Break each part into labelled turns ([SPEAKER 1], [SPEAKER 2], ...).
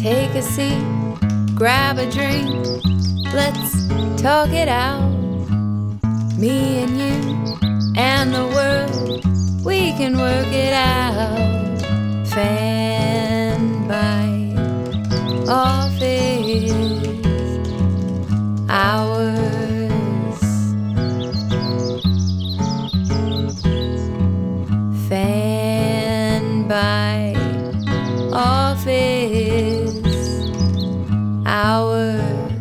[SPEAKER 1] to see. Grab a drink, let's talk it out. Me and you and the world, we can work it out. Fan by office hours. Fan by office hours.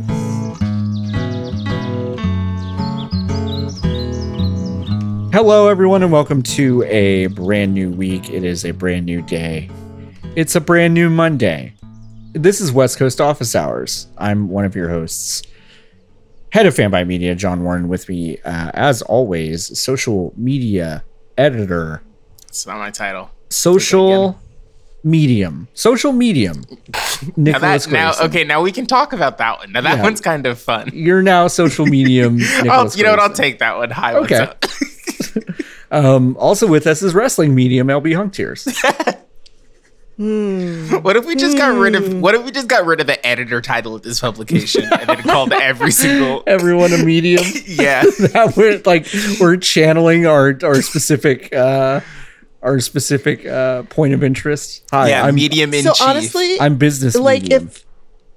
[SPEAKER 2] Hello, everyone, and welcome to a brand new week. It is a brand new day. It's a brand new Monday. This is West Coast Office Hours. I'm one of your hosts, head of Fanby Media, John Warren, with me, uh, as always, social media editor,
[SPEAKER 3] It's not my title.
[SPEAKER 2] social medium, social medium,
[SPEAKER 3] Now
[SPEAKER 2] Nicholas
[SPEAKER 3] that now
[SPEAKER 2] Grayson.
[SPEAKER 3] okay, now we can talk about that one. Now that
[SPEAKER 2] Yeah.
[SPEAKER 3] one's kind of fun.
[SPEAKER 2] You're now social medium.
[SPEAKER 3] I'll,
[SPEAKER 2] Nicholas
[SPEAKER 3] Oh, you know what? I'll
[SPEAKER 2] Grayson.
[SPEAKER 3] take that one. Hi,
[SPEAKER 2] Okay.
[SPEAKER 3] what's up?
[SPEAKER 2] Um, also with us is wrestling medium LB Hunk Tears.
[SPEAKER 3] What if we just got rid
[SPEAKER 2] Mm.
[SPEAKER 3] of what if we just got rid of the editor title of this publication and then called every single
[SPEAKER 2] Everyone a medium.
[SPEAKER 3] Yeah.
[SPEAKER 2] that we're like we're channeling our our specific uh our specific uh point of interest hi
[SPEAKER 3] Yeah,
[SPEAKER 2] i'm
[SPEAKER 3] medium in
[SPEAKER 4] so
[SPEAKER 3] chief.
[SPEAKER 4] honestly
[SPEAKER 2] i'm business
[SPEAKER 4] like
[SPEAKER 2] medium.
[SPEAKER 4] if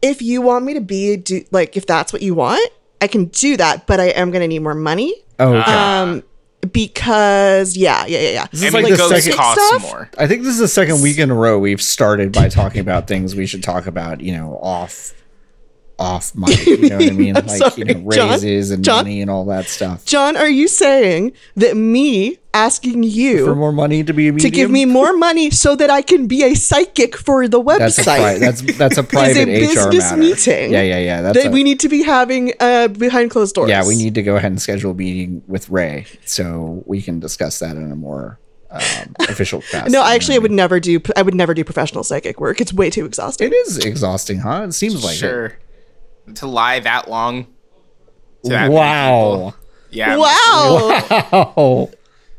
[SPEAKER 4] if you want me to be do like if that's what you want i can do that but i am going to need more money
[SPEAKER 2] oh okay.
[SPEAKER 4] um because yeah yeah yeah yeah
[SPEAKER 2] is
[SPEAKER 3] I
[SPEAKER 2] like
[SPEAKER 3] mean
[SPEAKER 2] the
[SPEAKER 3] ghosts
[SPEAKER 2] second
[SPEAKER 3] cost
[SPEAKER 4] stuff.
[SPEAKER 3] more.
[SPEAKER 2] i think this is the second week in a row we've started by talking about things we should talk about you know off off mic you know what i mean
[SPEAKER 4] I'm
[SPEAKER 2] like you
[SPEAKER 4] sorry,
[SPEAKER 2] know
[SPEAKER 4] John?
[SPEAKER 2] raises and
[SPEAKER 4] John?
[SPEAKER 2] money and all that stuff
[SPEAKER 4] john are you saying that me asking
[SPEAKER 2] for
[SPEAKER 4] you
[SPEAKER 2] more money to be a
[SPEAKER 4] to
[SPEAKER 2] medium
[SPEAKER 4] give me more money so that i can be a psychic for the
[SPEAKER 2] that's a pri-
[SPEAKER 4] website
[SPEAKER 2] that's that's a private hr
[SPEAKER 4] business
[SPEAKER 2] matter
[SPEAKER 4] meeting
[SPEAKER 2] yeah yeah yeah that's
[SPEAKER 4] that
[SPEAKER 2] a-
[SPEAKER 4] we need to be having uh behind closed doors
[SPEAKER 2] Yeah, we need to go ahead and schedule a meeting with Ray so we can discuss that in a more um, official capacity.
[SPEAKER 4] no I actually i would never do i would never do professional psychic work it's way too exhausting
[SPEAKER 2] It is exhausting, huh? It seems like it.
[SPEAKER 3] Sure. To lie that long. to that many people.
[SPEAKER 2] Wow.
[SPEAKER 3] Yeah.
[SPEAKER 4] wow
[SPEAKER 2] Oh,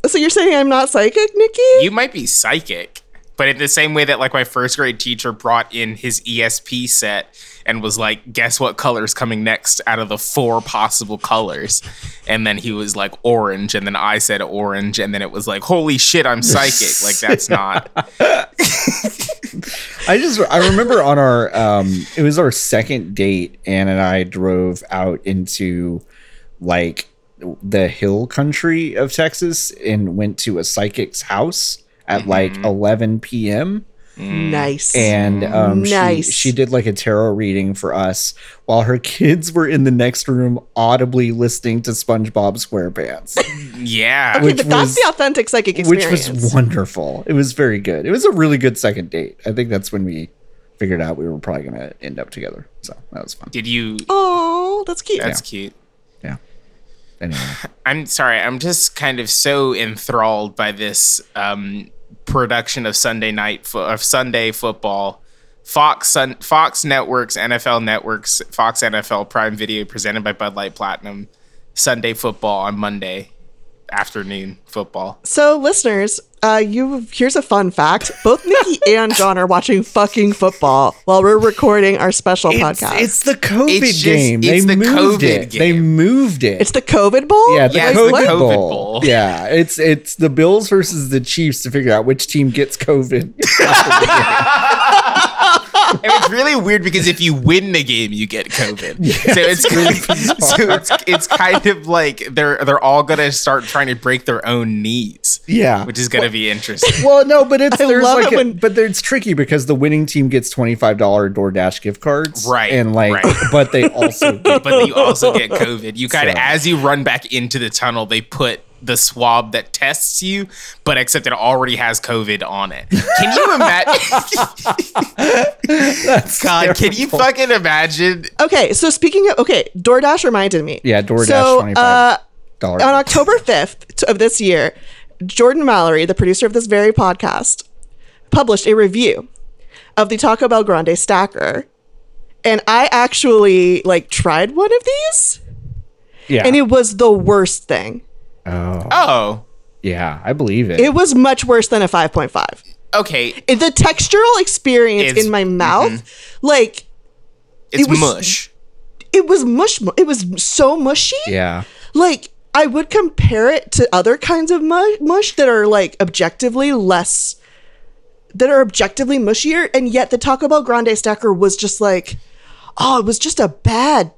[SPEAKER 4] So you're saying I'm not psychic, Nikki?
[SPEAKER 3] You might be psychic, but in the same way that like my first grade teacher brought in his ESP set and was like, guess what color's coming next out of the four possible colors? And then he was like orange, and then I said orange, and then it was like, holy shit, I'm psychic. like that's not
[SPEAKER 2] I just I remember on our um it was our second date Ann and I drove out into like the hill country of Texas and went to a psychic's house at like 11 p.m.
[SPEAKER 4] Nice.
[SPEAKER 2] Mm. and um,
[SPEAKER 4] Nice.
[SPEAKER 2] she, she did like a tarot reading for us while her kids were in the next room audibly listening to SpongeBob SquarePants,
[SPEAKER 3] yeah.
[SPEAKER 4] okay,
[SPEAKER 2] which
[SPEAKER 4] but that's
[SPEAKER 2] was-
[SPEAKER 4] the authentic psychic
[SPEAKER 2] which
[SPEAKER 4] experience.
[SPEAKER 2] was wonderful. It was very good. It was a really good second date. I think that's when we figured out we were probably going to end up together. So that was fun.
[SPEAKER 3] Did you
[SPEAKER 4] oh, that's cute.
[SPEAKER 3] that's cute.
[SPEAKER 2] Anyway,
[SPEAKER 3] I'm sorry. I'm just kind of so enthralled by this um, production of Sunday night fo- of Sunday football. Fox Sun- Fox Networks, NFL Networks, Fox NFL Prime Video, presented by Bud Light Platinum. Sunday football on Monday afternoon football.
[SPEAKER 4] So, listeners, uh, you here's a fun fact: both Nikki and John are watching fucking football while we're recording our special podcast. It's,
[SPEAKER 2] it's the COVID
[SPEAKER 3] It's just-
[SPEAKER 2] game. They
[SPEAKER 3] it's the
[SPEAKER 2] moved
[SPEAKER 3] COVID
[SPEAKER 2] it. They
[SPEAKER 3] game.
[SPEAKER 2] moved it.
[SPEAKER 4] the COVID Bowl.
[SPEAKER 2] yeah, the
[SPEAKER 3] Yeah, it's
[SPEAKER 2] COVID,
[SPEAKER 3] the COVID
[SPEAKER 2] bowl.
[SPEAKER 3] bowl.
[SPEAKER 2] Yeah, it's it's the Bills versus the Chiefs to figure out which team gets COVID.
[SPEAKER 3] And it's really weird because if you win the game, you get COVID. so it's so it's it's kind of like they're they're all gonna start trying to break their own needs,
[SPEAKER 2] Yeah,
[SPEAKER 3] which is gonna be interesting.
[SPEAKER 2] Well, no, but it's
[SPEAKER 4] I
[SPEAKER 2] there's
[SPEAKER 4] love
[SPEAKER 2] like,
[SPEAKER 4] it
[SPEAKER 2] a-
[SPEAKER 4] when-
[SPEAKER 2] but it's tricky because the winning team gets twenty five dollar DoorDash gift cards,
[SPEAKER 3] Right,
[SPEAKER 2] And like,
[SPEAKER 3] right.
[SPEAKER 2] but they also get
[SPEAKER 3] but you also get COVID. You kind of,
[SPEAKER 2] So-
[SPEAKER 3] as you run back into the tunnel, they put the swab that tests you, but except it already has COVID on it. Can you imagine? God, can you fucking imagine?
[SPEAKER 4] Okay, so speaking of okay, DoorDash reminded me.
[SPEAKER 2] yeah DoorDash
[SPEAKER 4] So,
[SPEAKER 2] twenty
[SPEAKER 4] uh,
[SPEAKER 2] five dollar.
[SPEAKER 4] on October 5th of this year, Jordan Mallory, the producer of this very podcast, published a review of the Taco Bell Grande Stacker. And I actually like tried one of these
[SPEAKER 2] yeah,
[SPEAKER 4] and it was the worst thing.
[SPEAKER 2] oh,
[SPEAKER 3] Oh,
[SPEAKER 2] yeah, I believe it.
[SPEAKER 4] It was much worse than a 5.5.
[SPEAKER 3] okay.
[SPEAKER 4] It- The textural experience
[SPEAKER 3] It's-
[SPEAKER 4] in my mouth like
[SPEAKER 3] It's
[SPEAKER 4] It was-
[SPEAKER 3] mush.
[SPEAKER 4] It was mush. mu- It was so mushy.
[SPEAKER 2] Yeah.
[SPEAKER 4] Like I would compare it to other kinds of mu- mush that are like objectively less, that are objectively mushier, and yet the Taco Bell Grande Stacker was just like, oh, it was just a bad,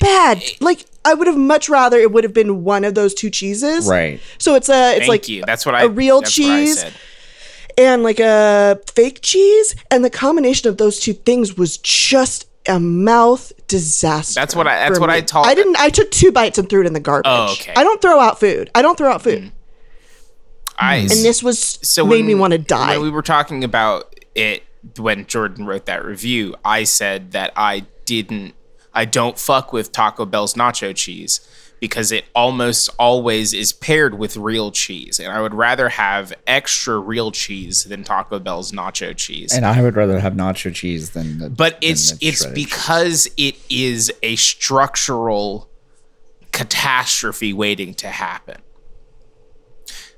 [SPEAKER 4] bad. Like I would have much rather it would have been one of those two cheeses.
[SPEAKER 2] Right.
[SPEAKER 4] So it's a it's
[SPEAKER 3] Thank
[SPEAKER 4] like
[SPEAKER 3] you. That's what I.
[SPEAKER 4] a real
[SPEAKER 3] that's what I
[SPEAKER 4] cheese.
[SPEAKER 3] said.
[SPEAKER 4] and like a fake cheese, and the combination of those two things was just a mouth disaster.
[SPEAKER 3] That's what I- that's
[SPEAKER 4] for
[SPEAKER 3] what
[SPEAKER 4] me.
[SPEAKER 3] I told-
[SPEAKER 4] I didn't. I took two bites and threw it in the garbage.
[SPEAKER 3] Oh, okay.
[SPEAKER 4] I don't throw out food. I don't throw out food.
[SPEAKER 3] I.
[SPEAKER 4] And this was
[SPEAKER 3] so
[SPEAKER 4] made
[SPEAKER 3] when-
[SPEAKER 4] me want to die.
[SPEAKER 3] When we were talking about it when Jordan wrote that review, I said that I didn't I don't fuck with Taco Bell's nacho cheese because it almost always is paired with real cheese and I would rather have extra real cheese than Taco Bell's nacho cheese.
[SPEAKER 2] And I would rather have nacho cheese than the,
[SPEAKER 3] but
[SPEAKER 2] than
[SPEAKER 3] it's
[SPEAKER 2] the
[SPEAKER 3] it's
[SPEAKER 2] shredded
[SPEAKER 3] because it is a structural catastrophe waiting to happen
[SPEAKER 2] cheese.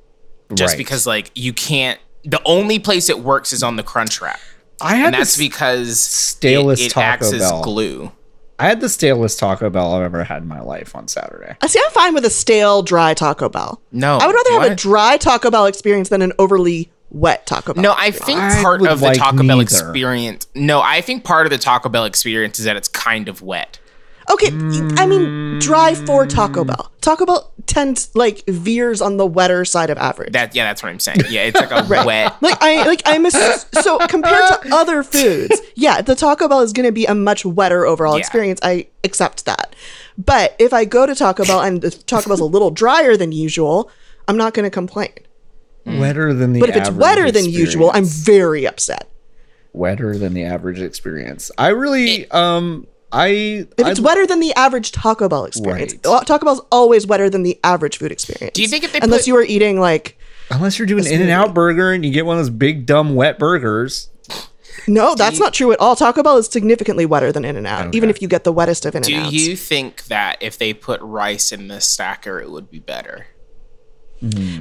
[SPEAKER 3] just
[SPEAKER 2] Right.
[SPEAKER 3] because like you can't the only place it works is on the crunch wrap
[SPEAKER 2] I had
[SPEAKER 3] and
[SPEAKER 2] that's
[SPEAKER 3] that's
[SPEAKER 2] the,
[SPEAKER 3] because
[SPEAKER 2] stalest
[SPEAKER 3] it, it
[SPEAKER 2] Taco
[SPEAKER 3] acts as
[SPEAKER 2] Bell. Uh,
[SPEAKER 3] glue
[SPEAKER 2] I had the stalest Taco Bell I've ever had in my life on Saturday.
[SPEAKER 4] I see. I'm fine with a stale, dry Taco Bell.
[SPEAKER 3] No,
[SPEAKER 4] I would rather have a
[SPEAKER 3] what?
[SPEAKER 4] dry Taco Bell experience than an overly wet Taco Bell.
[SPEAKER 3] no i think
[SPEAKER 2] I
[SPEAKER 3] part
[SPEAKER 2] would
[SPEAKER 3] of the
[SPEAKER 2] like
[SPEAKER 3] taco bell
[SPEAKER 2] neither.
[SPEAKER 3] experience no i think part of the taco bell experience is that it's kind of wet
[SPEAKER 4] Okay, I mean dry for Taco Bell. Taco Bell tends like veers on the wetter side of average.
[SPEAKER 3] that yeah that's what i'm saying yeah it's like a wet
[SPEAKER 4] like I like I'm ass- so compared to other foods, yeah, the Taco Bell is going to be a much wetter overall
[SPEAKER 3] Yeah.
[SPEAKER 4] experience. I accept that, but if I go to Taco Bell and the Taco Bell's a little drier than usual, I'm not going to complain.
[SPEAKER 2] Wetter than the
[SPEAKER 4] Mm. But if it's
[SPEAKER 2] average
[SPEAKER 4] wetter than usual, I'm
[SPEAKER 2] experience.
[SPEAKER 4] very upset.
[SPEAKER 2] wetter than the average experience. I really um I
[SPEAKER 4] If it's
[SPEAKER 2] I-
[SPEAKER 4] wetter than the average Taco Bell experience,
[SPEAKER 2] Right.
[SPEAKER 4] Lo- Taco Bell's always wetter than the average food experience.
[SPEAKER 3] Do you think if they
[SPEAKER 4] unless
[SPEAKER 3] put-
[SPEAKER 4] you are eating like
[SPEAKER 2] unless you're doing In and Out burger and you get one of those big dumb wet burgers.
[SPEAKER 4] no, that's not true at all. Taco Bell is significantly wetter than In and Out, even if you get the wettest of In
[SPEAKER 3] do
[SPEAKER 4] and Outs.
[SPEAKER 3] you think that if they put rice in the stacker it would be better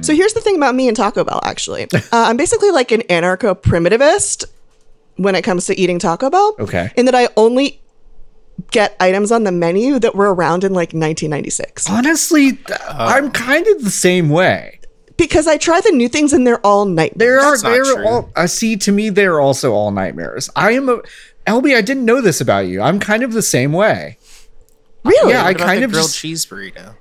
[SPEAKER 4] So here's the thing about me and Taco Bell, actually. Uh, I'm basically like an anarcho primitivist when it comes to eating Taco Bell.
[SPEAKER 2] Okay.
[SPEAKER 4] In that I only get items on the menu that were around in like 1996
[SPEAKER 2] Honestly,
[SPEAKER 4] Uh,
[SPEAKER 2] th- I'm kind of the same way.
[SPEAKER 4] because I try the new things and they're all nightmares.
[SPEAKER 2] There are
[SPEAKER 3] That's not
[SPEAKER 2] they're
[SPEAKER 3] true.
[SPEAKER 2] all I see to me they're also all nightmares. I am a LB, I didn't know this about you. I'm kind of the same way.
[SPEAKER 4] really
[SPEAKER 2] Yeah, I
[SPEAKER 3] What about
[SPEAKER 2] kind
[SPEAKER 3] the
[SPEAKER 2] of
[SPEAKER 3] grilled
[SPEAKER 2] just-
[SPEAKER 3] cheese burrito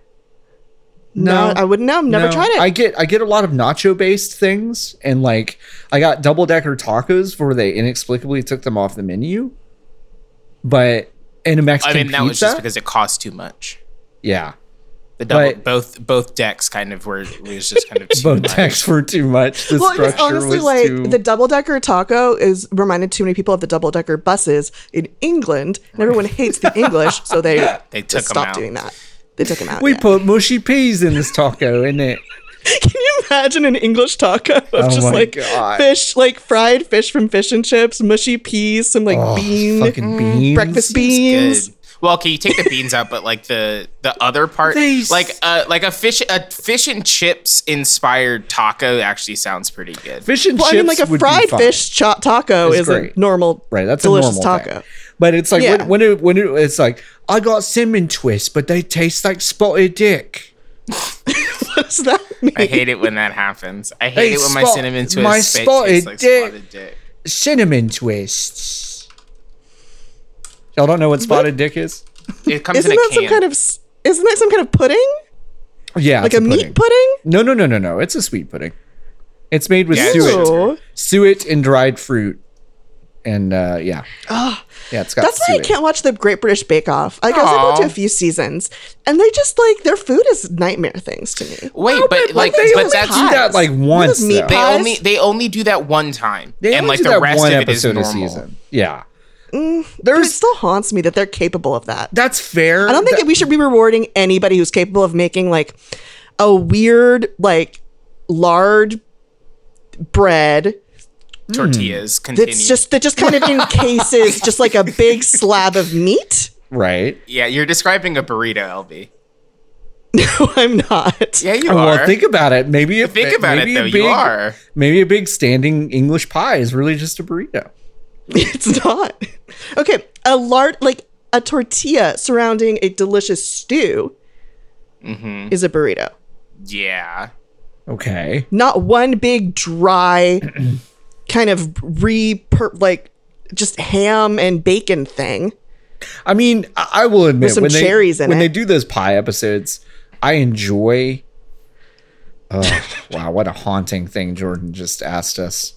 [SPEAKER 4] no,
[SPEAKER 2] no.
[SPEAKER 4] I wouldn't know. I've never
[SPEAKER 2] No,
[SPEAKER 4] tried it.
[SPEAKER 2] I get I get a lot of nacho based things and like I got double decker tacos where they inexplicably took them off the menu. But in a
[SPEAKER 3] i
[SPEAKER 2] Mexican
[SPEAKER 3] mean that
[SPEAKER 2] pizza,
[SPEAKER 3] was just because it cost too much
[SPEAKER 2] yeah,
[SPEAKER 3] the double,
[SPEAKER 2] But-
[SPEAKER 3] both both decks kind of were was just kind of too
[SPEAKER 2] both
[SPEAKER 3] much.
[SPEAKER 2] decks were too much. The
[SPEAKER 4] well, it's
[SPEAKER 2] structure
[SPEAKER 4] honestly
[SPEAKER 2] was
[SPEAKER 4] like
[SPEAKER 2] too.
[SPEAKER 4] the double decker taco is reminded too many people of the double decker buses in England. And everyone hates the English, so they
[SPEAKER 3] They took 'em
[SPEAKER 4] stopped
[SPEAKER 3] out.
[SPEAKER 4] doing that. They took them out.
[SPEAKER 2] we
[SPEAKER 4] yeah.
[SPEAKER 2] put mushy peas in this taco, in it.
[SPEAKER 4] Can you imagine an English taco of just
[SPEAKER 2] Oh my
[SPEAKER 4] like
[SPEAKER 2] God.
[SPEAKER 4] fish, like fried fish from fish and chips, mushy peas, some like
[SPEAKER 2] Oh,
[SPEAKER 4] bean,
[SPEAKER 2] fucking beans.
[SPEAKER 4] breakfast
[SPEAKER 3] Good.
[SPEAKER 4] beans?
[SPEAKER 3] Well, okay, you take the beans out, but like the the other part,
[SPEAKER 2] They-
[SPEAKER 3] like uh, like a fish a fish and chips inspired taco actually sounds pretty good.
[SPEAKER 2] Fish and
[SPEAKER 4] Well, I
[SPEAKER 2] chips.
[SPEAKER 4] mean, like a
[SPEAKER 2] would be
[SPEAKER 4] fried
[SPEAKER 2] fine.
[SPEAKER 4] fish cho- taco
[SPEAKER 2] It's
[SPEAKER 4] is
[SPEAKER 2] great.
[SPEAKER 4] a normal,
[SPEAKER 2] Right, that's
[SPEAKER 4] delicious
[SPEAKER 2] a normal
[SPEAKER 4] taco.
[SPEAKER 2] Thing. But it's like
[SPEAKER 4] Yeah.
[SPEAKER 2] when when it, when it, it's like I got cinnamon twists, but they taste like spotted dick.
[SPEAKER 4] What does that mean?
[SPEAKER 3] I hate it when that happens. I hate
[SPEAKER 2] Hey,
[SPEAKER 3] it when my
[SPEAKER 2] spot-
[SPEAKER 3] cinnamon twist
[SPEAKER 2] my
[SPEAKER 3] fa-
[SPEAKER 2] spotted
[SPEAKER 3] tastes like
[SPEAKER 2] dick.
[SPEAKER 3] spotted dick.
[SPEAKER 2] Cinnamon twists. Y'all don't know what spotted dick is?
[SPEAKER 3] It comes
[SPEAKER 4] Isn't
[SPEAKER 3] in a
[SPEAKER 4] that
[SPEAKER 3] can.
[SPEAKER 4] some kind of? s- Isn't that some kind of pudding?
[SPEAKER 2] Yeah,
[SPEAKER 4] Like
[SPEAKER 2] it's
[SPEAKER 4] a, meat pudding?
[SPEAKER 2] No, no, no, no, no. It's a sweet pudding. It's made with
[SPEAKER 3] Yeah, it's
[SPEAKER 2] suet,
[SPEAKER 3] sweet.
[SPEAKER 4] Ew.
[SPEAKER 2] suet and dried fruit, and uh, yeah, yeah. It's got
[SPEAKER 4] That's why I
[SPEAKER 2] suet.
[SPEAKER 4] can't watch the Great British Bake Off. Like, I was able to
[SPEAKER 3] Aw.
[SPEAKER 4] a few seasons, and they just like their food is nightmare things to me.
[SPEAKER 3] Wait, but like,
[SPEAKER 4] they
[SPEAKER 3] but
[SPEAKER 4] only
[SPEAKER 3] that's
[SPEAKER 4] pie.
[SPEAKER 2] do that like
[SPEAKER 4] Those
[SPEAKER 2] once.
[SPEAKER 4] meat
[SPEAKER 2] though.
[SPEAKER 3] they
[SPEAKER 4] pies.
[SPEAKER 3] only they only do that one time,
[SPEAKER 2] They
[SPEAKER 3] and
[SPEAKER 2] only
[SPEAKER 3] like
[SPEAKER 2] do
[SPEAKER 3] the
[SPEAKER 2] that
[SPEAKER 3] rest
[SPEAKER 2] one
[SPEAKER 3] of it is
[SPEAKER 2] episode
[SPEAKER 3] normal.
[SPEAKER 2] a season. Yeah,
[SPEAKER 4] But it
[SPEAKER 2] there's
[SPEAKER 4] still haunts me that they're capable of that.
[SPEAKER 2] that's fair.
[SPEAKER 4] I don't think
[SPEAKER 2] That-
[SPEAKER 4] that we should be rewarding anybody who's capable of making like a weird, like large bread
[SPEAKER 3] Tortillas continue.
[SPEAKER 4] Hmm. that's just that just kind of encases just like a big slab of meat.
[SPEAKER 2] right.
[SPEAKER 3] yeah, you're describing a burrito, LB.
[SPEAKER 4] No, I'm not.
[SPEAKER 3] Yeah, you
[SPEAKER 2] Oh,
[SPEAKER 3] are.
[SPEAKER 2] Well, think about it. Maybe a,
[SPEAKER 3] Think about it
[SPEAKER 2] maybe a
[SPEAKER 3] though.
[SPEAKER 2] big-
[SPEAKER 3] you are.
[SPEAKER 2] Maybe a big standing English pie is really just a burrito.
[SPEAKER 4] It's not. Okay, a large like a tortilla surrounding a delicious stew is a burrito.
[SPEAKER 3] Yeah.
[SPEAKER 2] Okay.
[SPEAKER 4] Not one big dry kind of re like just ham and bacon thing.
[SPEAKER 2] I mean, I I will admit
[SPEAKER 4] some
[SPEAKER 2] when they
[SPEAKER 4] cherries in
[SPEAKER 2] when
[SPEAKER 4] it.
[SPEAKER 2] they do those pie episodes, I enjoy. Oh, wow, what a haunting thing Jordan just asked us.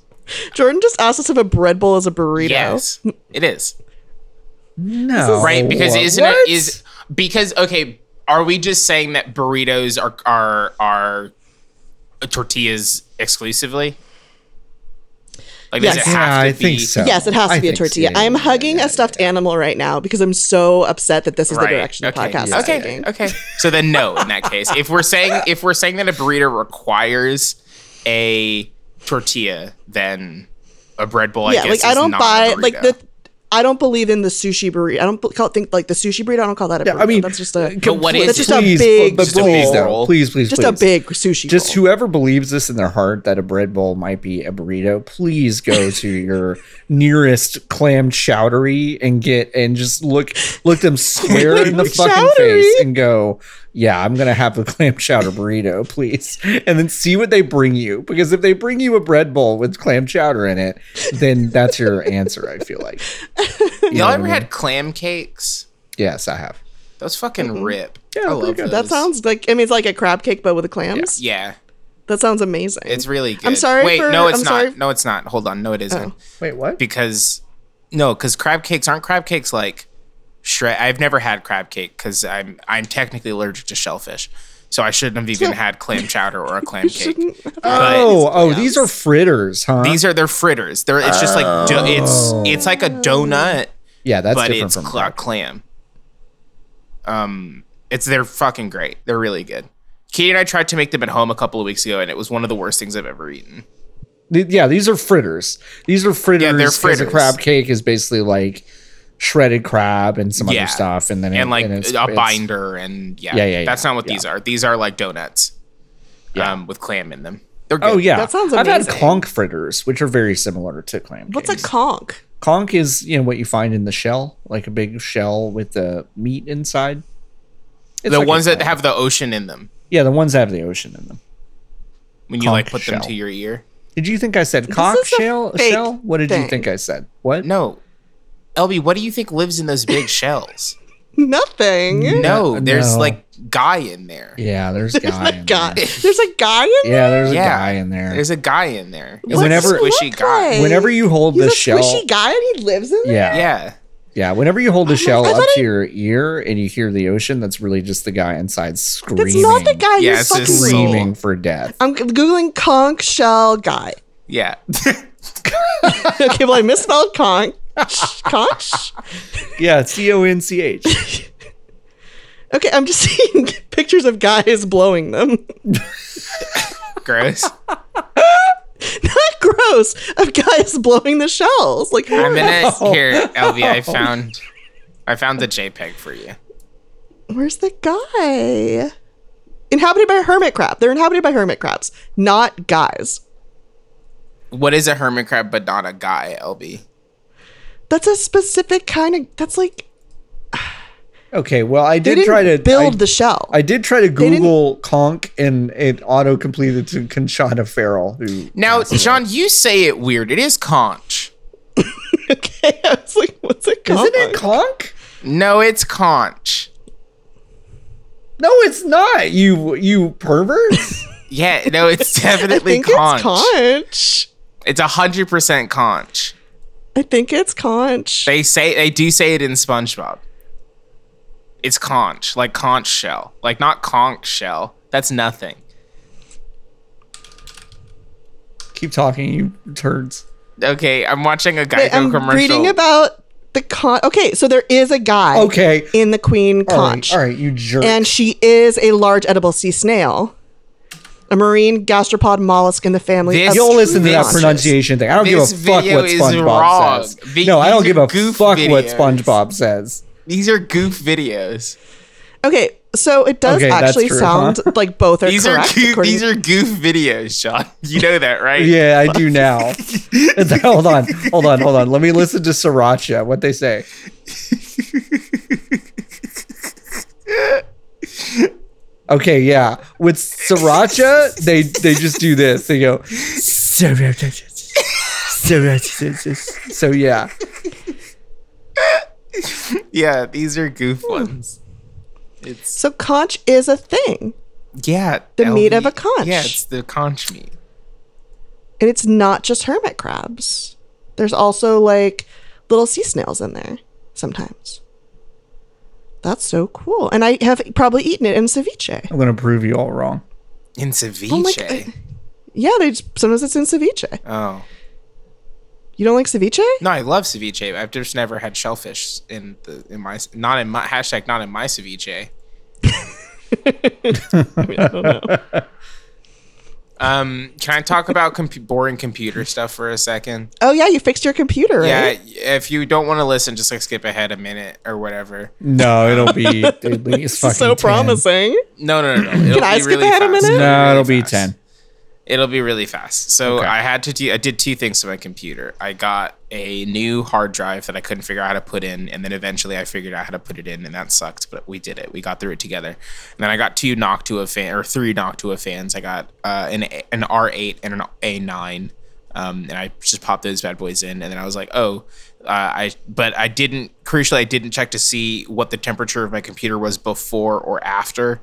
[SPEAKER 4] Jordan just asked us if a bread bowl is a burrito.
[SPEAKER 3] Yes. It is.
[SPEAKER 2] No,
[SPEAKER 4] Oh,
[SPEAKER 3] Right?
[SPEAKER 4] uh,
[SPEAKER 3] Because isn't
[SPEAKER 2] What?
[SPEAKER 3] it is because okay, are we just saying that burritos are are are tortillas exclusively? Like
[SPEAKER 4] Yes.
[SPEAKER 3] does it have
[SPEAKER 2] Yeah,
[SPEAKER 3] to
[SPEAKER 2] I
[SPEAKER 3] be
[SPEAKER 2] think so.
[SPEAKER 4] Yes, it has to
[SPEAKER 2] I
[SPEAKER 4] be a
[SPEAKER 2] think so.
[SPEAKER 4] tortilla.
[SPEAKER 2] Yeah,
[SPEAKER 4] I am
[SPEAKER 2] yeah,
[SPEAKER 4] hugging a stuffed animal right now because I'm so upset that this is
[SPEAKER 3] Right.
[SPEAKER 4] the direction
[SPEAKER 3] okay.
[SPEAKER 4] the podcast is
[SPEAKER 3] okay.
[SPEAKER 4] taking.
[SPEAKER 3] Okay. So then no in that case. If we're saying if we're saying that a burrito requires a tortilla, then a bread bowl I
[SPEAKER 4] Yeah,
[SPEAKER 3] guess
[SPEAKER 4] like I
[SPEAKER 3] is
[SPEAKER 4] don't
[SPEAKER 3] not a
[SPEAKER 4] buy like
[SPEAKER 3] burrito.
[SPEAKER 4] the. I don't believe in the sushi burrito. I don't b- call, think like the sushi burrito. I don't call that a burrito.
[SPEAKER 2] I mean, uh,
[SPEAKER 4] that's just a
[SPEAKER 3] But what is
[SPEAKER 4] that's
[SPEAKER 3] it?
[SPEAKER 4] just a
[SPEAKER 2] please,
[SPEAKER 4] big,
[SPEAKER 2] but
[SPEAKER 3] a
[SPEAKER 2] please,
[SPEAKER 4] bowl.
[SPEAKER 3] big
[SPEAKER 2] though,
[SPEAKER 3] roll.
[SPEAKER 2] please, please,
[SPEAKER 4] just
[SPEAKER 2] please.
[SPEAKER 4] a big sushi.
[SPEAKER 2] Just
[SPEAKER 4] bowl.
[SPEAKER 2] whoever believes this in their heart that a bread bowl might be a burrito, please go to your nearest clam chowdery and get and just look look them square in the fucking face
[SPEAKER 4] Chowdery?
[SPEAKER 2] and go, yeah, I'm gonna have a clam chowder burrito, please, and then see what they bring you because if they bring you a bread bowl with clam chowder in it, then that's your answer. I feel like. You know
[SPEAKER 3] Y'all
[SPEAKER 2] what I
[SPEAKER 3] ever
[SPEAKER 2] mean?
[SPEAKER 3] had clam cakes?
[SPEAKER 2] Yes, I have.
[SPEAKER 3] Those fucking rip.
[SPEAKER 2] Mm-hmm. Yeah,
[SPEAKER 3] I
[SPEAKER 2] pretty
[SPEAKER 3] love
[SPEAKER 2] good.
[SPEAKER 3] those.
[SPEAKER 4] that sounds like I mean it's like a crab cake but with the clams.
[SPEAKER 3] Yeah,
[SPEAKER 4] That sounds amazing.
[SPEAKER 3] it's really good.
[SPEAKER 4] I'm sorry
[SPEAKER 3] Wait,
[SPEAKER 4] for-
[SPEAKER 3] no, it's
[SPEAKER 4] I'm
[SPEAKER 3] not.
[SPEAKER 4] sorry- Oh.
[SPEAKER 3] No, it's not. Hold on. No, it isn't.
[SPEAKER 2] Wait, what?
[SPEAKER 3] Because no, because crab cakes aren't crab cakes like shred. I've never had crab cake because I'm I'm technically allergic to shellfish, so I shouldn't have even had clam chowder or a clam cake.
[SPEAKER 4] uh,
[SPEAKER 3] But
[SPEAKER 2] Oh, oh, these are fritters, huh?
[SPEAKER 3] these are their fritters. They're it's just like do- it's it's like a
[SPEAKER 4] Oh.
[SPEAKER 3] donut,
[SPEAKER 2] yeah, that's
[SPEAKER 3] but
[SPEAKER 2] different
[SPEAKER 3] it's
[SPEAKER 2] from
[SPEAKER 3] cl- clam. Um, it's they're fucking great. They're really good. Katie and I tried to make them at home a couple of weeks ago, and it was one of the worst things I've ever eaten.
[SPEAKER 2] Th- yeah, these are fritters. These are fritters.
[SPEAKER 3] Yeah, they're
[SPEAKER 2] 'cause
[SPEAKER 3] fritters.
[SPEAKER 2] A crab cake is basically like shredded crab and some
[SPEAKER 3] Yeah.
[SPEAKER 2] other stuff, and then it-
[SPEAKER 3] and like
[SPEAKER 2] it's-
[SPEAKER 3] a
[SPEAKER 2] it's-
[SPEAKER 3] binder and yeah,
[SPEAKER 2] Yeah, yeah,
[SPEAKER 3] that's
[SPEAKER 2] yeah,
[SPEAKER 3] not what
[SPEAKER 2] yeah.
[SPEAKER 3] these are. These are like donuts,
[SPEAKER 2] Yeah.
[SPEAKER 3] um, with clam in them. They're good.
[SPEAKER 2] Oh yeah,
[SPEAKER 4] That sounds
[SPEAKER 2] I've had
[SPEAKER 4] amazing.
[SPEAKER 2] conch fritters, which are very similar to clam.
[SPEAKER 4] What's a
[SPEAKER 2] cakes.
[SPEAKER 4] conch?
[SPEAKER 2] conch? Is you know what you find in the shell, like a big shell with the meat inside. It's
[SPEAKER 3] the
[SPEAKER 2] like a
[SPEAKER 3] ones that
[SPEAKER 2] conch.
[SPEAKER 3] have the ocean in them
[SPEAKER 2] yeah, the ones that have the ocean in them.
[SPEAKER 3] when you like
[SPEAKER 2] Conch
[SPEAKER 3] put them
[SPEAKER 2] shell.
[SPEAKER 3] to your ear.
[SPEAKER 2] Did you think I said
[SPEAKER 4] This
[SPEAKER 2] conch
[SPEAKER 4] is a
[SPEAKER 2] shell?
[SPEAKER 4] fake
[SPEAKER 2] Shell? What did you
[SPEAKER 4] thing.
[SPEAKER 2] think I said? What?
[SPEAKER 3] No, LB, what do you think lives in those big shells?
[SPEAKER 4] Nothing.
[SPEAKER 3] No,
[SPEAKER 2] Uh,
[SPEAKER 3] there's
[SPEAKER 2] no.
[SPEAKER 3] like guy in there.
[SPEAKER 2] Yeah, there's a
[SPEAKER 4] There's
[SPEAKER 2] guy.
[SPEAKER 4] a
[SPEAKER 2] in
[SPEAKER 4] guy.
[SPEAKER 2] there.
[SPEAKER 4] There's a guy in
[SPEAKER 2] Yeah, there's a
[SPEAKER 3] Yeah.
[SPEAKER 2] guy in there.
[SPEAKER 3] There's a guy in there. It's
[SPEAKER 2] What's
[SPEAKER 3] like a
[SPEAKER 2] Whenever-
[SPEAKER 4] he
[SPEAKER 3] swishy
[SPEAKER 4] look
[SPEAKER 3] guy.
[SPEAKER 4] like?
[SPEAKER 2] Whenever you hold
[SPEAKER 4] He's
[SPEAKER 2] this
[SPEAKER 4] a
[SPEAKER 2] shell,
[SPEAKER 4] squishy guy and he lives in there.
[SPEAKER 2] yeah,
[SPEAKER 3] Yeah.
[SPEAKER 2] Yeah, whenever you hold a shell
[SPEAKER 4] I
[SPEAKER 2] up
[SPEAKER 4] thought it-
[SPEAKER 2] to your ear and you hear the ocean, that's really just the guy inside screaming,
[SPEAKER 4] That's not the guy
[SPEAKER 3] Yeah,
[SPEAKER 4] who's
[SPEAKER 3] it's
[SPEAKER 4] fucking.
[SPEAKER 3] his soul.
[SPEAKER 2] screaming for death.
[SPEAKER 4] I'm googling conch shell guy.
[SPEAKER 3] Yeah.
[SPEAKER 4] okay, well I misspelled conch. Conch.
[SPEAKER 2] Yeah, C O N C H.
[SPEAKER 4] Okay, I'm just seeing pictures of guys blowing them.
[SPEAKER 3] Gross.
[SPEAKER 4] Not gross. Of guys blowing the shells. Like
[SPEAKER 3] I'm gonna here, LB. I found, I found the JPEG for you.
[SPEAKER 4] Where's the guy? Inhabited by a hermit crab. They're inhabited by hermit crabs, not guys.
[SPEAKER 3] What is a hermit crab but not a guy, LB?
[SPEAKER 4] That's a specific kind of. That's like
[SPEAKER 2] Okay, well, I
[SPEAKER 4] they
[SPEAKER 2] did
[SPEAKER 4] didn't
[SPEAKER 2] try to
[SPEAKER 4] build
[SPEAKER 2] I,
[SPEAKER 4] the shell.
[SPEAKER 2] I did try to
[SPEAKER 4] didn't-
[SPEAKER 2] Google conch and it auto completed to Conchata Farrell, who
[SPEAKER 3] Now, John, you say it weird. It is conch.
[SPEAKER 4] okay, I was like, what's it called?
[SPEAKER 2] isn't it conch?
[SPEAKER 3] No, it's conch.
[SPEAKER 2] No, it's not. You you perverts.
[SPEAKER 3] Yeah, no, it's
[SPEAKER 4] I
[SPEAKER 3] definitely
[SPEAKER 4] think
[SPEAKER 3] conch.
[SPEAKER 4] it's conch.
[SPEAKER 3] It's a hundred percent conch.
[SPEAKER 4] I think it's conch.
[SPEAKER 3] They say they do say it in SpongeBob. It's conch, like conch shell, like not conch shell. That's nothing.
[SPEAKER 2] Keep talking, you turds.
[SPEAKER 3] Okay, I'm watching a Geico
[SPEAKER 4] Wait, I'm
[SPEAKER 3] commercial.
[SPEAKER 4] reading about the con. Okay, so there is a guy.
[SPEAKER 2] Okay.
[SPEAKER 4] In the queen
[SPEAKER 2] All right,
[SPEAKER 4] conch,
[SPEAKER 2] all right, you jerk.
[SPEAKER 4] and she is a large edible sea snail, a marine gastropod mollusk in the family.
[SPEAKER 3] This-
[SPEAKER 4] of
[SPEAKER 2] You'll listen to that
[SPEAKER 4] conches.
[SPEAKER 2] pronunciation thing. I don't give a
[SPEAKER 3] This
[SPEAKER 2] fuck
[SPEAKER 3] video
[SPEAKER 2] what
[SPEAKER 3] is
[SPEAKER 2] SpongeBob
[SPEAKER 3] wrong.
[SPEAKER 2] says.
[SPEAKER 3] The-
[SPEAKER 2] no, I don't
[SPEAKER 3] these
[SPEAKER 2] give
[SPEAKER 3] are
[SPEAKER 2] a
[SPEAKER 3] goof
[SPEAKER 2] fuck what
[SPEAKER 3] videos.
[SPEAKER 2] SpongeBob says.
[SPEAKER 3] These are goof videos.
[SPEAKER 4] Okay, so it does
[SPEAKER 2] Okay, that's
[SPEAKER 4] actually
[SPEAKER 2] true,
[SPEAKER 4] sound
[SPEAKER 2] huh?
[SPEAKER 4] like both are
[SPEAKER 3] These
[SPEAKER 4] correct.
[SPEAKER 3] are goof,
[SPEAKER 4] according-
[SPEAKER 3] these are goof videos, John. You know that, right?
[SPEAKER 2] Yeah, I do now. hold on, hold on, hold on. Let me listen to Sriracha. What they say? Okay, yeah. With sriracha, they they just do this. They go sriracha. sriracha." So yeah.
[SPEAKER 3] Yeah, these are goof ones. It's
[SPEAKER 4] So conch is a thing,
[SPEAKER 3] yeah,
[SPEAKER 4] The meat
[SPEAKER 3] LV.
[SPEAKER 4] of a conch.
[SPEAKER 3] Yeah, it's the conch meat.
[SPEAKER 4] and it's not just hermit crabs. There's also like little sea snails in there sometimes. That's so cool, and I have probably eaten it in ceviche.
[SPEAKER 2] I'm gonna prove you all wrong.
[SPEAKER 3] In ceviche.
[SPEAKER 4] Oh Yeah, they just, sometimes it's in ceviche.
[SPEAKER 3] Oh,
[SPEAKER 4] You don't like ceviche?
[SPEAKER 3] no, I love ceviche. I've just never had shellfish in the in my not in my hashtag not in my ceviche. Um, can I talk about compu boring computer stuff for a second?
[SPEAKER 4] Oh yeah, you fixed your computer, right?
[SPEAKER 3] Yeah, if you don't want to listen, just like skip ahead a minute or whatever.
[SPEAKER 2] No, it'll be at least fucking
[SPEAKER 4] so
[SPEAKER 2] 10.
[SPEAKER 4] promising.
[SPEAKER 3] No, no, no, no. It'll
[SPEAKER 4] I
[SPEAKER 3] be
[SPEAKER 4] skip ahead a
[SPEAKER 3] fast.
[SPEAKER 4] minute?
[SPEAKER 2] No, it'll
[SPEAKER 3] really
[SPEAKER 2] be
[SPEAKER 3] fast.
[SPEAKER 2] ten.
[SPEAKER 3] It'll be really fast. So
[SPEAKER 2] Okay.
[SPEAKER 3] I had to do. I did two things to my computer. I got a new hard drive that I couldn't figure out how to put in, and then eventually I figured out how to put it in, and that sucked. But we did it. We got through it together. And then I got two Noctua fan or three Noctua fans. I got uh, an an R8 and an A9, um, and I just popped those bad boys in. And then I was like, oh. Uh, I but I didn't crucially I didn't check to see what the temperature of my computer was before or after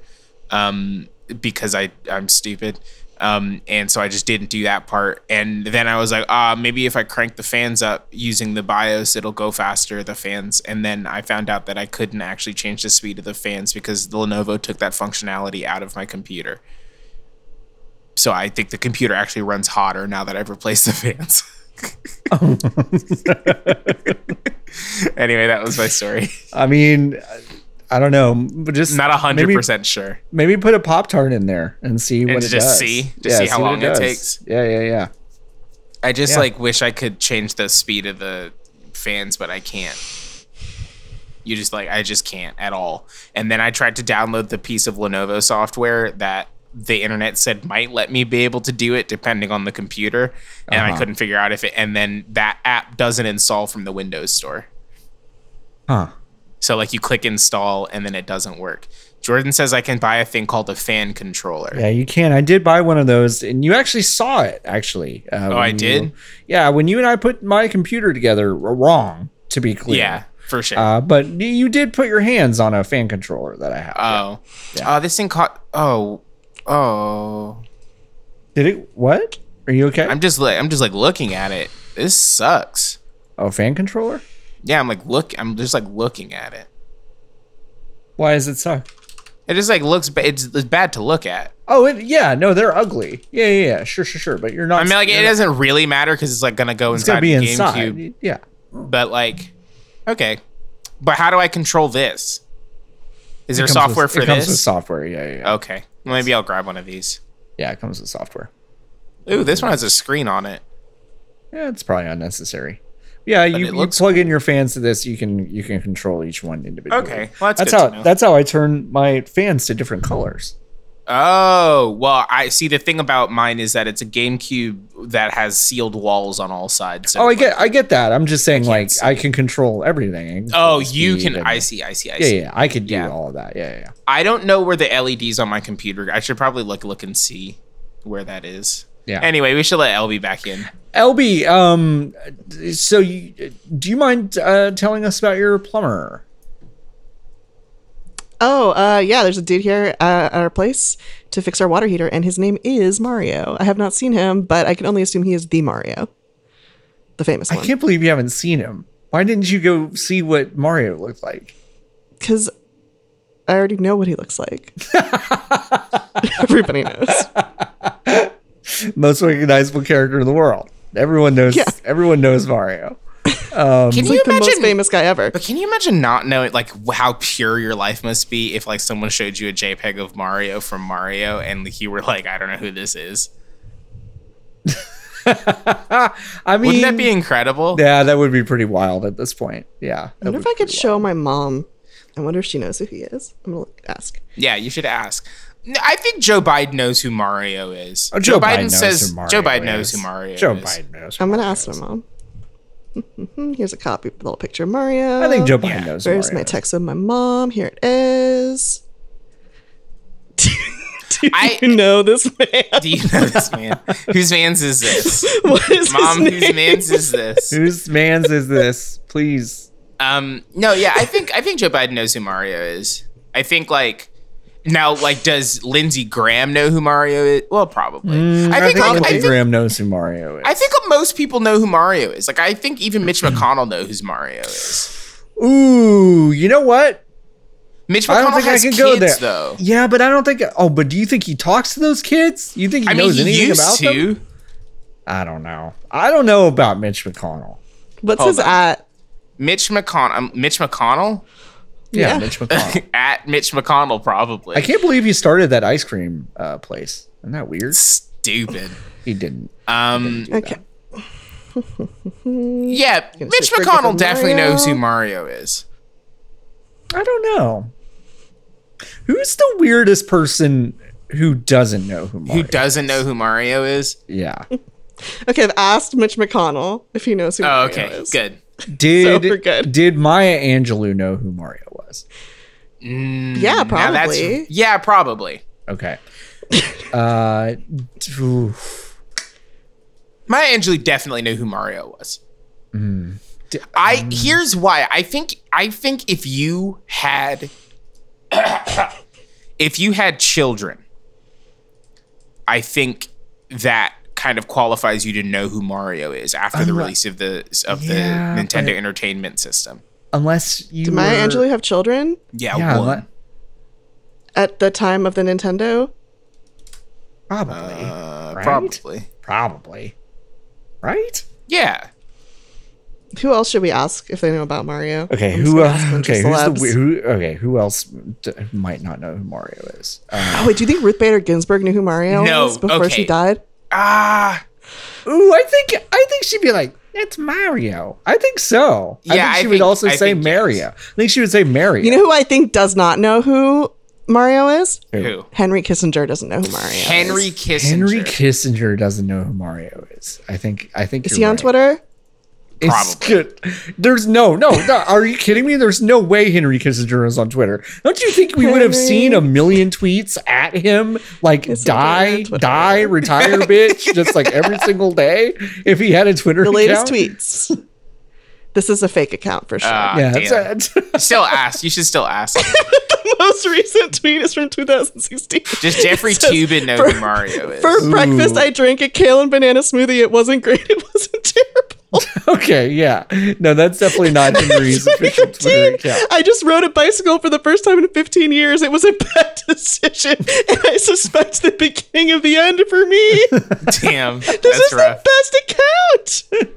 [SPEAKER 3] um, because I I'm stupid. Um, and so I just didn't do that part. And then I was like, ah, maybe if I crank the fans up using the BIOS, it'll go faster, the fans. And then I found out that I couldn't actually change the speed of the fans because the Lenovo took that functionality out of my computer. So I think the computer actually runs hotter now that I've replaced the fans. anyway, that was my story.
[SPEAKER 2] I mean, I don't know, but just
[SPEAKER 3] Not hundred
[SPEAKER 2] maybe-
[SPEAKER 3] percent sure.
[SPEAKER 2] Maybe put a pop tart in there and see what
[SPEAKER 3] And
[SPEAKER 2] it
[SPEAKER 3] just
[SPEAKER 2] does.
[SPEAKER 3] see- just see how
[SPEAKER 2] what
[SPEAKER 3] long it
[SPEAKER 2] does.
[SPEAKER 3] takes.
[SPEAKER 2] Yeah, yeah, yeah.
[SPEAKER 3] I just
[SPEAKER 2] Yeah.
[SPEAKER 3] like wish I could change the speed of the fans, but I can't. You just like I just can't at all. And then I tried to download the piece of Lenovo software that the internet said might let me be able to do it depending on the computer, and
[SPEAKER 2] Uh-huh.
[SPEAKER 3] I couldn't figure out if it. And then that app doesn't install from the Windows Store.
[SPEAKER 2] Huh.
[SPEAKER 3] So like you click install and then it doesn't work. Jordan says I can buy a thing called a fan controller.
[SPEAKER 2] Yeah, you can. I did buy one of those, and you actually saw it. Actually, uh, when
[SPEAKER 3] Oh, I
[SPEAKER 2] you-
[SPEAKER 3] did?
[SPEAKER 2] Yeah, when you and I put my computer together, wrong to be clear.
[SPEAKER 3] yeah for sure.
[SPEAKER 2] Uh, but y- you did put your hands on a fan controller that I have.
[SPEAKER 3] Oh. Oh, this thing caught. Oh. Oh.
[SPEAKER 2] did it? What? Are you okay?
[SPEAKER 3] I'm just like I'm just like looking at it. This sucks.
[SPEAKER 2] oh, fan controller.
[SPEAKER 3] Yeah, I'm like look. I'm just like looking at it.
[SPEAKER 2] Why does it suck?
[SPEAKER 3] It just like looks. Ba- it's, it's bad to look at.
[SPEAKER 2] Oh, it, yeah. No, they're ugly. Yeah, yeah, yeah. Sure, sure, sure. But you're not.
[SPEAKER 3] I mean, like it doesn't really matter because it's like gonna go
[SPEAKER 2] It's gonna
[SPEAKER 3] inside
[SPEAKER 2] be
[SPEAKER 3] the
[SPEAKER 2] inside.
[SPEAKER 3] GameCube.
[SPEAKER 2] Yeah.
[SPEAKER 3] But like, okay. But how do I control this? Is there
[SPEAKER 2] It comes
[SPEAKER 3] software
[SPEAKER 2] with,
[SPEAKER 3] for
[SPEAKER 2] it comes with
[SPEAKER 3] this? Oh.
[SPEAKER 2] software. Yeah, yeah. yeah.
[SPEAKER 3] okay, Well, maybe I'll grab one of these.
[SPEAKER 2] Yeah, it comes with software.
[SPEAKER 3] Ooh, this one has a screen on it.
[SPEAKER 2] Yeah, it's probably unnecessary. Yeah, you,
[SPEAKER 3] it
[SPEAKER 2] you
[SPEAKER 3] looks
[SPEAKER 2] plug in your fans to this. You can you can control each one individually.
[SPEAKER 3] Okay, well, that's good
[SPEAKER 2] how
[SPEAKER 3] to know.
[SPEAKER 2] that's how I turn my fans to different colors.
[SPEAKER 3] Oh, well, I see. The thing about mine is that it's a GameCube that has sealed walls on all sides. So
[SPEAKER 2] Oh, I
[SPEAKER 3] like-
[SPEAKER 2] get I get that. I'm just saying like
[SPEAKER 3] see
[SPEAKER 2] I can control everything.
[SPEAKER 3] Oh, you can. I
[SPEAKER 2] see.
[SPEAKER 3] see. I see. I
[SPEAKER 2] Yeah,
[SPEAKER 3] see.
[SPEAKER 2] yeah, I could do
[SPEAKER 3] Yeah.
[SPEAKER 2] all of that. Yeah, yeah, yeah.
[SPEAKER 3] I don't know where the LEDs on my computer. I should probably look look and see where that is.
[SPEAKER 2] Yeah.
[SPEAKER 3] Anyway, we should let LB back in.
[SPEAKER 2] LB, um, so you, do you mind uh, telling us about your plumber?
[SPEAKER 4] Oh, uh, yeah, there's a dude here uh, at our place to fix our water heater, and his name is Mario. I have not seen him, but I can only assume he is the Mario, the famous
[SPEAKER 2] I
[SPEAKER 4] one.
[SPEAKER 2] can't believe you haven't seen him. Why didn't you go see what Mario looked like?
[SPEAKER 4] Because I already know what he looks like. Everybody knows.
[SPEAKER 2] Most recognizable character in the world. Everyone knows.
[SPEAKER 4] Yeah.
[SPEAKER 2] Everyone knows Mario.
[SPEAKER 3] Can
[SPEAKER 4] He's
[SPEAKER 3] you
[SPEAKER 4] like the most
[SPEAKER 3] imagine?
[SPEAKER 4] famous guy ever.
[SPEAKER 3] but can you imagine not knowing like how pure your life must be if like someone showed you a JPEG of Mario from Mario and like, you were like, I don't know who this is.
[SPEAKER 2] I mean,
[SPEAKER 3] Wouldn't that be incredible?
[SPEAKER 2] yeah, that would be pretty wild at this point. Yeah.
[SPEAKER 4] I wonder if I could show my mom. I wonder if she knows who he is. I'm going to ask.
[SPEAKER 3] Yeah, you should ask. No, I think Joe Biden knows who Mario is.
[SPEAKER 2] Oh,
[SPEAKER 3] Joe, Biden,
[SPEAKER 2] knows
[SPEAKER 3] says
[SPEAKER 2] who Mario
[SPEAKER 3] Joe Biden
[SPEAKER 2] is.
[SPEAKER 3] knows who Mario
[SPEAKER 2] Joe
[SPEAKER 3] is.
[SPEAKER 2] Biden knows. who
[SPEAKER 4] I'm going to
[SPEAKER 2] Mario
[SPEAKER 4] ask my
[SPEAKER 2] is.
[SPEAKER 4] mom. Here's a copy, a little picture of Mario.
[SPEAKER 2] I think Joe Biden
[SPEAKER 3] Yeah.
[SPEAKER 2] knows. who
[SPEAKER 4] Where's
[SPEAKER 2] Mario
[SPEAKER 4] my
[SPEAKER 2] is.
[SPEAKER 4] text with my mom? Here it is. Do
[SPEAKER 3] I-
[SPEAKER 4] you know this man?
[SPEAKER 3] Do you know this man? Whose man's is this?
[SPEAKER 4] What is
[SPEAKER 3] Mom,
[SPEAKER 4] his
[SPEAKER 3] whose
[SPEAKER 4] name?
[SPEAKER 3] man's is this?
[SPEAKER 2] Whose man's is this? Please.
[SPEAKER 3] Um, no, yeah, I think I think Joe Biden knows who Mario is. I think like now, like, does Lindsey Graham know who Mario is? Well, probably. I think like, I
[SPEAKER 2] Mm, Lindsey
[SPEAKER 3] think
[SPEAKER 2] Graham knows who Mario is.
[SPEAKER 3] I think most people know who Mario is. Like, I think even Mitch McConnell knows who Mario is.
[SPEAKER 2] Ooh, you know what?
[SPEAKER 3] Mitch
[SPEAKER 2] I don't
[SPEAKER 3] McConnell
[SPEAKER 2] think I
[SPEAKER 3] has
[SPEAKER 2] can
[SPEAKER 3] kids,
[SPEAKER 2] go there.
[SPEAKER 3] though.
[SPEAKER 2] Yeah, but I don't think. Oh, but do you think he talks to those kids? You think he
[SPEAKER 3] I mean,
[SPEAKER 2] knows
[SPEAKER 3] he
[SPEAKER 2] anything
[SPEAKER 3] used
[SPEAKER 2] about them?
[SPEAKER 3] to.
[SPEAKER 2] I don't know. I don't know about Mitch McConnell.
[SPEAKER 4] What's
[SPEAKER 3] Hold
[SPEAKER 4] his
[SPEAKER 3] on.
[SPEAKER 4] at?
[SPEAKER 3] Mitch McConnell. Um, Mitch McConnell
[SPEAKER 2] Yeah,
[SPEAKER 4] Yeah.
[SPEAKER 2] Mitch McConnell.
[SPEAKER 3] at Mitch McConnell probably.
[SPEAKER 2] I can't believe he started that ice cream uh, place. Isn't that weird?
[SPEAKER 3] Stupid.
[SPEAKER 2] He didn't.
[SPEAKER 3] Um,
[SPEAKER 4] Okay.
[SPEAKER 3] yeah, Mitch
[SPEAKER 4] say forgive
[SPEAKER 3] McConnell
[SPEAKER 4] him,
[SPEAKER 3] definitely
[SPEAKER 4] Mario.
[SPEAKER 3] knows who Mario is.
[SPEAKER 2] I don't know. Who's the weirdest person who doesn't know who Mario?
[SPEAKER 3] Who doesn't know who Mario is?
[SPEAKER 2] yeah.
[SPEAKER 4] Okay, I've asked Mitch McConnell if he knows who
[SPEAKER 3] Oh,
[SPEAKER 4] Mario
[SPEAKER 3] okay,
[SPEAKER 4] is.
[SPEAKER 3] good.
[SPEAKER 2] Did
[SPEAKER 4] So we're good.
[SPEAKER 2] did Maya Angelou know who Mario was?
[SPEAKER 3] Now
[SPEAKER 4] Yeah,
[SPEAKER 3] that's-
[SPEAKER 4] probably.
[SPEAKER 3] yeah, probably.
[SPEAKER 2] Okay. uh, d- oof.
[SPEAKER 3] Maya Angelou definitely knew who Mario was.
[SPEAKER 2] Mm.
[SPEAKER 3] I here's why. I think I think if you had if you had children, I think that kind of qualifies you to know who Mario is after the
[SPEAKER 2] Unle-
[SPEAKER 3] release of the of
[SPEAKER 2] Yeah,
[SPEAKER 3] the Nintendo
[SPEAKER 2] but-
[SPEAKER 3] Entertainment System.
[SPEAKER 2] unless
[SPEAKER 4] Did
[SPEAKER 2] you
[SPEAKER 4] Maya
[SPEAKER 2] were-
[SPEAKER 4] Angelou have children
[SPEAKER 3] Yeah,
[SPEAKER 2] Yeah,
[SPEAKER 3] one.
[SPEAKER 2] unle-
[SPEAKER 4] at the time of the Nintendo?
[SPEAKER 2] probably,
[SPEAKER 3] uh,
[SPEAKER 2] right?
[SPEAKER 3] probably.
[SPEAKER 2] probably, right?
[SPEAKER 3] Yeah.
[SPEAKER 4] Who else should we ask if they know about Mario?
[SPEAKER 2] Okay,
[SPEAKER 4] I'm just
[SPEAKER 2] who?
[SPEAKER 4] gonna
[SPEAKER 2] Uh,
[SPEAKER 4] ask a bunch of
[SPEAKER 2] okay, who's the,
[SPEAKER 4] celebs.
[SPEAKER 2] we- who? Okay, who else d- might not know who Mario is? Um,
[SPEAKER 4] Oh wait, do you think Ruth Bader Ginsburg knew who Mario
[SPEAKER 3] No,
[SPEAKER 4] was before
[SPEAKER 3] okay.
[SPEAKER 4] she died?
[SPEAKER 3] Ah,
[SPEAKER 2] ooh, I think I think she'd be like, "That's Mario." I think so. I
[SPEAKER 3] Yeah,
[SPEAKER 2] think she
[SPEAKER 3] I
[SPEAKER 2] would
[SPEAKER 3] think-
[SPEAKER 2] also
[SPEAKER 3] I
[SPEAKER 2] say
[SPEAKER 3] think yes.
[SPEAKER 2] Mario. I think she would say Mario.
[SPEAKER 4] You know who I think does not know who Mario is?
[SPEAKER 3] who?
[SPEAKER 4] Henry Kissinger doesn't know who Mario is.
[SPEAKER 3] Henry Kissinger.
[SPEAKER 2] Henry Kissinger doesn't know who Mario is. I think. I think.
[SPEAKER 4] Is
[SPEAKER 2] you're
[SPEAKER 4] he on
[SPEAKER 2] right.
[SPEAKER 4] Twitter?
[SPEAKER 2] It's
[SPEAKER 3] Probably.
[SPEAKER 2] good. There's no, no, no. Are you kidding me? There's no way Henry Kissinger is on Twitter. Don't you think we would have
[SPEAKER 4] Henry.
[SPEAKER 2] seen a million tweets at him, like
[SPEAKER 4] It's on
[SPEAKER 2] die,
[SPEAKER 4] Twitter.
[SPEAKER 2] die, retire, bitch, just like every single day if he had a Twitter.
[SPEAKER 4] The latest
[SPEAKER 2] account?
[SPEAKER 4] tweets. This is a fake account for sure.
[SPEAKER 3] Ah,
[SPEAKER 2] Yeah,
[SPEAKER 3] damn.
[SPEAKER 2] that's it.
[SPEAKER 3] Still ask. You should still ask.
[SPEAKER 4] the most recent tweet is from 2016.
[SPEAKER 3] Does Jeffrey
[SPEAKER 4] It says,
[SPEAKER 3] Tubin know
[SPEAKER 4] for-
[SPEAKER 3] who Mario is?
[SPEAKER 4] For breakfast, I drank a kale and banana smoothie. It wasn't great. It wasn't terrible.
[SPEAKER 2] okay, yeah. No, that's definitely not Henry's official Twitter account.
[SPEAKER 4] I just rode a bicycle for the first time in 15 years. It was a bad decision, and I suspect the beginning of the end for me.
[SPEAKER 3] Damn,
[SPEAKER 4] This
[SPEAKER 3] that's
[SPEAKER 4] is
[SPEAKER 3] rough.
[SPEAKER 4] the best account.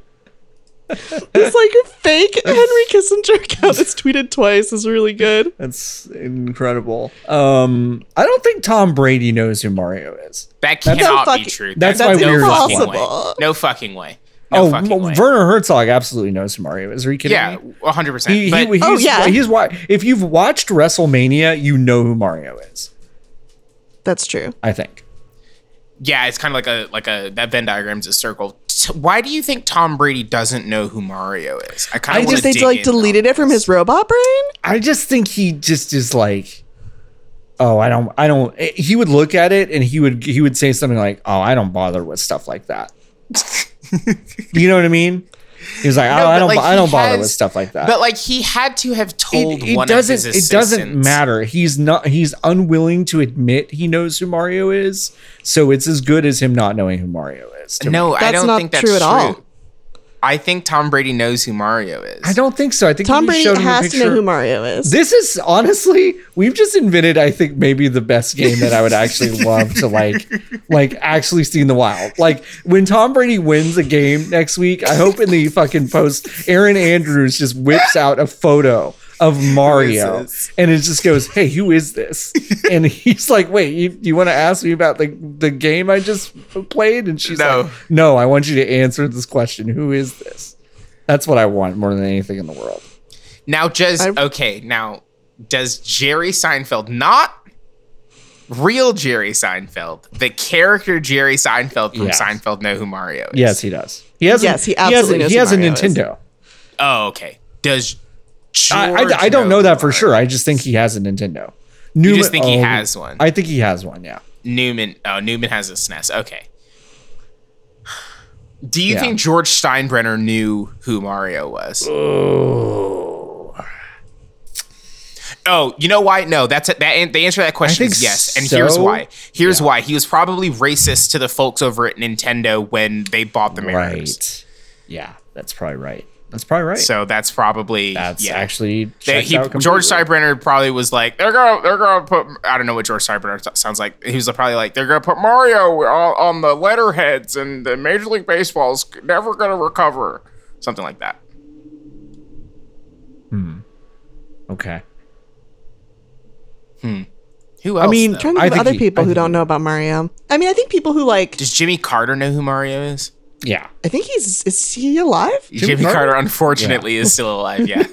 [SPEAKER 4] it's like a fake Henry Kissinger account that's tweeted twice. Is really good.
[SPEAKER 2] That's incredible. Um, I don't think Tom Brady knows who Mario is.
[SPEAKER 3] That
[SPEAKER 2] That's
[SPEAKER 3] cannot
[SPEAKER 4] not
[SPEAKER 3] be
[SPEAKER 4] fucking-
[SPEAKER 3] true.
[SPEAKER 2] that's
[SPEAKER 3] There's
[SPEAKER 2] my weirdest
[SPEAKER 3] fucking
[SPEAKER 4] one.
[SPEAKER 3] way.
[SPEAKER 4] Impossible.
[SPEAKER 3] No fucking way. No
[SPEAKER 2] oh,
[SPEAKER 3] fucking
[SPEAKER 2] well,
[SPEAKER 3] way.
[SPEAKER 2] Werner Herzog absolutely knows who Mario is. Are you kidding
[SPEAKER 3] yeah,
[SPEAKER 2] me?
[SPEAKER 3] hundred
[SPEAKER 2] He,
[SPEAKER 3] percent.
[SPEAKER 2] he,
[SPEAKER 3] But
[SPEAKER 2] he's,
[SPEAKER 4] Oh, yeah.
[SPEAKER 2] He's why if you've watched WrestleMania, you know who Mario is.
[SPEAKER 4] That's true.
[SPEAKER 2] I think.
[SPEAKER 3] yeah, it's kind of like a like a that Venn diagram's a circle. T- Why do you think Tom Brady doesn't know who Mario is? I kind
[SPEAKER 2] I
[SPEAKER 3] of
[SPEAKER 4] Did
[SPEAKER 2] just-
[SPEAKER 4] they like deleted it from his robot brain?
[SPEAKER 2] I just think he just is like, oh, I don't, I don't. He would look at it and he would he would say something like, oh, I don't bother with stuff like that. you know what I mean? He was like, oh,
[SPEAKER 3] No,
[SPEAKER 2] I
[SPEAKER 3] but,
[SPEAKER 2] don't,
[SPEAKER 3] like,
[SPEAKER 2] bo- I
[SPEAKER 3] he
[SPEAKER 2] don't bother
[SPEAKER 3] has-
[SPEAKER 2] with stuff like that.
[SPEAKER 3] But like he had to have told
[SPEAKER 2] it, it
[SPEAKER 3] one
[SPEAKER 2] doesn't
[SPEAKER 3] of his
[SPEAKER 2] it
[SPEAKER 3] assistants.
[SPEAKER 2] doesn't matter he's not he's unwilling to admit he knows who mario is so it's as good as him not knowing who mario is to me.
[SPEAKER 3] No, I
[SPEAKER 4] That's
[SPEAKER 3] don't
[SPEAKER 4] not
[SPEAKER 3] think that's
[SPEAKER 4] true at all.
[SPEAKER 3] I think Tom Brady knows who Mario is.
[SPEAKER 2] i don't think so i think
[SPEAKER 4] Tom
[SPEAKER 2] we
[SPEAKER 4] Brady
[SPEAKER 2] showed him a
[SPEAKER 4] has to know
[SPEAKER 2] picture-
[SPEAKER 4] who Mario is.
[SPEAKER 2] this is honestly we've just invented i think maybe the best game that i would actually love to like like actually see in the wild like when tom brady wins a game next week i hope in the fucking post aaron andrews just whips out a photo of mario
[SPEAKER 3] this?
[SPEAKER 2] and it just goes hey who is this and he's like wait you, you want to ask me about the, the game i just played and she's
[SPEAKER 3] No.
[SPEAKER 2] like no i want you to answer this question who is this that's what i want more than anything in the world
[SPEAKER 3] Now, does
[SPEAKER 4] I-
[SPEAKER 3] okay? Now, does Jerry Seinfeld not real Jerry Seinfeld, the character Jerry Seinfeld from
[SPEAKER 2] Yes.
[SPEAKER 3] Seinfeld, know who Mario is?
[SPEAKER 2] Yes, he does. He has.
[SPEAKER 4] Yes,
[SPEAKER 2] a,
[SPEAKER 4] he absolutely
[SPEAKER 2] He
[SPEAKER 4] knows
[SPEAKER 2] has, a-
[SPEAKER 4] who
[SPEAKER 2] he has a
[SPEAKER 4] Mario is.
[SPEAKER 2] Nintendo.
[SPEAKER 3] Oh, okay. Does
[SPEAKER 2] I,
[SPEAKER 3] George
[SPEAKER 2] I, I don't know
[SPEAKER 3] who
[SPEAKER 2] that for
[SPEAKER 3] Mario
[SPEAKER 2] sure. I just think he has a Nintendo. Newman,
[SPEAKER 3] just think he has one.
[SPEAKER 2] I think he has one. Yeah.
[SPEAKER 3] Newman. Oh, Newman has a SNES. Okay. Do you
[SPEAKER 2] Yeah.
[SPEAKER 3] think George Steinbrenner knew who Mario was? Oh, you know why? No, that's it. That the answer to that question
[SPEAKER 2] think
[SPEAKER 3] is yes, and here's
[SPEAKER 2] so.
[SPEAKER 3] why. Here's
[SPEAKER 2] Yeah.
[SPEAKER 3] why he was probably racist to the folks over at Nintendo when they bought the Mariners.
[SPEAKER 2] Right. Yeah, that's probably right. That's probably right.
[SPEAKER 3] So that's probably
[SPEAKER 2] that's
[SPEAKER 3] yeah.
[SPEAKER 2] actually
[SPEAKER 3] They,
[SPEAKER 2] checks
[SPEAKER 3] he,
[SPEAKER 2] out
[SPEAKER 3] George
[SPEAKER 2] completely.
[SPEAKER 3] Steinbrenner probably was like, they're gonna, they're gonna put. I don't know what George Steinbrenner t- sounds like. He was probably like, they're gonna put Mario on, on the letterheads, and the Major League Baseball's never gonna recover. Something like that.
[SPEAKER 2] Okay.
[SPEAKER 3] Who else?
[SPEAKER 2] mean,
[SPEAKER 3] though?
[SPEAKER 4] trying to
[SPEAKER 2] Oh, I
[SPEAKER 4] think of
[SPEAKER 2] think
[SPEAKER 4] other
[SPEAKER 2] he-
[SPEAKER 4] people
[SPEAKER 2] I
[SPEAKER 4] who
[SPEAKER 2] think
[SPEAKER 4] don't know about Mario. I mean, I think people who like.
[SPEAKER 3] does Jimmy Carter know who Mario is?
[SPEAKER 2] Yeah.
[SPEAKER 4] I think he's is he alive?
[SPEAKER 3] Jimmy,
[SPEAKER 2] Carter?
[SPEAKER 3] Carter, unfortunately, is still alive. Yeah,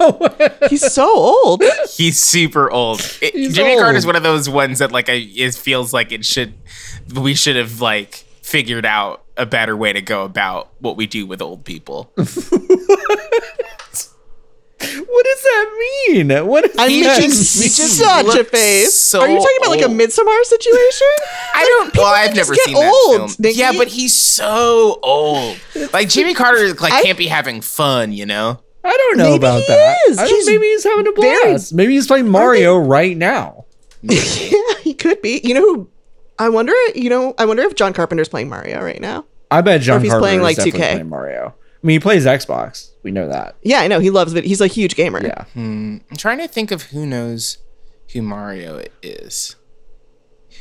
[SPEAKER 4] He's so old.
[SPEAKER 3] he's super old. It-
[SPEAKER 2] He's
[SPEAKER 3] Jimmy
[SPEAKER 2] old.
[SPEAKER 3] Carter's one of those ones that like I, it feels like it should we should have like figured out a better way to go about what we do with old people.
[SPEAKER 2] What does that mean? What does
[SPEAKER 4] I mean,
[SPEAKER 2] that
[SPEAKER 4] he's
[SPEAKER 2] mean?
[SPEAKER 3] just
[SPEAKER 4] such a
[SPEAKER 3] looks
[SPEAKER 4] face.
[SPEAKER 3] so
[SPEAKER 4] Are you talking about like a
[SPEAKER 3] old.
[SPEAKER 4] Midsummer situation?
[SPEAKER 3] I don't. Well, I've
[SPEAKER 4] can
[SPEAKER 3] never
[SPEAKER 4] just
[SPEAKER 3] seen
[SPEAKER 4] get
[SPEAKER 3] that
[SPEAKER 4] old,
[SPEAKER 3] film.
[SPEAKER 4] Nikki.
[SPEAKER 3] Yeah, but he's so old. Like Jimmy Carter, like can't be having fun. You know.
[SPEAKER 2] I don't know
[SPEAKER 4] Maybe
[SPEAKER 2] about
[SPEAKER 4] he
[SPEAKER 2] that.
[SPEAKER 4] is.
[SPEAKER 2] I don't-
[SPEAKER 4] He's
[SPEAKER 2] maybe he's having a
[SPEAKER 4] very-
[SPEAKER 2] blast. maybe he's playing Mario right now.
[SPEAKER 4] yeah, he could be. You know who? I wonder. You know, I wonder if John Carpenter's playing Mario right now.
[SPEAKER 2] I bet John
[SPEAKER 4] he's
[SPEAKER 2] Carpenter
[SPEAKER 4] playing,
[SPEAKER 2] is
[SPEAKER 4] like,
[SPEAKER 2] definitely
[SPEAKER 4] 2K.
[SPEAKER 2] playing Mario. I mean, he plays Xbox. We know that.
[SPEAKER 4] Yeah, I know he loves it. He's a huge gamer.
[SPEAKER 2] Yeah.
[SPEAKER 3] I'm trying to think of who knows who Mario is.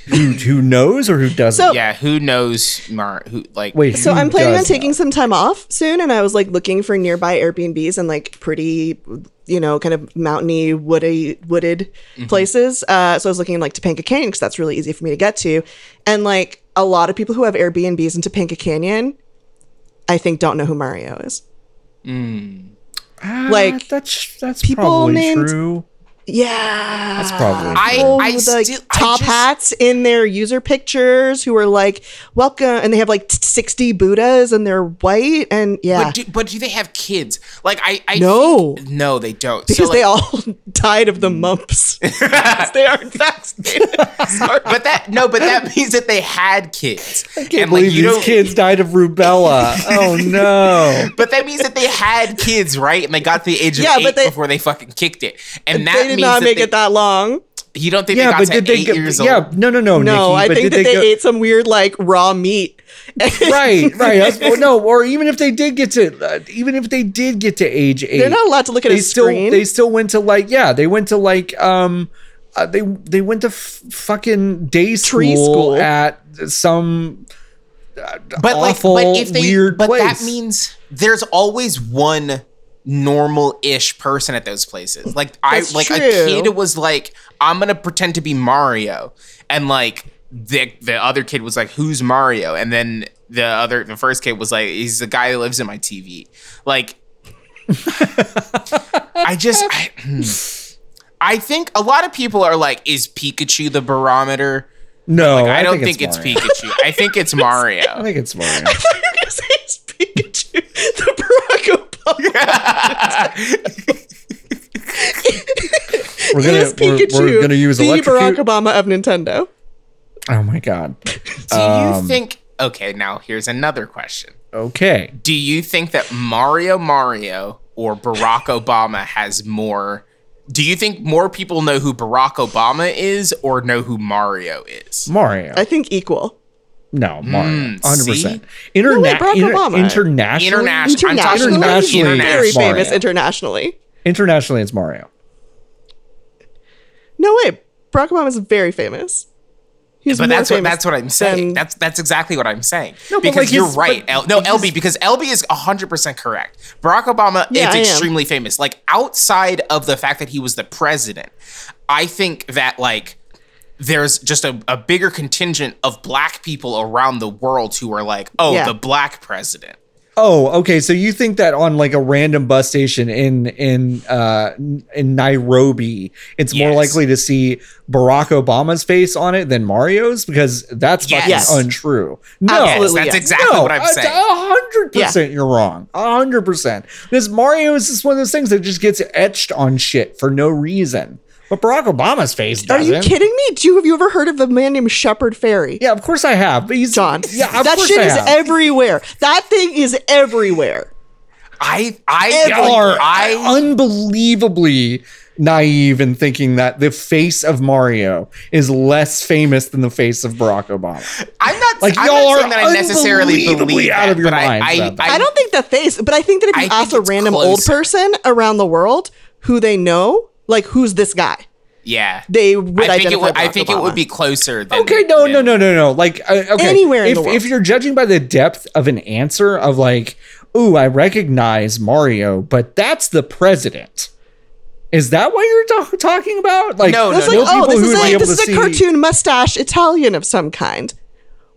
[SPEAKER 2] who, who knows or who doesn't?
[SPEAKER 4] So-
[SPEAKER 3] Yeah, who knows Mar? Who like?
[SPEAKER 2] Wait.
[SPEAKER 4] So
[SPEAKER 2] who
[SPEAKER 4] I'm planning on
[SPEAKER 2] does know?
[SPEAKER 4] taking some time off soon, and I was like looking for nearby Airbnbs and like pretty, you know, kind of mountainy, woody, wooded places. Uh, so I was looking in like Topanga Canyon because that's really easy for me to get to, and like a lot of people who have Airbnbs in Topanga Canyon, I think don't know who Mario is.
[SPEAKER 2] Ah,
[SPEAKER 4] like,
[SPEAKER 2] that's that's
[SPEAKER 4] people
[SPEAKER 2] probably
[SPEAKER 4] named-
[SPEAKER 2] true.
[SPEAKER 4] Yeah,
[SPEAKER 2] That's probably.
[SPEAKER 3] I
[SPEAKER 2] true.
[SPEAKER 3] I
[SPEAKER 4] with,
[SPEAKER 3] still
[SPEAKER 4] like
[SPEAKER 3] I
[SPEAKER 4] oh, top
[SPEAKER 3] just-
[SPEAKER 4] hats in their user pictures who are like welcome and they have like t- 60 buddhas and they're white and yeah
[SPEAKER 3] But do, but do they have kids? Like I, I
[SPEAKER 4] No.
[SPEAKER 3] think- no, they don't.
[SPEAKER 4] because
[SPEAKER 3] so,
[SPEAKER 4] they
[SPEAKER 3] like-
[SPEAKER 4] all died of the mumps 'Cause they aren't vaccinated
[SPEAKER 3] But that no, but that means that they had kids. I
[SPEAKER 2] can't believe these kids died of rubella. oh no.
[SPEAKER 3] But that means that they had kids, right? And they got to the age of
[SPEAKER 4] Yeah,
[SPEAKER 3] eight
[SPEAKER 4] but they-
[SPEAKER 3] before they fucking kicked it. And that
[SPEAKER 4] they did
[SPEAKER 3] means
[SPEAKER 4] not
[SPEAKER 3] that
[SPEAKER 4] make
[SPEAKER 3] they,
[SPEAKER 4] it that long
[SPEAKER 3] You don't think
[SPEAKER 2] Yeah,
[SPEAKER 3] they got
[SPEAKER 2] but
[SPEAKER 3] to
[SPEAKER 2] did they
[SPEAKER 3] eight
[SPEAKER 2] get?
[SPEAKER 3] years
[SPEAKER 2] Yeah,
[SPEAKER 3] old?
[SPEAKER 2] no, no, no.
[SPEAKER 4] no
[SPEAKER 2] Nikki,
[SPEAKER 4] i
[SPEAKER 2] but
[SPEAKER 4] think
[SPEAKER 2] did
[SPEAKER 4] that they,
[SPEAKER 2] go-
[SPEAKER 4] ate some weird like raw meat
[SPEAKER 2] right, right. That's- well, no, or even if they did get to, uh, even if they did get to age eight,
[SPEAKER 4] they're not allowed to look at
[SPEAKER 2] they
[SPEAKER 4] a
[SPEAKER 2] still
[SPEAKER 4] screen
[SPEAKER 2] they still went to like yeah they went to like um uh, they they went to f- fucking day school,
[SPEAKER 4] Tree school.
[SPEAKER 2] at some
[SPEAKER 3] But
[SPEAKER 2] awful
[SPEAKER 3] like, but if they,
[SPEAKER 2] weird
[SPEAKER 3] but
[SPEAKER 2] place.
[SPEAKER 3] that means there's always one normal-ish person at those places. Like I,
[SPEAKER 4] That's
[SPEAKER 3] like a
[SPEAKER 4] true.
[SPEAKER 3] kid was like, I'm gonna pretend to be Mario, and like the the other kid was like, who's Mario? And then the other, the first kid was like, he's the guy who lives in my TV. Like, I just. I, hmm. I think a lot of people are like, is Pikachu the barometer?
[SPEAKER 2] no
[SPEAKER 3] I, don't think, it's,
[SPEAKER 2] Mario.
[SPEAKER 3] Pikachu. I think it's
[SPEAKER 2] I
[SPEAKER 3] Mario.
[SPEAKER 2] think it's Mario.
[SPEAKER 4] You're gonna say it's Pikachu, the Barack Obama.
[SPEAKER 2] We're
[SPEAKER 4] It is
[SPEAKER 2] gonna we're,
[SPEAKER 4] Pikachu,
[SPEAKER 2] we're gonna use
[SPEAKER 4] the Barack
[SPEAKER 2] electrocute.
[SPEAKER 4] Obama of Nintendo.
[SPEAKER 2] Oh my god.
[SPEAKER 3] Do you think? Okay, now here's another question.
[SPEAKER 2] Okay.
[SPEAKER 3] Do you think that Mario Mario or Barack Obama has more? Do you think more people know who Barack Obama is or know who Mario is?
[SPEAKER 2] Mario.
[SPEAKER 4] I think equal.
[SPEAKER 2] No,
[SPEAKER 4] Hmm,
[SPEAKER 2] Mario.
[SPEAKER 3] Mm,
[SPEAKER 2] Hundred
[SPEAKER 3] see?
[SPEAKER 2] percent. Interna-
[SPEAKER 4] wait, Barack
[SPEAKER 2] inter-
[SPEAKER 4] Obama.
[SPEAKER 2] internationally.
[SPEAKER 3] International. I'm talking
[SPEAKER 4] internationally,
[SPEAKER 3] about
[SPEAKER 2] internationally,
[SPEAKER 4] very
[SPEAKER 2] it's Mario.
[SPEAKER 4] famous internationally.
[SPEAKER 2] internationally, it's Mario.
[SPEAKER 4] No way, Barack Obama is very famous. He's
[SPEAKER 3] But
[SPEAKER 4] more
[SPEAKER 3] that's what
[SPEAKER 4] famous
[SPEAKER 3] that's what I'm saying.
[SPEAKER 4] than-
[SPEAKER 3] that's that's exactly what I'm saying.
[SPEAKER 2] No, but
[SPEAKER 3] because
[SPEAKER 2] like
[SPEAKER 3] you're
[SPEAKER 2] his-
[SPEAKER 3] right.
[SPEAKER 2] but
[SPEAKER 3] L, no, LB because LB is 100% correct. Barack Obama
[SPEAKER 4] Yeah, I am.
[SPEAKER 3] is extremely famous. Like outside of the fact that he was the president, I think that like there's just a, a bigger contingent of black people around the world who are like, "Oh,
[SPEAKER 4] Yeah.
[SPEAKER 3] the black president."
[SPEAKER 2] Oh, okay. So you think that on like a random bus station in in uh in Nairobi, it's more
[SPEAKER 3] Yes.
[SPEAKER 2] likely to see Barack Obama's face on it than Mario's because that's fucking
[SPEAKER 3] Yes. Uh,
[SPEAKER 2] untrue. Oh, No,
[SPEAKER 4] Absolutely.
[SPEAKER 3] Yes, that's
[SPEAKER 4] yeah.
[SPEAKER 3] exactly what I'm
[SPEAKER 2] a-
[SPEAKER 3] saying.
[SPEAKER 2] A hundred percent, you're wrong. A hundred percent. This Mario is just one of those things that just gets etched on shit for no reason. But Barack Obama's face
[SPEAKER 4] Are
[SPEAKER 2] doesn't.
[SPEAKER 4] you kidding me? Do you have you ever heard of a man named Shepard Ferry?
[SPEAKER 2] Yeah, of course I have. But he's
[SPEAKER 4] John,
[SPEAKER 2] Yeah, of
[SPEAKER 4] that
[SPEAKER 2] course
[SPEAKER 4] shit
[SPEAKER 2] I
[SPEAKER 4] is
[SPEAKER 2] have.
[SPEAKER 4] everywhere. That thing is everywhere.
[SPEAKER 3] I I
[SPEAKER 2] They
[SPEAKER 3] I,
[SPEAKER 2] are unbelievably naive in thinking that the face of Mario is less famous than the face of Barack Obama.
[SPEAKER 3] I'm not
[SPEAKER 2] Like,
[SPEAKER 3] I'm
[SPEAKER 2] y'all
[SPEAKER 3] not
[SPEAKER 2] are
[SPEAKER 3] saying that I necessarily
[SPEAKER 2] unbelievably
[SPEAKER 3] believe
[SPEAKER 2] out
[SPEAKER 3] that,
[SPEAKER 2] of your
[SPEAKER 3] but I-
[SPEAKER 2] minds
[SPEAKER 3] I,
[SPEAKER 2] about that.
[SPEAKER 4] I don't think the face, but I think that if
[SPEAKER 3] I
[SPEAKER 4] you
[SPEAKER 3] think
[SPEAKER 4] ask a
[SPEAKER 3] it's
[SPEAKER 4] random old
[SPEAKER 3] closer.
[SPEAKER 4] person around the world who they know, like who's this guy,
[SPEAKER 3] yeah.
[SPEAKER 4] they would
[SPEAKER 3] I think
[SPEAKER 4] identify.
[SPEAKER 3] it would I
[SPEAKER 4] Barack
[SPEAKER 3] think it would
[SPEAKER 4] Obama.
[SPEAKER 3] be closer than
[SPEAKER 2] Okay, no,
[SPEAKER 3] than-
[SPEAKER 2] no, no, no, no. Like uh, okay,
[SPEAKER 4] Anywhere in
[SPEAKER 2] if,
[SPEAKER 4] the world.
[SPEAKER 2] if you're judging by the depth of an answer of like, "Ooh, I recognize Mario, but that's the president." Is that what you're ta- talking about? Like,
[SPEAKER 3] No,
[SPEAKER 4] That's
[SPEAKER 3] no,
[SPEAKER 4] like,
[SPEAKER 3] no.
[SPEAKER 4] oh,
[SPEAKER 2] people
[SPEAKER 4] this
[SPEAKER 2] who
[SPEAKER 4] is
[SPEAKER 2] would be
[SPEAKER 4] a,
[SPEAKER 2] able
[SPEAKER 4] this
[SPEAKER 2] to
[SPEAKER 4] is a
[SPEAKER 2] see-
[SPEAKER 4] cartoon mustache Italian of some kind,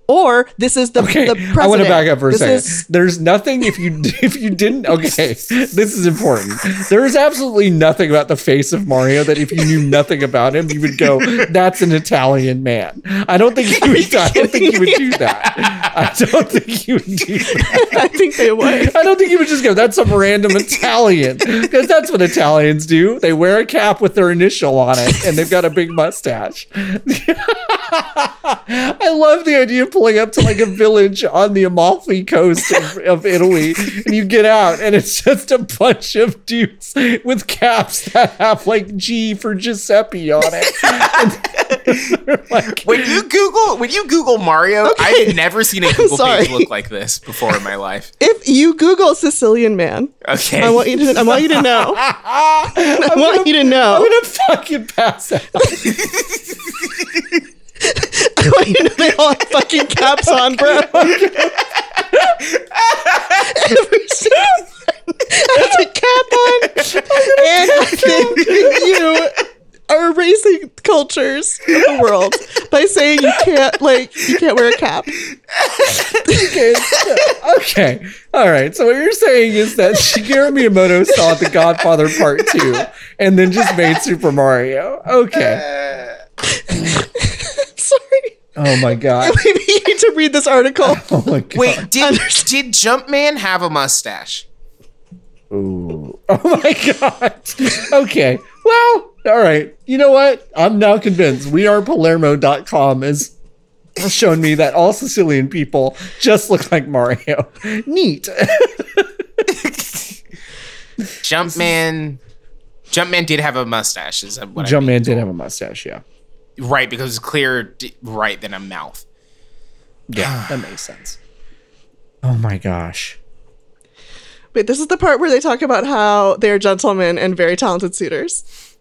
[SPEAKER 4] or this is the
[SPEAKER 2] Okay,
[SPEAKER 4] the president.
[SPEAKER 2] I want to back up for a
[SPEAKER 4] This
[SPEAKER 2] second.
[SPEAKER 4] is-
[SPEAKER 2] There's nothing if you if you didn't. Okay, this is important. There is absolutely nothing about the face of Mario that if you knew nothing about him, you would go, "That's an Italian man." I don't think you would. I don't think you would do that. I don't think you would do that.
[SPEAKER 4] I think they would.
[SPEAKER 2] I don't think you would just go, "That's some random Italian," because that's what Italians do. They wear a cap with their initial on it, and they've got a big mustache. I love the idea of pulling up to like a village on the Amalfi coast of, of Italy, and you get out, and it's just a bunch of dudes with caps that have like G for Giuseppe on it. And they're like,
[SPEAKER 3] When you Google when you Google Mario, I've never seen a Google
[SPEAKER 4] sorry.
[SPEAKER 3] page look like this before in my life.
[SPEAKER 4] If you Google Sicilian man,
[SPEAKER 3] Okay.
[SPEAKER 4] I want you to. I want you to know. I want you to know.
[SPEAKER 2] I'm gonna fucking pass out.
[SPEAKER 4] Well, you know they all have fucking caps on, bro. Every single one has a cap on, and I think you are erasing cultures of the world by saying you can't like you can't wear a cap.
[SPEAKER 2] Okay, so- okay. All right. So what you're saying is that Shigeru Miyamoto saw The Godfather Part 2 and then just made Super Mario. Okay.
[SPEAKER 4] Sorry,
[SPEAKER 2] Oh my god.
[SPEAKER 4] maybe you need to read this article.
[SPEAKER 2] Oh my god.
[SPEAKER 3] Wait, did did
[SPEAKER 4] Understand-
[SPEAKER 3] Jumpman have a mustache?
[SPEAKER 2] Ooh. Oh my god. Okay. Well, all right. You know what? I'm now convinced. We are Palermo.com has shown me that all Sicilian people just look like Mario. Neat.
[SPEAKER 3] Jumpman Jumpman did have a mustache, is what I mean.
[SPEAKER 2] Jumpman did have a mustache, yeah.
[SPEAKER 3] Right, because it's clearer d- right than a mouth.
[SPEAKER 2] Yeah, that makes sense. Oh my gosh.
[SPEAKER 4] Wait, this is the part where they talk about how they are gentlemen and very talented suitors.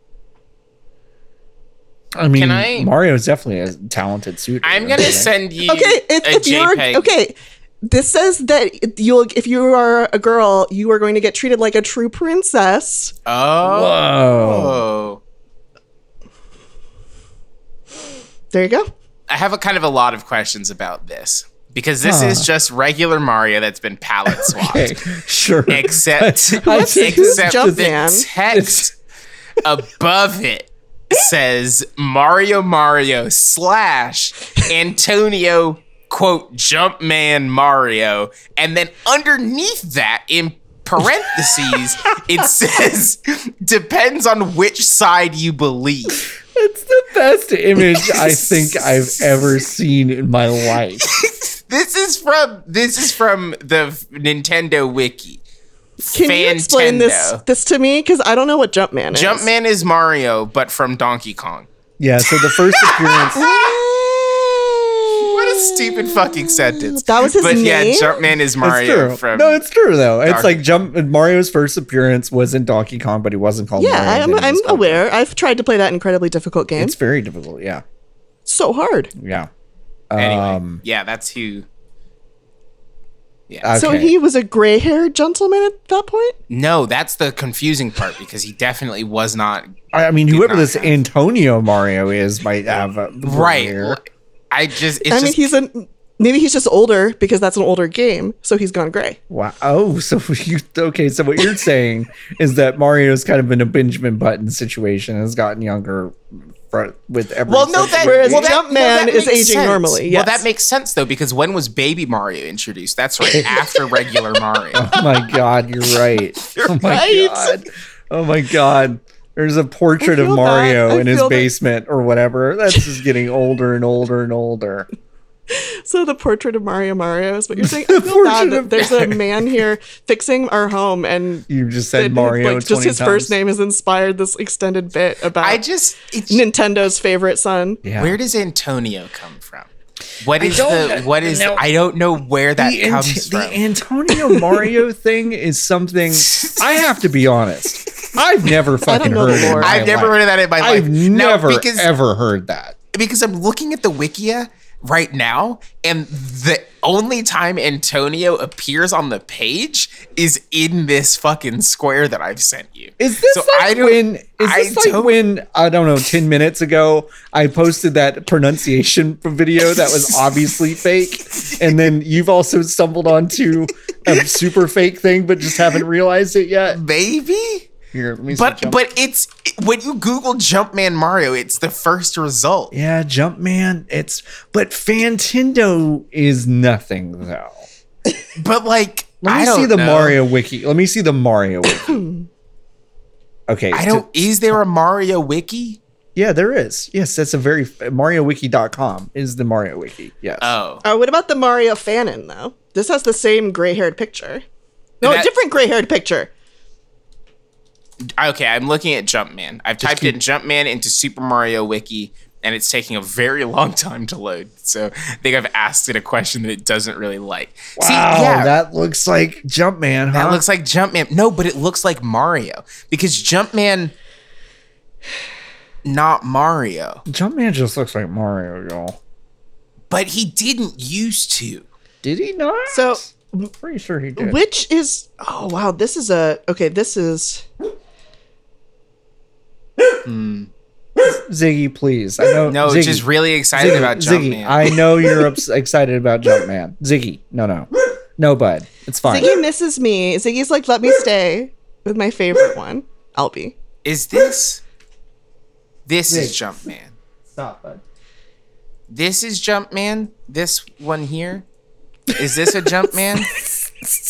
[SPEAKER 2] I mean,
[SPEAKER 3] I-
[SPEAKER 2] Mario is definitely a talented suitor.
[SPEAKER 3] I'm gonna send you
[SPEAKER 4] okay if,
[SPEAKER 3] a
[SPEAKER 4] if you're
[SPEAKER 3] JPEG.
[SPEAKER 4] okay this says that you'll if you are a girl you are going to get treated like a true princess
[SPEAKER 3] Oh.
[SPEAKER 2] Whoa.
[SPEAKER 4] there you go
[SPEAKER 3] I have a kind of a lot of questions about this because this
[SPEAKER 2] Huh.
[SPEAKER 3] is just regular Mario that's been palette swapped.
[SPEAKER 2] Okay, sure.
[SPEAKER 3] Except,
[SPEAKER 2] I
[SPEAKER 3] except
[SPEAKER 2] think
[SPEAKER 4] Jump
[SPEAKER 3] the
[SPEAKER 4] Man.
[SPEAKER 3] text above it says Mario Mario slash Antonio quote Jumpman Mario, and then underneath that in parentheses it says depends on which side you believe.
[SPEAKER 2] It's the best image I think I've ever seen in my life.
[SPEAKER 3] This is from this is from the Nintendo Wiki.
[SPEAKER 4] can you explain this
[SPEAKER 3] Fantendo.
[SPEAKER 4] this to me because i don't know what jumpman is
[SPEAKER 3] Jumpman is Mario, but from Donkey Kong.
[SPEAKER 2] Yeah, so the first appearance.
[SPEAKER 3] What a stupid fucking sentence.
[SPEAKER 4] That was his
[SPEAKER 3] but yeah,
[SPEAKER 4] name?
[SPEAKER 3] Jumpman is
[SPEAKER 2] It's
[SPEAKER 3] Mario
[SPEAKER 2] true.
[SPEAKER 3] from.
[SPEAKER 2] no, it's true though. It's
[SPEAKER 3] Dark-
[SPEAKER 2] like jump Mario's first appearance was in Donkey Kong, but he wasn't called.
[SPEAKER 4] yeah
[SPEAKER 2] Mario,
[SPEAKER 4] i'm,
[SPEAKER 2] then he
[SPEAKER 4] I'm
[SPEAKER 2] was called-
[SPEAKER 4] aware i've tried to play that incredibly difficult game
[SPEAKER 2] It's
[SPEAKER 4] it's
[SPEAKER 2] very difficult. Yeah,
[SPEAKER 4] so hard
[SPEAKER 2] yeah.
[SPEAKER 3] anyway,
[SPEAKER 2] Um,
[SPEAKER 3] yeah, that's who.
[SPEAKER 2] okay.
[SPEAKER 4] so he was a gray-haired gentleman at that point
[SPEAKER 3] No, that's the confusing part because he definitely was not
[SPEAKER 2] I I mean, whoever
[SPEAKER 3] not
[SPEAKER 2] this
[SPEAKER 3] have-
[SPEAKER 2] Antonio Mario is might have a
[SPEAKER 3] right.
[SPEAKER 2] hair.
[SPEAKER 3] I just, it's
[SPEAKER 4] i mean
[SPEAKER 3] just,
[SPEAKER 4] he's a maybe he's just older because that's an older game so he's gone gray
[SPEAKER 2] Wow. Oh, so you okay? So what you're saying is that Mario's kind of in a Benjamin Button situation has gotten younger fro- with every.
[SPEAKER 3] well, no, that
[SPEAKER 4] Whereas
[SPEAKER 3] well, that-
[SPEAKER 4] Jumpman
[SPEAKER 3] well, that
[SPEAKER 4] is
[SPEAKER 3] makes
[SPEAKER 4] aging
[SPEAKER 3] sense.
[SPEAKER 4] normally,
[SPEAKER 3] Well,
[SPEAKER 4] yes.
[SPEAKER 3] that makes sense though because when was Baby Mario introduced? That's right after regular Mario.
[SPEAKER 2] Oh my God, you're right. oh my
[SPEAKER 4] right.
[SPEAKER 2] God. Oh my God. There's a portrait of
[SPEAKER 4] feel that.
[SPEAKER 2] Mario
[SPEAKER 4] I
[SPEAKER 2] in his
[SPEAKER 4] feel that.
[SPEAKER 2] basement or whatever. That's just getting older and older and older.
[SPEAKER 4] So the portrait of Mario Mario is what you're saying. I feel
[SPEAKER 2] portrait
[SPEAKER 4] bad
[SPEAKER 2] of-
[SPEAKER 4] that there's a man here fixing our home and
[SPEAKER 2] You just said
[SPEAKER 4] and,
[SPEAKER 2] Mario
[SPEAKER 4] like,
[SPEAKER 2] 20
[SPEAKER 4] just his
[SPEAKER 2] times.
[SPEAKER 4] first name has inspired this extended bit about
[SPEAKER 3] I just it's,
[SPEAKER 4] Nintendo's favorite son.
[SPEAKER 2] Yeah.
[SPEAKER 3] where does Antonio come from? What is
[SPEAKER 2] don't
[SPEAKER 3] the
[SPEAKER 2] know.
[SPEAKER 3] what is
[SPEAKER 2] No.
[SPEAKER 3] I don't know where that
[SPEAKER 2] the, Ant-
[SPEAKER 3] comes
[SPEAKER 2] the
[SPEAKER 3] from.
[SPEAKER 2] Antonio Mario thing is something I have to be honest. I've never fucking
[SPEAKER 4] know
[SPEAKER 2] heard
[SPEAKER 4] the
[SPEAKER 2] it. in
[SPEAKER 4] lore.
[SPEAKER 2] my
[SPEAKER 3] I've never
[SPEAKER 2] life.
[SPEAKER 3] heard of that in my life.
[SPEAKER 2] I've
[SPEAKER 3] No,
[SPEAKER 2] never
[SPEAKER 3] because
[SPEAKER 2] ever heard that.
[SPEAKER 3] because I'm looking at the wikia right now, and the only time Antonio appears on the page is in this fucking square that I've sent you.
[SPEAKER 2] Is this
[SPEAKER 3] So I
[SPEAKER 2] like
[SPEAKER 3] don't-
[SPEAKER 2] when? Is
[SPEAKER 3] I
[SPEAKER 2] this like
[SPEAKER 3] don't-
[SPEAKER 2] when I don't know? Ten minutes ago, I posted that pronunciation video that was obviously fake, and then you've also stumbled onto a super fake thing, but just haven't realized it yet.
[SPEAKER 3] maybe?
[SPEAKER 2] Here, let me. see
[SPEAKER 3] But
[SPEAKER 2] Jump-
[SPEAKER 3] but it's when you Google Jumpman Mario, it's the first result.
[SPEAKER 2] yeah, Jumpman. It's but Fantendo is nothing though.
[SPEAKER 3] But like,
[SPEAKER 2] Let me
[SPEAKER 3] I don't
[SPEAKER 2] see the
[SPEAKER 3] know.
[SPEAKER 2] Mario wiki. Let me see the Mario wiki. okay.
[SPEAKER 3] I
[SPEAKER 2] t-
[SPEAKER 3] don't. Is there a Mario wiki?
[SPEAKER 2] yeah, there is. Yes, that's a very MarioWiki.com is the Mario wiki. Yes.
[SPEAKER 3] Oh,
[SPEAKER 4] Uh, what about the Mario Fanon though? This has the same gray-haired picture. No,
[SPEAKER 3] That-
[SPEAKER 4] a different gray-haired picture.
[SPEAKER 3] okay. I'm looking at Jumpman. I've typed in Jumpman into Super Mario Wiki, and it's taking a very long time to load. So I think I've asked it a question that it doesn't really like. Wow, See,
[SPEAKER 2] Wow,
[SPEAKER 3] yeah, that,
[SPEAKER 2] that looks like Jumpman, huh?
[SPEAKER 3] looks like Jumpman. No, but it looks like Mario because Jumpman, not Mario.
[SPEAKER 2] Jumpman just looks like Mario, y'all.
[SPEAKER 3] But he didn't used to.
[SPEAKER 2] Did he not?
[SPEAKER 4] So
[SPEAKER 2] I'm pretty sure he did.
[SPEAKER 4] Which is oh wow, this is a okay, this is
[SPEAKER 2] Ziggy, please. I know.
[SPEAKER 3] No,
[SPEAKER 2] Ziggy,
[SPEAKER 3] just really excited
[SPEAKER 2] Ziggy,
[SPEAKER 3] about
[SPEAKER 2] Ziggy,
[SPEAKER 3] Jumpman.
[SPEAKER 2] I know you're ups- excited about Jumpman. Ziggy, no, no, no, bud. It's fine.
[SPEAKER 4] Ziggy misses me. Ziggy's like, let me stay with my favorite one, Albie.
[SPEAKER 3] is this? This is Jumpman.
[SPEAKER 2] Stop, bud.
[SPEAKER 3] This is Jumpman. This one here. Is this a Jumpman?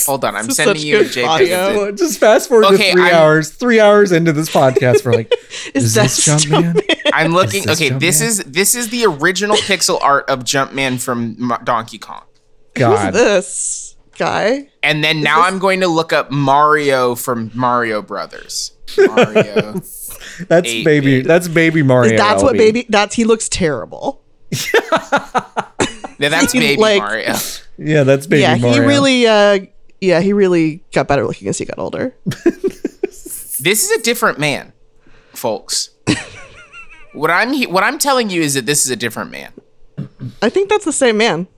[SPEAKER 3] Hold on, I'm
[SPEAKER 4] is
[SPEAKER 3] sending
[SPEAKER 4] such
[SPEAKER 3] you a
[SPEAKER 4] good audio.
[SPEAKER 3] JPEG.
[SPEAKER 2] Oh, just fast forward to
[SPEAKER 3] Okay,
[SPEAKER 2] 3
[SPEAKER 3] I'm-
[SPEAKER 2] hours. Three hours into this podcast, we're like,
[SPEAKER 4] Is
[SPEAKER 2] is
[SPEAKER 4] that
[SPEAKER 2] this Jumpman?
[SPEAKER 3] I'm looking.
[SPEAKER 2] this
[SPEAKER 3] Okay, this
[SPEAKER 2] Jumpman?
[SPEAKER 3] is this is the original pixel art of Jumpman from Mo- Donkey Kong.
[SPEAKER 4] Who's
[SPEAKER 2] God,
[SPEAKER 4] this guy?
[SPEAKER 3] And then now I'm going to look up Mario from Mario Brothers. Mario.
[SPEAKER 2] that's
[SPEAKER 3] eight
[SPEAKER 2] baby.
[SPEAKER 3] bit.
[SPEAKER 2] That's baby Mario.
[SPEAKER 4] that's what
[SPEAKER 2] LB.
[SPEAKER 4] baby that's he looks terrible.
[SPEAKER 3] now that's
[SPEAKER 4] He's
[SPEAKER 3] Baby
[SPEAKER 4] like-
[SPEAKER 3] Mario.
[SPEAKER 2] Yeah, that's baby
[SPEAKER 4] yeah,
[SPEAKER 2] Mario.
[SPEAKER 4] he really uh yeah, he really got better looking as he got older.
[SPEAKER 3] This is a different man, folks. what I'm he- what I'm telling you is that this is a different man.
[SPEAKER 4] I think that's the same man.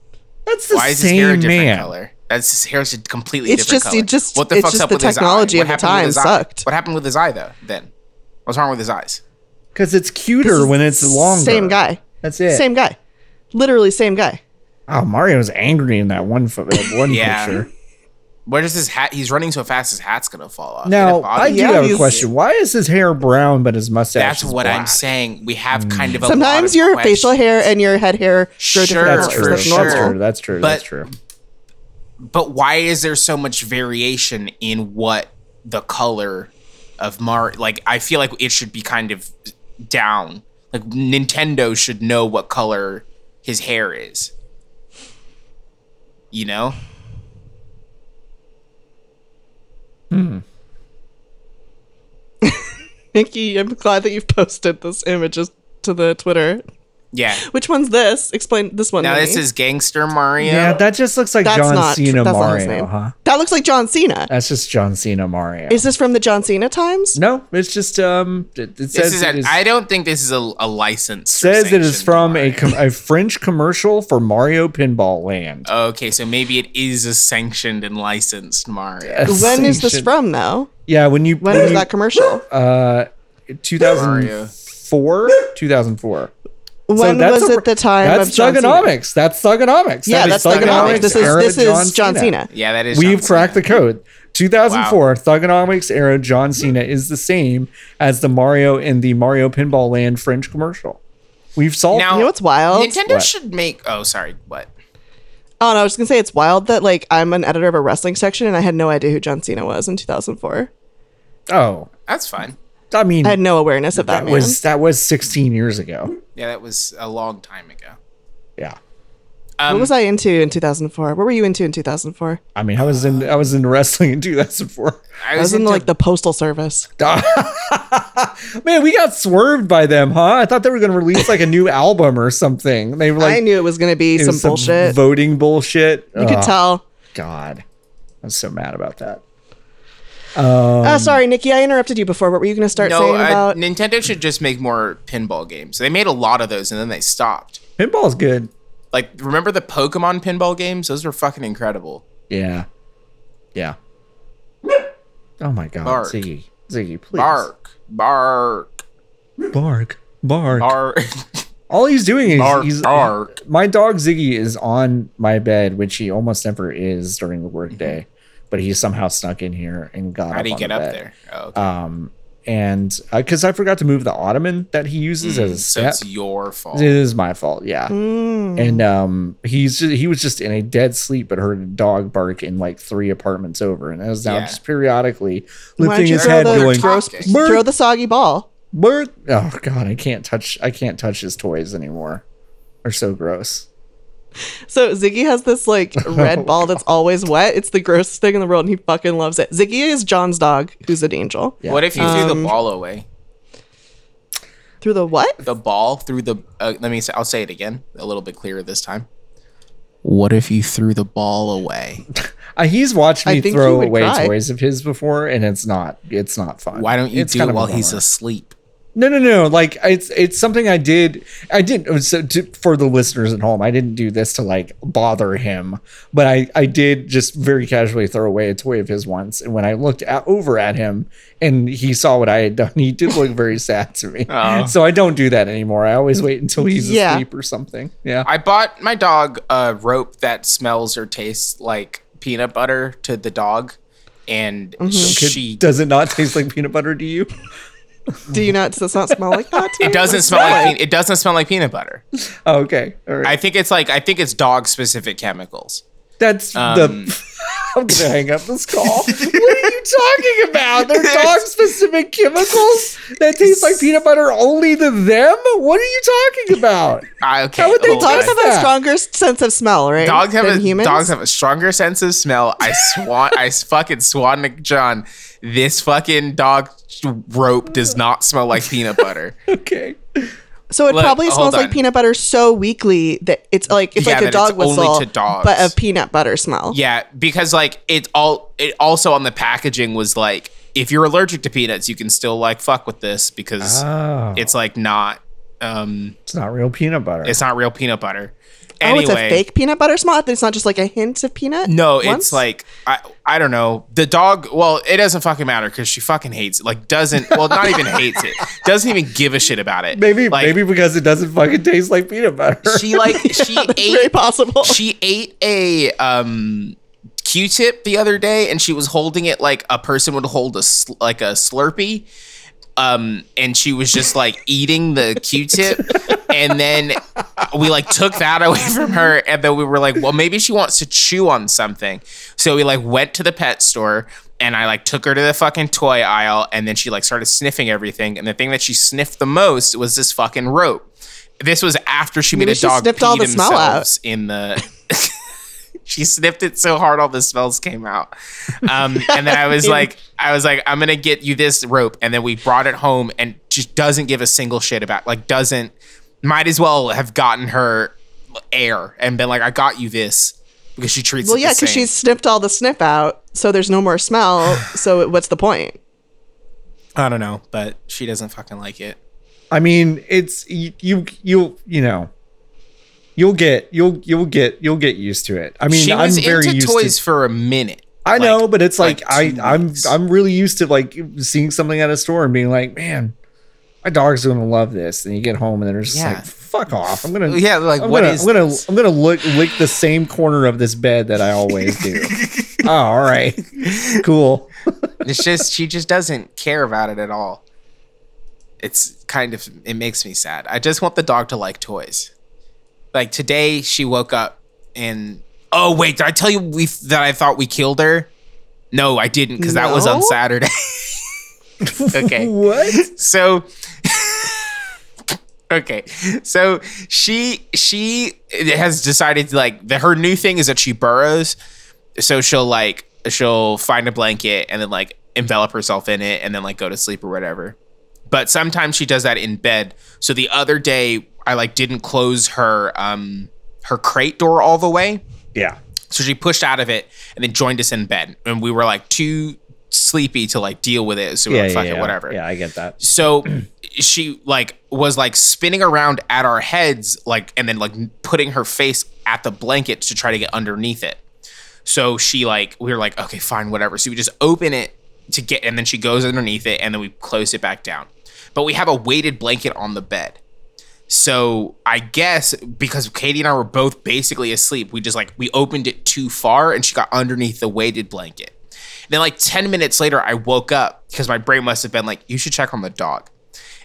[SPEAKER 2] That's the
[SPEAKER 3] Why is his hair a
[SPEAKER 2] same
[SPEAKER 3] different
[SPEAKER 2] man.
[SPEAKER 3] color? That's his hair's a completely
[SPEAKER 4] It's
[SPEAKER 3] different
[SPEAKER 4] just-
[SPEAKER 3] color.
[SPEAKER 4] it just-
[SPEAKER 3] what the
[SPEAKER 4] it's
[SPEAKER 3] fuck's
[SPEAKER 4] just
[SPEAKER 3] up
[SPEAKER 4] the
[SPEAKER 3] with his eye?
[SPEAKER 4] technology
[SPEAKER 3] What
[SPEAKER 4] of the
[SPEAKER 3] happened with
[SPEAKER 4] time
[SPEAKER 3] his eye?
[SPEAKER 4] sucked.
[SPEAKER 3] What happened with his eye though? Then what's wrong with his eyes?
[SPEAKER 2] Because it's cuter when it's longer.
[SPEAKER 4] Same guy.
[SPEAKER 2] That's it.
[SPEAKER 4] Same guy. Literally same guy.
[SPEAKER 2] Oh, Mario's angry in that one foot, that one
[SPEAKER 3] Yeah.
[SPEAKER 2] picture.
[SPEAKER 3] Where does his hat? He's running so fast, his hat's gonna fall off. And
[SPEAKER 2] Now
[SPEAKER 3] it
[SPEAKER 2] I
[SPEAKER 3] bothers
[SPEAKER 2] do
[SPEAKER 3] me.
[SPEAKER 4] Yeah,
[SPEAKER 2] have a
[SPEAKER 4] he's-
[SPEAKER 2] question. Why is his hair brown but his mustache?
[SPEAKER 3] That's
[SPEAKER 2] is
[SPEAKER 3] what I'm
[SPEAKER 2] black?
[SPEAKER 3] saying. We have kind of a lot
[SPEAKER 4] Mm. Sometimes
[SPEAKER 3] of
[SPEAKER 4] your
[SPEAKER 3] questions.
[SPEAKER 4] facial hair and your head hair grow
[SPEAKER 3] Sure,
[SPEAKER 4] different
[SPEAKER 2] That's
[SPEAKER 4] colors.
[SPEAKER 2] true.
[SPEAKER 4] That's
[SPEAKER 2] That's
[SPEAKER 4] normal.
[SPEAKER 2] true. That's true. That's
[SPEAKER 3] But-
[SPEAKER 2] true.
[SPEAKER 3] But why is there so much variation in what the color of Mar? Like I feel like it should be kind of down. Like Nintendo should know what color his hair is. You know.
[SPEAKER 4] Nikki, I'm glad that you've posted this images to the Twitter.
[SPEAKER 3] Yeah.
[SPEAKER 4] Which one's this? Explain this one.
[SPEAKER 3] Now
[SPEAKER 4] to
[SPEAKER 3] this
[SPEAKER 4] me.
[SPEAKER 3] is Gangster Mario.
[SPEAKER 2] Yeah, that just looks like
[SPEAKER 4] that's
[SPEAKER 2] John
[SPEAKER 4] not
[SPEAKER 2] Cena
[SPEAKER 4] that's not his
[SPEAKER 2] Mario,
[SPEAKER 4] name.
[SPEAKER 2] huh?
[SPEAKER 4] That looks like John Cena.
[SPEAKER 2] That's just John Cena Mario.
[SPEAKER 4] Is this from the John Cena times?
[SPEAKER 2] no, it's just um. It, it says
[SPEAKER 3] this is.
[SPEAKER 2] it
[SPEAKER 3] An,
[SPEAKER 2] is-
[SPEAKER 3] I don't think this is a, a license.
[SPEAKER 2] says it is from a, com- a French commercial for Mario Pinball Land.
[SPEAKER 3] Okay, so maybe it is a sanctioned and licensed Mario.
[SPEAKER 2] Uh,
[SPEAKER 4] When is this
[SPEAKER 2] Ascension.
[SPEAKER 4] from though?
[SPEAKER 2] Yeah, when you
[SPEAKER 4] When
[SPEAKER 2] when
[SPEAKER 4] was
[SPEAKER 2] you-
[SPEAKER 4] that commercial?
[SPEAKER 2] uh 2004, 2004.
[SPEAKER 4] When
[SPEAKER 2] that's
[SPEAKER 4] was
[SPEAKER 2] a-
[SPEAKER 4] it the time
[SPEAKER 2] That's
[SPEAKER 4] of John Cena?
[SPEAKER 2] thugonomics. That's thugonomics.
[SPEAKER 4] Yeah,
[SPEAKER 2] That is
[SPEAKER 4] that's thugonomics. This is
[SPEAKER 2] era
[SPEAKER 4] this
[SPEAKER 2] John
[SPEAKER 4] is John Cena.
[SPEAKER 3] yeah, that is.
[SPEAKER 2] We've
[SPEAKER 3] John
[SPEAKER 2] cracked
[SPEAKER 3] Cena.
[SPEAKER 2] the code. 2004 thugonomics era John Cena is the same as the Mario in the Mario Pinball Land French commercial. We've solved
[SPEAKER 3] Now,
[SPEAKER 4] You know what's wild?
[SPEAKER 3] Nintendo
[SPEAKER 2] What?
[SPEAKER 3] should make. Oh, sorry. What?
[SPEAKER 4] Oh no, I was just gonna say it's wild that like I'm an editor of a wrestling section and I had no idea who John Cena was in 2004.
[SPEAKER 2] Oh,
[SPEAKER 3] That's fine.
[SPEAKER 2] I mean,
[SPEAKER 4] I had no awareness of that,
[SPEAKER 2] that
[SPEAKER 4] man.
[SPEAKER 2] was that was 16 years ago.
[SPEAKER 3] Yeah, that was a long time ago.
[SPEAKER 2] Yeah.
[SPEAKER 3] um,
[SPEAKER 4] what was I into in 2004? What were you into in 2004?
[SPEAKER 2] I mean, I was in I was in wrestling in 2004.
[SPEAKER 4] I was in like the postal service.
[SPEAKER 2] Man, we got swerved by them, huh? I thought they were going to release like a new album or something. They were like
[SPEAKER 4] I knew it was going to be
[SPEAKER 2] it
[SPEAKER 4] some
[SPEAKER 2] was Ah,
[SPEAKER 4] bullshit.
[SPEAKER 2] voting bullshit.
[SPEAKER 4] you could tell.
[SPEAKER 2] God, I'm so mad about that. um,
[SPEAKER 4] Uh, sorry, Nikki, I interrupted you before. What were you going to start
[SPEAKER 3] no,
[SPEAKER 4] saying
[SPEAKER 3] uh,
[SPEAKER 4] about?
[SPEAKER 3] Nintendo should just make more pinball games. They made a lot of those and then they stopped.
[SPEAKER 2] Pinball's good.
[SPEAKER 3] Like, remember the Pokemon pinball games? Those were fucking incredible.
[SPEAKER 2] Yeah, yeah. Oh my God,
[SPEAKER 3] Bark.
[SPEAKER 2] Ziggy, Ziggy, please
[SPEAKER 3] Bark, bark,
[SPEAKER 2] bark, bark.
[SPEAKER 3] bark.
[SPEAKER 2] All he's doing is
[SPEAKER 3] Bark,
[SPEAKER 2] he's
[SPEAKER 3] bark.
[SPEAKER 2] my dog Ziggy is on my bed, which he almost never is during the workday, but he somehow snuck in here and got.
[SPEAKER 3] How do you Mm-hmm.
[SPEAKER 2] on
[SPEAKER 3] get
[SPEAKER 2] the
[SPEAKER 3] up
[SPEAKER 2] bed.
[SPEAKER 3] there? Oh, okay.
[SPEAKER 2] And because I forgot to move the ottoman that he uses as a
[SPEAKER 3] Mm, so
[SPEAKER 2] step,
[SPEAKER 3] it's Mm. your fault.
[SPEAKER 2] it is my fault. Yeah, and um, he's just, he was just in a dead sleep, but heard a dog bark in like three apartments over, and it was now
[SPEAKER 3] Yeah.
[SPEAKER 2] just periodically
[SPEAKER 4] Why
[SPEAKER 2] lifting
[SPEAKER 4] don't you
[SPEAKER 2] his
[SPEAKER 4] throw
[SPEAKER 2] head,
[SPEAKER 4] the,
[SPEAKER 2] going,
[SPEAKER 4] throw,
[SPEAKER 3] Talking.
[SPEAKER 4] throw the soggy ball?
[SPEAKER 2] Bird. Oh god, I can't touch. I can't touch his toys anymore. They're so gross.
[SPEAKER 4] So Ziggy has this like red ball that's always wet. It's the grossest thing in the world, and he fucking loves it. Ziggy is John's dog, who's an angel.
[SPEAKER 2] Yeah.
[SPEAKER 3] What if you threw
[SPEAKER 4] Um,
[SPEAKER 3] the ball away?
[SPEAKER 4] Through the what?
[SPEAKER 3] The ball through the. Uh, let me. Say, I'll say it again, a little bit clearer this time. What if you threw the ball away?
[SPEAKER 2] Uh, he's watched
[SPEAKER 4] I
[SPEAKER 2] me
[SPEAKER 4] think he
[SPEAKER 2] throw
[SPEAKER 4] would
[SPEAKER 2] away
[SPEAKER 4] cry.
[SPEAKER 2] toys of his before, and it's not. It's not fun.
[SPEAKER 3] Why don't you
[SPEAKER 2] It's
[SPEAKER 3] do
[SPEAKER 2] kind
[SPEAKER 3] it
[SPEAKER 2] of a
[SPEAKER 3] while he's
[SPEAKER 2] bummer.
[SPEAKER 3] asleep?
[SPEAKER 2] No, no, no. Like it's it's something I did. I didn't. oh, So to, for the listeners at home, I didn't do this to like bother him, but I I did just very casually throw away a toy of his once, and when I looked at, over at him and he saw what I had done, he did look very sad to me. So I don't do that anymore. I always wait until he's
[SPEAKER 4] Yeah.
[SPEAKER 2] asleep or something. Yeah.
[SPEAKER 3] I bought my dog a rope that smells or tastes like peanut butter to the dog, and
[SPEAKER 2] Mm-hmm.
[SPEAKER 3] she
[SPEAKER 2] Does it not taste like peanut butter to you?
[SPEAKER 4] Do you not? Does it not smell like that? To you?
[SPEAKER 3] it doesn't smell like pe- it doesn't smell like peanut butter.
[SPEAKER 2] Oh, okay. All right.
[SPEAKER 3] I think it's like I think it's dog specific chemicals.
[SPEAKER 2] That's
[SPEAKER 3] Um,
[SPEAKER 2] the. I'm gonna hang up this call. what are you talking about? They're dog specific chemicals that taste like peanut butter only to them. What are you talking about?
[SPEAKER 3] I okay.
[SPEAKER 2] How would they
[SPEAKER 3] hold
[SPEAKER 2] talk
[SPEAKER 3] on.
[SPEAKER 4] Dogs have a
[SPEAKER 2] Yeah.
[SPEAKER 4] stronger sense of smell, right?
[SPEAKER 3] Dogs have
[SPEAKER 4] than
[SPEAKER 3] a
[SPEAKER 4] humans?
[SPEAKER 3] dogs have a stronger sense of smell. I swan I s- fucking swan Nick John. This fucking dog rope does not smell like peanut butter.
[SPEAKER 2] Okay.
[SPEAKER 4] So it
[SPEAKER 3] Look,
[SPEAKER 4] probably
[SPEAKER 3] hold
[SPEAKER 4] smells like
[SPEAKER 3] on.
[SPEAKER 4] peanut butter so weakly that it's like it's
[SPEAKER 3] Yeah,
[SPEAKER 4] like a
[SPEAKER 3] that
[SPEAKER 4] dog
[SPEAKER 3] it's only
[SPEAKER 4] whistle,
[SPEAKER 3] to dogs.
[SPEAKER 4] but a peanut butter smell.
[SPEAKER 3] yeah, because like it all it also on the packaging was like if you're allergic to peanuts, you can still like fuck with this because
[SPEAKER 2] Oh,
[SPEAKER 3] it's like not um
[SPEAKER 2] it's not real peanut butter.
[SPEAKER 3] it's not real peanut butter.
[SPEAKER 4] Oh, it's a fake peanut butter smell. It's not just like a hint of peanut.
[SPEAKER 3] No,
[SPEAKER 4] once?
[SPEAKER 3] it's like I I don't know. The dog, well, it doesn't fucking matter because she fucking hates it. Like doesn't well, not even hates it. Doesn't even give a shit about it.
[SPEAKER 2] maybe
[SPEAKER 3] like,
[SPEAKER 2] maybe because it doesn't fucking taste like peanut butter.
[SPEAKER 3] she like she
[SPEAKER 4] very
[SPEAKER 3] ate
[SPEAKER 4] possible.
[SPEAKER 3] she ate a um Q-tip the other day and she was holding it like a person would hold a sl- like a Slurpee. Um, and she was just like eating the Q-tip, and then we like took that away from her, and then we were like, well, maybe she wants to chew on something. So we like went to the pet store, and I like took her to the fucking toy aisle, and then she like started sniffing everything, and the thing that she sniffed the most was this fucking rope. This was after she made
[SPEAKER 4] Maybe
[SPEAKER 3] a
[SPEAKER 4] she
[SPEAKER 3] dog
[SPEAKER 4] sniffed
[SPEAKER 3] peed
[SPEAKER 4] all the smell
[SPEAKER 3] themselves
[SPEAKER 4] out.
[SPEAKER 3] in the she sniffed it so hard all the smells came out um, and then i was like i was like i'm gonna get you this rope and then we brought it home and just doesn't give a single shit about like doesn't might as well have gotten her air and been like i got you this because she treats
[SPEAKER 4] Well,
[SPEAKER 3] it
[SPEAKER 4] yeah,
[SPEAKER 3] because
[SPEAKER 4] because she's snipped all the sniff out, so there's no more smell. So it- what's the point?
[SPEAKER 3] i don't know but she doesn't fucking like it
[SPEAKER 2] I mean, it's you, you you you know. You'll get you'll you'll get you'll get used to it. I mean,
[SPEAKER 3] she
[SPEAKER 2] I'm
[SPEAKER 3] was
[SPEAKER 2] very
[SPEAKER 3] into
[SPEAKER 2] used to
[SPEAKER 3] toys for a minute
[SPEAKER 2] I know, but it's like,
[SPEAKER 3] like two
[SPEAKER 2] I, I'm
[SPEAKER 3] weeks.
[SPEAKER 2] I'm really used to like seeing something at a store and being like, man, my dog's gonna love this. And you get home and they're just
[SPEAKER 3] Yeah.
[SPEAKER 2] like, fuck off. I'm gonna
[SPEAKER 3] Yeah, like,
[SPEAKER 2] I'm
[SPEAKER 3] what
[SPEAKER 2] gonna,
[SPEAKER 3] is
[SPEAKER 2] I'm gonna
[SPEAKER 3] this?
[SPEAKER 2] I'm gonna look lick the same corner of this bed that I always do. oh, all right, cool.
[SPEAKER 3] it's just she just doesn't care about it at all it's kind of it makes me sad i just want the dog to like toys like today she woke up and oh wait did i tell you we that i thought we killed her no i didn't because that was on
[SPEAKER 4] No?
[SPEAKER 3] saturday Okay.
[SPEAKER 2] What?
[SPEAKER 3] so okay so she she has decided to like the, her new thing is that she burrows so she'll like she'll find a blanket and then like envelop herself in it and then like go to sleep or whatever but sometimes she does that in bed so the other day i like didn't close her um her crate door all the way
[SPEAKER 2] Yeah.
[SPEAKER 3] so she pushed out of it and then joined us in bed and we were like too sleepy to like deal with it so we
[SPEAKER 2] Yeah.
[SPEAKER 3] were like,
[SPEAKER 2] yeah,
[SPEAKER 3] fuck
[SPEAKER 2] yeah.
[SPEAKER 3] it whatever
[SPEAKER 2] Yeah, I get that.
[SPEAKER 3] so she like was like spinning around at our heads like and then like putting her face at the blanket to try to get underneath it so she like we were like okay fine whatever so we just open it to get and then she goes underneath it and then we close it back down but we have a weighted blanket on the bed so I guess because Katie and I were both basically asleep, we just like we opened it too far and she got underneath the weighted blanket. then like 10 minutes later, I woke up because my brain must have been like, you should check on the dog.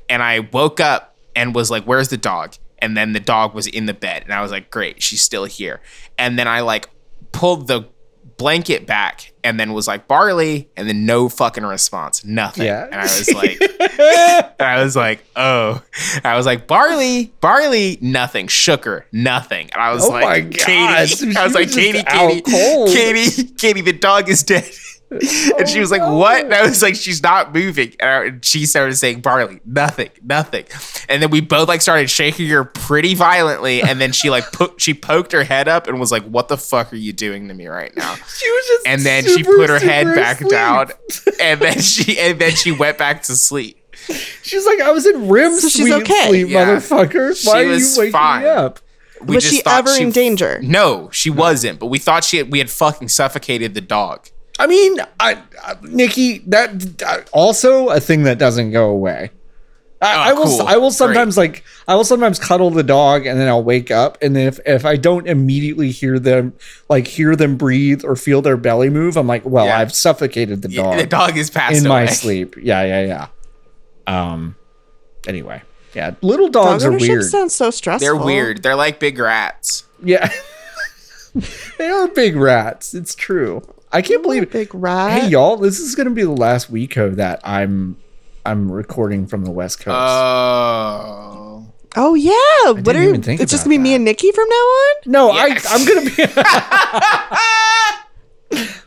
[SPEAKER 3] And I woke up and was like, where's the dog? And then the dog was in the bed. And I was like, great, she's still here. And then I like pulled the blanket back and then was like, Barley. And then no fucking response, nothing.
[SPEAKER 2] Yeah.
[SPEAKER 3] And I was like, and I was like, oh. I was like, barley, barley, nothing. Shook her, nothing. And I was
[SPEAKER 2] Oh
[SPEAKER 3] like,
[SPEAKER 2] my God,
[SPEAKER 3] Katie.
[SPEAKER 2] she
[SPEAKER 3] I was like,
[SPEAKER 2] was just
[SPEAKER 3] Katie,
[SPEAKER 2] out
[SPEAKER 3] Katie,
[SPEAKER 2] cold. Oh
[SPEAKER 3] Katie, Katie, the dog is dead. and she was like, what? And I was like, she's not moving. And, I- and she started saying, barley, nothing, nothing. And then we both like started shaking her pretty violently. And then she like po- she poked her head up and was like, what the fuck are you doing to me right now?
[SPEAKER 2] She was just
[SPEAKER 3] and then she
[SPEAKER 2] super,
[SPEAKER 3] put her head
[SPEAKER 2] super
[SPEAKER 3] back
[SPEAKER 2] asleep.
[SPEAKER 3] down. And then she and then she went back to sleep.
[SPEAKER 2] She's like, I was in REM
[SPEAKER 4] So she's
[SPEAKER 2] sleep,
[SPEAKER 4] okay.
[SPEAKER 2] sleep,
[SPEAKER 3] Yeah.
[SPEAKER 2] motherfucker.
[SPEAKER 3] She
[SPEAKER 2] Why are you
[SPEAKER 3] was
[SPEAKER 2] waking
[SPEAKER 3] fine.
[SPEAKER 2] me up?
[SPEAKER 3] we
[SPEAKER 4] Was
[SPEAKER 3] just
[SPEAKER 4] she
[SPEAKER 3] thought
[SPEAKER 4] ever in danger?
[SPEAKER 3] No, she wasn't. But we thought she we had fucking suffocated the dog.
[SPEAKER 2] I mean, I, I Nikki, that uh, also a thing that doesn't go away. I,
[SPEAKER 3] Oh,
[SPEAKER 2] I will.
[SPEAKER 3] cool.
[SPEAKER 2] I will sometimes like. I will sometimes cuddle the dog, and then I'll wake up, and then if if I don't immediately hear them, like hear them breathe or feel their belly move, I'm like, well,
[SPEAKER 3] Yeah.
[SPEAKER 2] I've suffocated the
[SPEAKER 3] Yeah,
[SPEAKER 2] dog,
[SPEAKER 3] The dog is passed
[SPEAKER 2] in
[SPEAKER 3] away.
[SPEAKER 2] my sleep. Yeah, yeah, yeah. Um. Anyway, yeah. Little dogs
[SPEAKER 4] Dog
[SPEAKER 2] are
[SPEAKER 4] ownership
[SPEAKER 2] weird.
[SPEAKER 4] sounds so stressful.
[SPEAKER 3] They're weird. They're like big rats.
[SPEAKER 2] yeah. they are big rats. It's true. I can't believe it.
[SPEAKER 4] Big rat.
[SPEAKER 2] Hey y'all, this is gonna be the last weeko that I'm I'm recording from the West Coast.
[SPEAKER 3] Uh, Oh.
[SPEAKER 4] oh yeah. what
[SPEAKER 2] didn't
[SPEAKER 4] are
[SPEAKER 2] even think
[SPEAKER 4] It's just
[SPEAKER 2] about
[SPEAKER 4] gonna be me
[SPEAKER 2] that.
[SPEAKER 4] and Nikki from now on.
[SPEAKER 2] no, I
[SPEAKER 3] yes.
[SPEAKER 2] I'm gonna be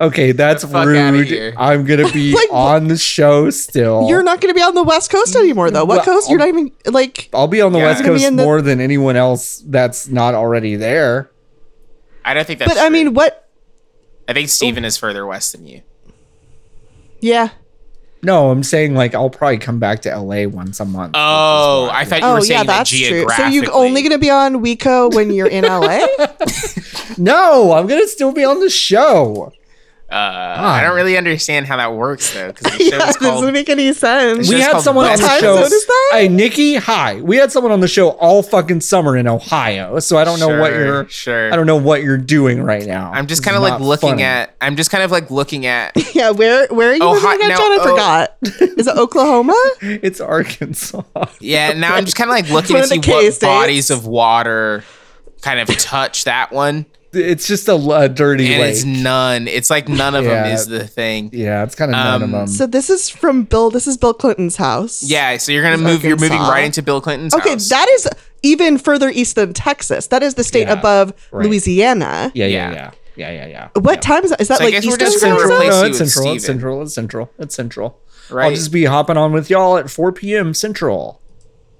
[SPEAKER 2] Okay, that's
[SPEAKER 3] fuck outta here.
[SPEAKER 2] rude. I'm gonna be
[SPEAKER 4] Like,
[SPEAKER 2] on the show still.
[SPEAKER 4] You're not gonna be on the West Coast anymore though. What
[SPEAKER 2] Well,
[SPEAKER 4] coast? You're not even like.
[SPEAKER 2] I'll be on the
[SPEAKER 3] Yeah.
[SPEAKER 2] West
[SPEAKER 3] You're
[SPEAKER 4] gonna be
[SPEAKER 2] Coast
[SPEAKER 4] in the-
[SPEAKER 2] more than anyone else that's not already there.
[SPEAKER 3] I don't think that's
[SPEAKER 4] But I
[SPEAKER 3] true.
[SPEAKER 4] mean, oh. what?
[SPEAKER 3] I think Steven is further west than you.
[SPEAKER 4] Yeah.
[SPEAKER 2] No, I'm saying like I'll probably come back to LA once a month.
[SPEAKER 3] Oh, I thought you were
[SPEAKER 4] Oh
[SPEAKER 3] saying
[SPEAKER 4] yeah,
[SPEAKER 3] that
[SPEAKER 4] that's true. So
[SPEAKER 3] geographically.
[SPEAKER 4] you're only gonna be on Wico when you're in LA.
[SPEAKER 2] no, I'm gonna still be on the show.
[SPEAKER 3] uh, I don't really understand how that works though, because the show
[SPEAKER 4] yeah,
[SPEAKER 3] is
[SPEAKER 4] it doesn't
[SPEAKER 3] called
[SPEAKER 4] make any sense.
[SPEAKER 2] we
[SPEAKER 3] just
[SPEAKER 2] had
[SPEAKER 3] called
[SPEAKER 2] someone on
[SPEAKER 3] West
[SPEAKER 2] the
[SPEAKER 4] Coast.
[SPEAKER 2] show.
[SPEAKER 4] What is that?
[SPEAKER 2] Hey, Nikki, hi. We had someone on the show all fucking summer in Ohio, so I don't know what
[SPEAKER 3] Sure,
[SPEAKER 2] you're.
[SPEAKER 3] sure.
[SPEAKER 2] I don't know what you're doing right now.
[SPEAKER 3] I'm just
[SPEAKER 2] This
[SPEAKER 3] kind of
[SPEAKER 2] is
[SPEAKER 3] like
[SPEAKER 2] not
[SPEAKER 3] looking
[SPEAKER 2] funny.
[SPEAKER 3] at. I'm just kind of like looking at.
[SPEAKER 4] yeah, where where are you
[SPEAKER 3] Oh,
[SPEAKER 4] living
[SPEAKER 3] hi-
[SPEAKER 4] again,
[SPEAKER 3] now-
[SPEAKER 4] John? I
[SPEAKER 3] oh.
[SPEAKER 4] forgot. Is it Oklahoma?
[SPEAKER 2] It's Arkansas.
[SPEAKER 3] Yeah, now I'm just kind of like looking to
[SPEAKER 4] One of
[SPEAKER 3] see
[SPEAKER 4] the
[SPEAKER 3] what
[SPEAKER 4] K-states.
[SPEAKER 3] bodies of water kind of touch that one.
[SPEAKER 2] It's just a, a dirty
[SPEAKER 3] and
[SPEAKER 2] lake.
[SPEAKER 3] it's none. It's like none of them
[SPEAKER 2] Yeah.
[SPEAKER 3] is the thing. Yeah.
[SPEAKER 2] yeah, it's kind of none of
[SPEAKER 3] Um,
[SPEAKER 2] them.
[SPEAKER 4] So this is from Bill. This is Bill Clinton's house.
[SPEAKER 3] so you're gonna move. You're moving
[SPEAKER 4] Arkansas.
[SPEAKER 3] right into Bill Clinton's
[SPEAKER 4] Okay,
[SPEAKER 3] house.
[SPEAKER 4] that is even further east than Texas. That is the state
[SPEAKER 2] Yeah,
[SPEAKER 4] above
[SPEAKER 2] right.
[SPEAKER 4] Louisiana.
[SPEAKER 2] yeah, yeah,
[SPEAKER 3] yeah.
[SPEAKER 2] yeah, yeah, yeah, yeah.
[SPEAKER 4] What time is that? Is that
[SPEAKER 3] So I
[SPEAKER 4] like
[SPEAKER 3] guess we're
[SPEAKER 4] Eastern
[SPEAKER 3] just gonna
[SPEAKER 4] time
[SPEAKER 3] replace
[SPEAKER 4] zone?
[SPEAKER 2] no,
[SPEAKER 3] you
[SPEAKER 2] it's
[SPEAKER 3] with
[SPEAKER 2] central. It's
[SPEAKER 3] Steven.
[SPEAKER 2] central. It's central. It's central. I'll
[SPEAKER 3] Right.
[SPEAKER 2] just be hopping on with y'all at 4 p.m. Central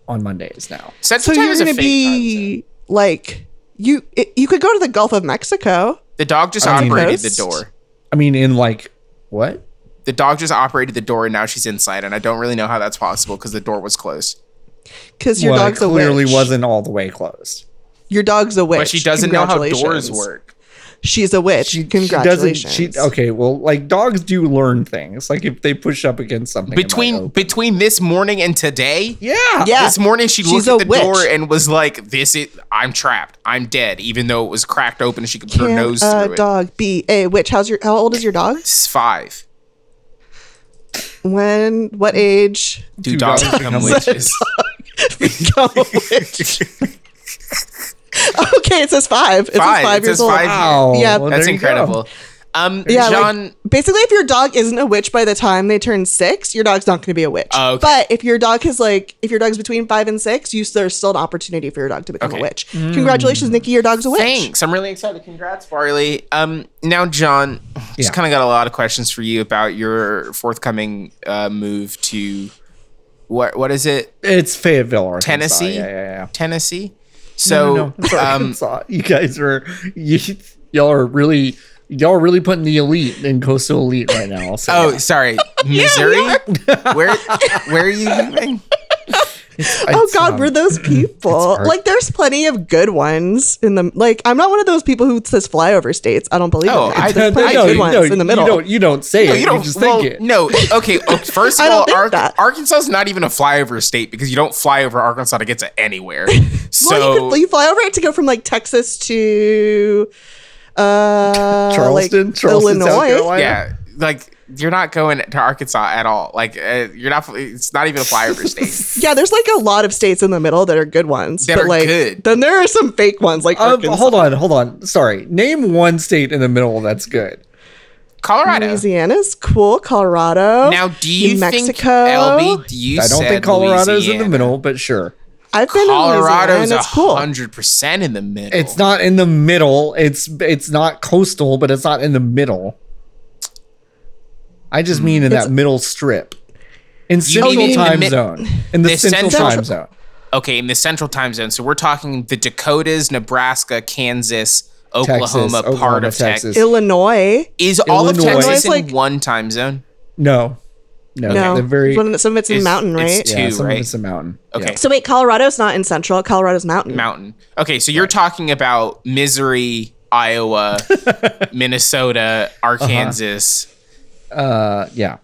[SPEAKER 2] on Mondays now.
[SPEAKER 4] So
[SPEAKER 3] Central time
[SPEAKER 4] you're
[SPEAKER 3] is a
[SPEAKER 4] gonna
[SPEAKER 3] fake time zone.
[SPEAKER 4] be like you. It, you could go to the Gulf of Mexico.
[SPEAKER 3] The dog just
[SPEAKER 2] I mean-
[SPEAKER 3] operated the
[SPEAKER 4] Coast?
[SPEAKER 3] door.
[SPEAKER 2] I mean, in like what?
[SPEAKER 3] The dog just operated the door, and now she's inside. And I don't really know how that's possible because the door was closed.
[SPEAKER 4] Because your
[SPEAKER 2] well, it
[SPEAKER 4] dog's a
[SPEAKER 2] clearly
[SPEAKER 4] witch.
[SPEAKER 2] wasn't all the way closed.
[SPEAKER 4] Your dog's a witch.
[SPEAKER 3] But she doesn't know how doors
[SPEAKER 4] Congratulations.
[SPEAKER 3] work.
[SPEAKER 4] She's a witch. Congratulations.
[SPEAKER 2] She doesn't. She okay. Well, like dogs do learn things. Like if they push up against something it might
[SPEAKER 3] Between
[SPEAKER 2] open.
[SPEAKER 3] between this morning and today,
[SPEAKER 2] yeah,
[SPEAKER 4] Yeah.
[SPEAKER 3] this morning she
[SPEAKER 4] She's
[SPEAKER 3] looked
[SPEAKER 4] a
[SPEAKER 3] at the
[SPEAKER 4] witch.
[SPEAKER 3] door and was like, "This is I'm trapped. I'm dead." Even though it was cracked open, and she could put her
[SPEAKER 4] Can
[SPEAKER 3] nose
[SPEAKER 4] a
[SPEAKER 3] through it.
[SPEAKER 4] dog be a witch? How's your? How old is your dog?
[SPEAKER 3] It's five.
[SPEAKER 4] When? What age?
[SPEAKER 3] Do, dogs,
[SPEAKER 2] dogs
[SPEAKER 3] become
[SPEAKER 2] become
[SPEAKER 3] witches?
[SPEAKER 4] Become a witch. okay, it says five. It
[SPEAKER 3] Five.
[SPEAKER 4] says five
[SPEAKER 3] It
[SPEAKER 4] years
[SPEAKER 3] says
[SPEAKER 4] old.
[SPEAKER 3] five.
[SPEAKER 2] Wow,
[SPEAKER 4] Yeah.
[SPEAKER 2] Oh, well,
[SPEAKER 3] That's
[SPEAKER 2] there you go.
[SPEAKER 3] incredible. Um,
[SPEAKER 4] Yeah, like,
[SPEAKER 3] John.
[SPEAKER 4] basically, if your dog isn't a witch by the time they turn six, your dog's not going to be a witch.
[SPEAKER 3] Oh, okay.
[SPEAKER 4] But if your dog is like, if your dog's between five and six, you there's still an opportunity for your dog to become a
[SPEAKER 3] Okay.
[SPEAKER 4] witch.
[SPEAKER 2] Mm.
[SPEAKER 4] Congratulations, Nikki, your dog's a witch.
[SPEAKER 3] Thanks. I'm really excited. Congrats, Barley. Um, now, John, just
[SPEAKER 2] Yeah.
[SPEAKER 3] kind of got a lot of questions for you about your forthcoming uh, move to what? What is it?
[SPEAKER 2] It's Fayetteville, Arkansas.
[SPEAKER 3] Tennessee?
[SPEAKER 2] Yeah, yeah, yeah.
[SPEAKER 3] Tennessee.
[SPEAKER 2] No,
[SPEAKER 3] So,
[SPEAKER 2] no, no. Sorry,
[SPEAKER 3] um,
[SPEAKER 2] Arkansas. you guys are you, y'all are really y'all are really putting the elite in coastal elite right now. I'll say
[SPEAKER 3] oh,
[SPEAKER 2] that.
[SPEAKER 3] sorry, Missouri. where? Where are you moving?
[SPEAKER 4] Oh
[SPEAKER 2] It's,
[SPEAKER 4] God,
[SPEAKER 2] um,
[SPEAKER 4] we're those people. like, there's plenty of good ones in the. Like, I'm not one of those people who says flyover states. I don't believe
[SPEAKER 3] Oh,
[SPEAKER 4] in
[SPEAKER 3] I-
[SPEAKER 4] that.
[SPEAKER 2] no,
[SPEAKER 4] There's plenty
[SPEAKER 2] no, no,
[SPEAKER 4] of
[SPEAKER 2] you-
[SPEAKER 4] good ones
[SPEAKER 2] no,
[SPEAKER 4] in the middle.
[SPEAKER 2] You don't, you don't say
[SPEAKER 3] No,
[SPEAKER 2] it.
[SPEAKER 3] Oh, you
[SPEAKER 2] You,
[SPEAKER 3] don't.
[SPEAKER 2] just
[SPEAKER 3] well,
[SPEAKER 2] think it.
[SPEAKER 3] No. Okay. well, first of
[SPEAKER 4] I don't
[SPEAKER 3] all,
[SPEAKER 4] think
[SPEAKER 3] Ar-
[SPEAKER 4] that.
[SPEAKER 3] Arkansas is not even a flyover state because you don't fly over Arkansas to get to anywhere. So
[SPEAKER 4] well, you, could, you fly over it to go from like Texas to uh, like,
[SPEAKER 2] Charleston, Charleston, South Carolina.
[SPEAKER 3] yeah, like you're not going to Arkansas at all. Like uh, you're not. It's not even a flyover state.
[SPEAKER 4] Yeah, there's like a lot of states in the middle that are good ones.
[SPEAKER 3] That
[SPEAKER 4] but
[SPEAKER 3] are
[SPEAKER 4] like
[SPEAKER 3] good.
[SPEAKER 4] then there are some fake ones like
[SPEAKER 2] Um,
[SPEAKER 4] Arkansas,
[SPEAKER 2] hold on, hold on. Sorry. Name one state in the middle that's good.
[SPEAKER 3] Colorado.
[SPEAKER 4] Louisiana's cool, Colorado.
[SPEAKER 3] Now, do you
[SPEAKER 4] New
[SPEAKER 3] think
[SPEAKER 4] Mexico?
[SPEAKER 3] LB? Do you
[SPEAKER 2] I don't
[SPEAKER 3] said
[SPEAKER 2] think Colorado's in the
[SPEAKER 3] Louisiana.
[SPEAKER 2] middle, but sure.
[SPEAKER 4] I've been in
[SPEAKER 3] Colorado's
[SPEAKER 4] Louisiana and it's cool.
[SPEAKER 3] hundred percent in the middle.
[SPEAKER 2] It's not in the middle. It's it's not coastal, but it's not in the middle. I just mean in that middle strip. In central
[SPEAKER 3] mean in the
[SPEAKER 2] time
[SPEAKER 3] mid-
[SPEAKER 2] zone. In the,
[SPEAKER 3] the
[SPEAKER 2] central,
[SPEAKER 3] central-
[SPEAKER 2] time zone.
[SPEAKER 3] okay in the central time zone. So we're talking the Dakotas, Nebraska, Kansas, Oklahoma,
[SPEAKER 2] Texas,
[SPEAKER 3] part
[SPEAKER 2] Oklahoma,
[SPEAKER 3] of Texas.
[SPEAKER 2] Texas.
[SPEAKER 4] Illinois.
[SPEAKER 3] Is all of
[SPEAKER 2] Illinois.
[SPEAKER 3] Texas in
[SPEAKER 4] Illinois is like-
[SPEAKER 3] one time zone?
[SPEAKER 2] No. No.
[SPEAKER 4] No,
[SPEAKER 2] They're very
[SPEAKER 4] one of the- some of it's in
[SPEAKER 3] it's-
[SPEAKER 4] mountain,
[SPEAKER 3] it's-
[SPEAKER 4] right?
[SPEAKER 3] yeah.
[SPEAKER 2] yeah,
[SPEAKER 3] two,
[SPEAKER 2] some
[SPEAKER 3] right?
[SPEAKER 2] of it's a mountain.
[SPEAKER 3] Okay.
[SPEAKER 2] Yeah.
[SPEAKER 4] So wait, Colorado's not in central. Colorado's mountain.
[SPEAKER 3] Mountain. Okay, so you're talking about Missouri, Iowa, Minnesota,
[SPEAKER 2] Uh-huh.
[SPEAKER 3] Arkansas.
[SPEAKER 2] Uh, yeah.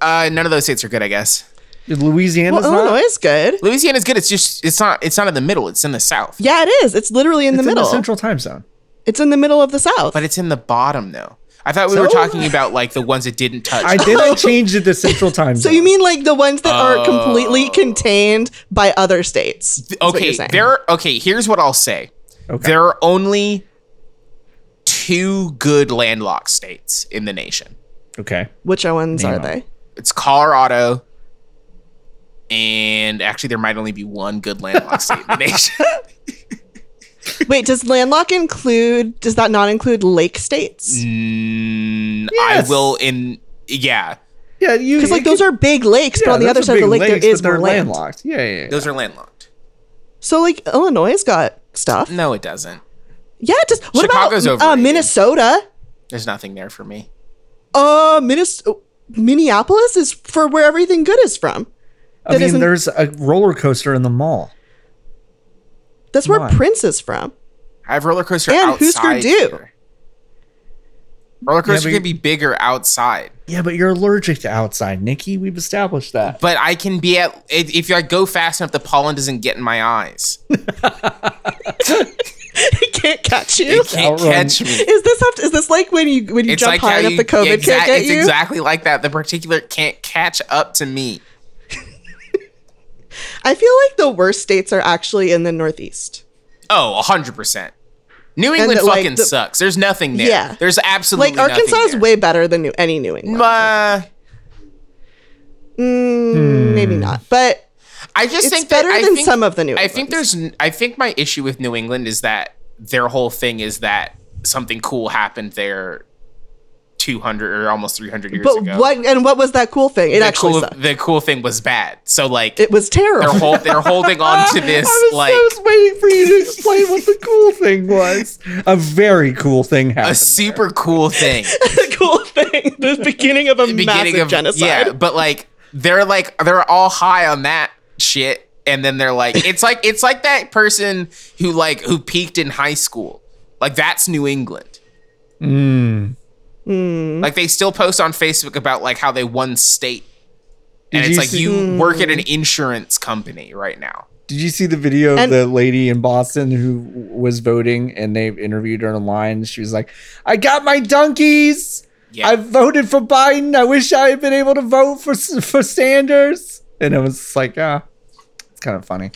[SPEAKER 3] Uh, none of those states are good, I guess.
[SPEAKER 2] Louisiana's
[SPEAKER 4] well,
[SPEAKER 2] not
[SPEAKER 4] Illinois is good.
[SPEAKER 3] Louisiana's good. It's just it's not it's not in the middle. It's in the south.
[SPEAKER 4] Yeah, it is. It's literally in
[SPEAKER 2] it's
[SPEAKER 4] the
[SPEAKER 2] in
[SPEAKER 4] middle.
[SPEAKER 2] the central time zone.
[SPEAKER 4] it's in the middle of the South.
[SPEAKER 3] but it's in the bottom though. I thought we were
[SPEAKER 2] So-
[SPEAKER 3] talking about like the ones that didn't touch.
[SPEAKER 2] I did I changed it to central time
[SPEAKER 4] so
[SPEAKER 2] zone.
[SPEAKER 4] you mean like the ones that are completely contained by other states? is what you're
[SPEAKER 3] Oh. okay,
[SPEAKER 4] saying.
[SPEAKER 3] there. are- Okay, here's what I'll say.
[SPEAKER 2] Okay.
[SPEAKER 3] There are only two good landlocked states in the nation.
[SPEAKER 2] Okay.
[SPEAKER 4] Which ones
[SPEAKER 2] Name
[SPEAKER 4] are
[SPEAKER 2] them.
[SPEAKER 4] they?
[SPEAKER 3] It's Colorado, and actually there might only be one good landlocked state in the nation.
[SPEAKER 4] Wait, does landlock include? Does that not include lake states?
[SPEAKER 3] Mm,
[SPEAKER 2] Yes.
[SPEAKER 3] I will in yeah.
[SPEAKER 2] Yeah, you
[SPEAKER 4] Because like those are big lakes,
[SPEAKER 2] yeah,
[SPEAKER 4] but on the
[SPEAKER 2] those
[SPEAKER 4] other
[SPEAKER 2] are
[SPEAKER 4] side of the lake
[SPEAKER 2] big lakes,
[SPEAKER 4] there
[SPEAKER 2] but
[SPEAKER 4] is more
[SPEAKER 2] they're
[SPEAKER 4] land.
[SPEAKER 2] landlocked. Yeah, yeah, yeah.
[SPEAKER 3] Those are landlocked.
[SPEAKER 4] So like Illinois got stuff.
[SPEAKER 3] No, it doesn't.
[SPEAKER 4] Yeah, just what
[SPEAKER 3] Chicago's
[SPEAKER 4] about uh,
[SPEAKER 3] overrated.
[SPEAKER 4] Minnesota?
[SPEAKER 3] There's nothing there for me.
[SPEAKER 4] Uh, Minnes- Minneapolis is for where everything good is from.
[SPEAKER 2] I
[SPEAKER 4] that
[SPEAKER 2] mean,
[SPEAKER 4] isn't-
[SPEAKER 2] there's a roller coaster in the mall.
[SPEAKER 4] That's where
[SPEAKER 2] Why?
[SPEAKER 4] Prince is from.
[SPEAKER 3] I have roller coaster
[SPEAKER 4] And Husker
[SPEAKER 3] outside.
[SPEAKER 4] Du.
[SPEAKER 3] here. Roller coaster
[SPEAKER 2] but
[SPEAKER 3] can be bigger outside,
[SPEAKER 2] Yeah, but you're allergic to outside, Nikki. We've established that.
[SPEAKER 3] but I can be at if, if I go fast enough, the pollen doesn't get in my eyes.
[SPEAKER 4] He can't catch you.
[SPEAKER 3] It can't
[SPEAKER 2] Outrun.
[SPEAKER 3] catch me.
[SPEAKER 4] Is this have to, is this like when you when you
[SPEAKER 3] It's
[SPEAKER 4] jump
[SPEAKER 3] like
[SPEAKER 4] high
[SPEAKER 3] how
[SPEAKER 4] enough
[SPEAKER 3] you,
[SPEAKER 4] the COVID
[SPEAKER 3] exact-
[SPEAKER 4] can't get
[SPEAKER 3] It's
[SPEAKER 4] you?
[SPEAKER 3] exactly like that. The particular can't catch up to me.
[SPEAKER 4] I feel like the worst states are actually in the Northeast.
[SPEAKER 3] Oh, hundred percent. New England
[SPEAKER 4] that, like,
[SPEAKER 3] fucking
[SPEAKER 4] the-
[SPEAKER 3] sucks. There's nothing there.
[SPEAKER 4] Yeah.
[SPEAKER 3] There's absolutely
[SPEAKER 4] Like Arkansas
[SPEAKER 3] nothing
[SPEAKER 4] is
[SPEAKER 3] there.
[SPEAKER 4] way better than New, any New England.
[SPEAKER 3] Uh,
[SPEAKER 4] Mm, Maybe not, but
[SPEAKER 3] I just
[SPEAKER 4] It's
[SPEAKER 3] think that-
[SPEAKER 4] better
[SPEAKER 3] I
[SPEAKER 4] than
[SPEAKER 3] think-
[SPEAKER 4] some of the New
[SPEAKER 3] I think there's. n- I think my issue with New England is that their whole thing is that something cool happened there, two hundred or almost three hundred years
[SPEAKER 4] but
[SPEAKER 3] ago.
[SPEAKER 4] what and what was that cool thing? It
[SPEAKER 3] the
[SPEAKER 4] actually
[SPEAKER 3] cool,
[SPEAKER 4] sucked.
[SPEAKER 3] the cool thing was bad. So like
[SPEAKER 4] It was
[SPEAKER 3] they're
[SPEAKER 4] terrible.
[SPEAKER 3] hold, they're holding on to this
[SPEAKER 2] I was
[SPEAKER 3] like
[SPEAKER 2] so waiting for you to explain what the cool thing was. A very cool thing
[SPEAKER 3] a
[SPEAKER 2] happened.
[SPEAKER 3] super cool thing.
[SPEAKER 4] the cool thing. The beginning of a massive genocide.
[SPEAKER 3] Yeah, but like they're like they're all high on that shit, and then they're like it's like it's like that person who like who peaked in high school. Like that's New England.
[SPEAKER 4] Hmm.
[SPEAKER 3] Like they still post on Facebook about like how they won state, and it's
[SPEAKER 2] Did you
[SPEAKER 3] like
[SPEAKER 2] see-
[SPEAKER 3] you work at an
[SPEAKER 4] Hmm.
[SPEAKER 3] insurance company right now.
[SPEAKER 2] Did you see the video of
[SPEAKER 4] And-
[SPEAKER 2] the lady in Boston who was voting and they interviewed her online? She was like, I got my donkeys.
[SPEAKER 3] Yeah.
[SPEAKER 2] I voted for Biden. I wish I had been able to vote for for Sanders. And I was just like, ah, it's kind of funny.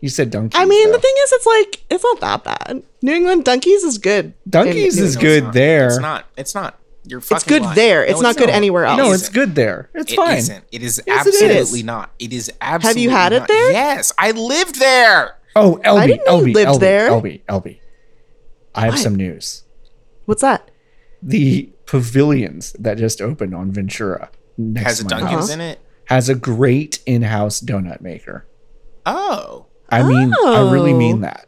[SPEAKER 2] You said donkeys.
[SPEAKER 4] I mean,
[SPEAKER 2] though.
[SPEAKER 4] the thing is, it's like it's not that bad. New England Dunkies is good. in
[SPEAKER 2] Dunkies
[SPEAKER 4] New
[SPEAKER 2] is
[SPEAKER 4] England.
[SPEAKER 2] good
[SPEAKER 3] not.
[SPEAKER 2] there.
[SPEAKER 3] It's not. It's not. You're fucking
[SPEAKER 4] It's good
[SPEAKER 3] lying.
[SPEAKER 4] there. It's
[SPEAKER 3] No,
[SPEAKER 4] not good anywhere else.
[SPEAKER 2] No,
[SPEAKER 3] It
[SPEAKER 2] it's
[SPEAKER 3] isn't.
[SPEAKER 2] good there. It's
[SPEAKER 3] It
[SPEAKER 2] fine.
[SPEAKER 3] isn't. It is
[SPEAKER 2] Yes, it is.
[SPEAKER 3] absolutely not. It is absolutely
[SPEAKER 4] had it
[SPEAKER 3] not.
[SPEAKER 4] there?
[SPEAKER 3] Yes, I lived there.
[SPEAKER 2] Oh, LB,
[SPEAKER 4] didn't know you
[SPEAKER 2] LB,
[SPEAKER 4] lived
[SPEAKER 2] LB,
[SPEAKER 4] there.
[SPEAKER 2] LB, LB. I have
[SPEAKER 4] What?
[SPEAKER 2] some news.
[SPEAKER 4] What's that?
[SPEAKER 2] The pavilions that just opened on Ventura next
[SPEAKER 3] Has a
[SPEAKER 2] to my
[SPEAKER 3] Dunkin's
[SPEAKER 4] Uh-huh.
[SPEAKER 2] house
[SPEAKER 3] in it.
[SPEAKER 2] has a great in-house donut maker.
[SPEAKER 3] Oh,
[SPEAKER 2] I mean, I really
[SPEAKER 4] Oh.
[SPEAKER 2] mean that.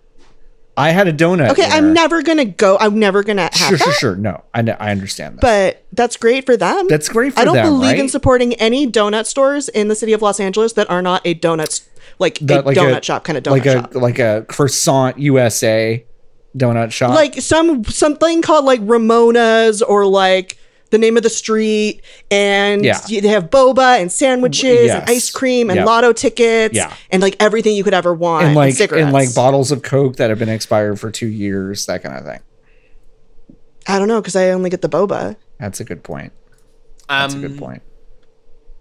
[SPEAKER 2] I had a donut.
[SPEAKER 4] Okay,
[SPEAKER 2] there.
[SPEAKER 4] I'm never gonna go. I'm never gonna have
[SPEAKER 2] Sure,
[SPEAKER 4] that.
[SPEAKER 2] sure, sure. No, I know, I understand that.
[SPEAKER 4] But that's great for them.
[SPEAKER 2] That's great for
[SPEAKER 4] I don't
[SPEAKER 2] them,
[SPEAKER 4] believe in
[SPEAKER 2] right?
[SPEAKER 4] supporting any donut stores in the city of Los Angeles that are not a donut like
[SPEAKER 2] That,
[SPEAKER 4] a donut shop kind of donut
[SPEAKER 2] like
[SPEAKER 4] shop.
[SPEAKER 2] a like a croissant USA donut shop.
[SPEAKER 4] like some something called like Ramona's or like the name of the street, and
[SPEAKER 2] Yeah.
[SPEAKER 4] y- they have boba and sandwiches
[SPEAKER 2] Yes.
[SPEAKER 4] and ice cream and
[SPEAKER 2] Yep.
[SPEAKER 4] lotto tickets
[SPEAKER 2] Yeah.
[SPEAKER 4] and like everything you could ever want
[SPEAKER 2] and like
[SPEAKER 4] cigarettes.
[SPEAKER 2] and like bottles of Coke that have been expired for two years, that kind of thing.
[SPEAKER 4] I don't know because I only get the boba.
[SPEAKER 2] That's a good point.
[SPEAKER 3] um,
[SPEAKER 2] That's a
[SPEAKER 4] Mm.
[SPEAKER 2] good point.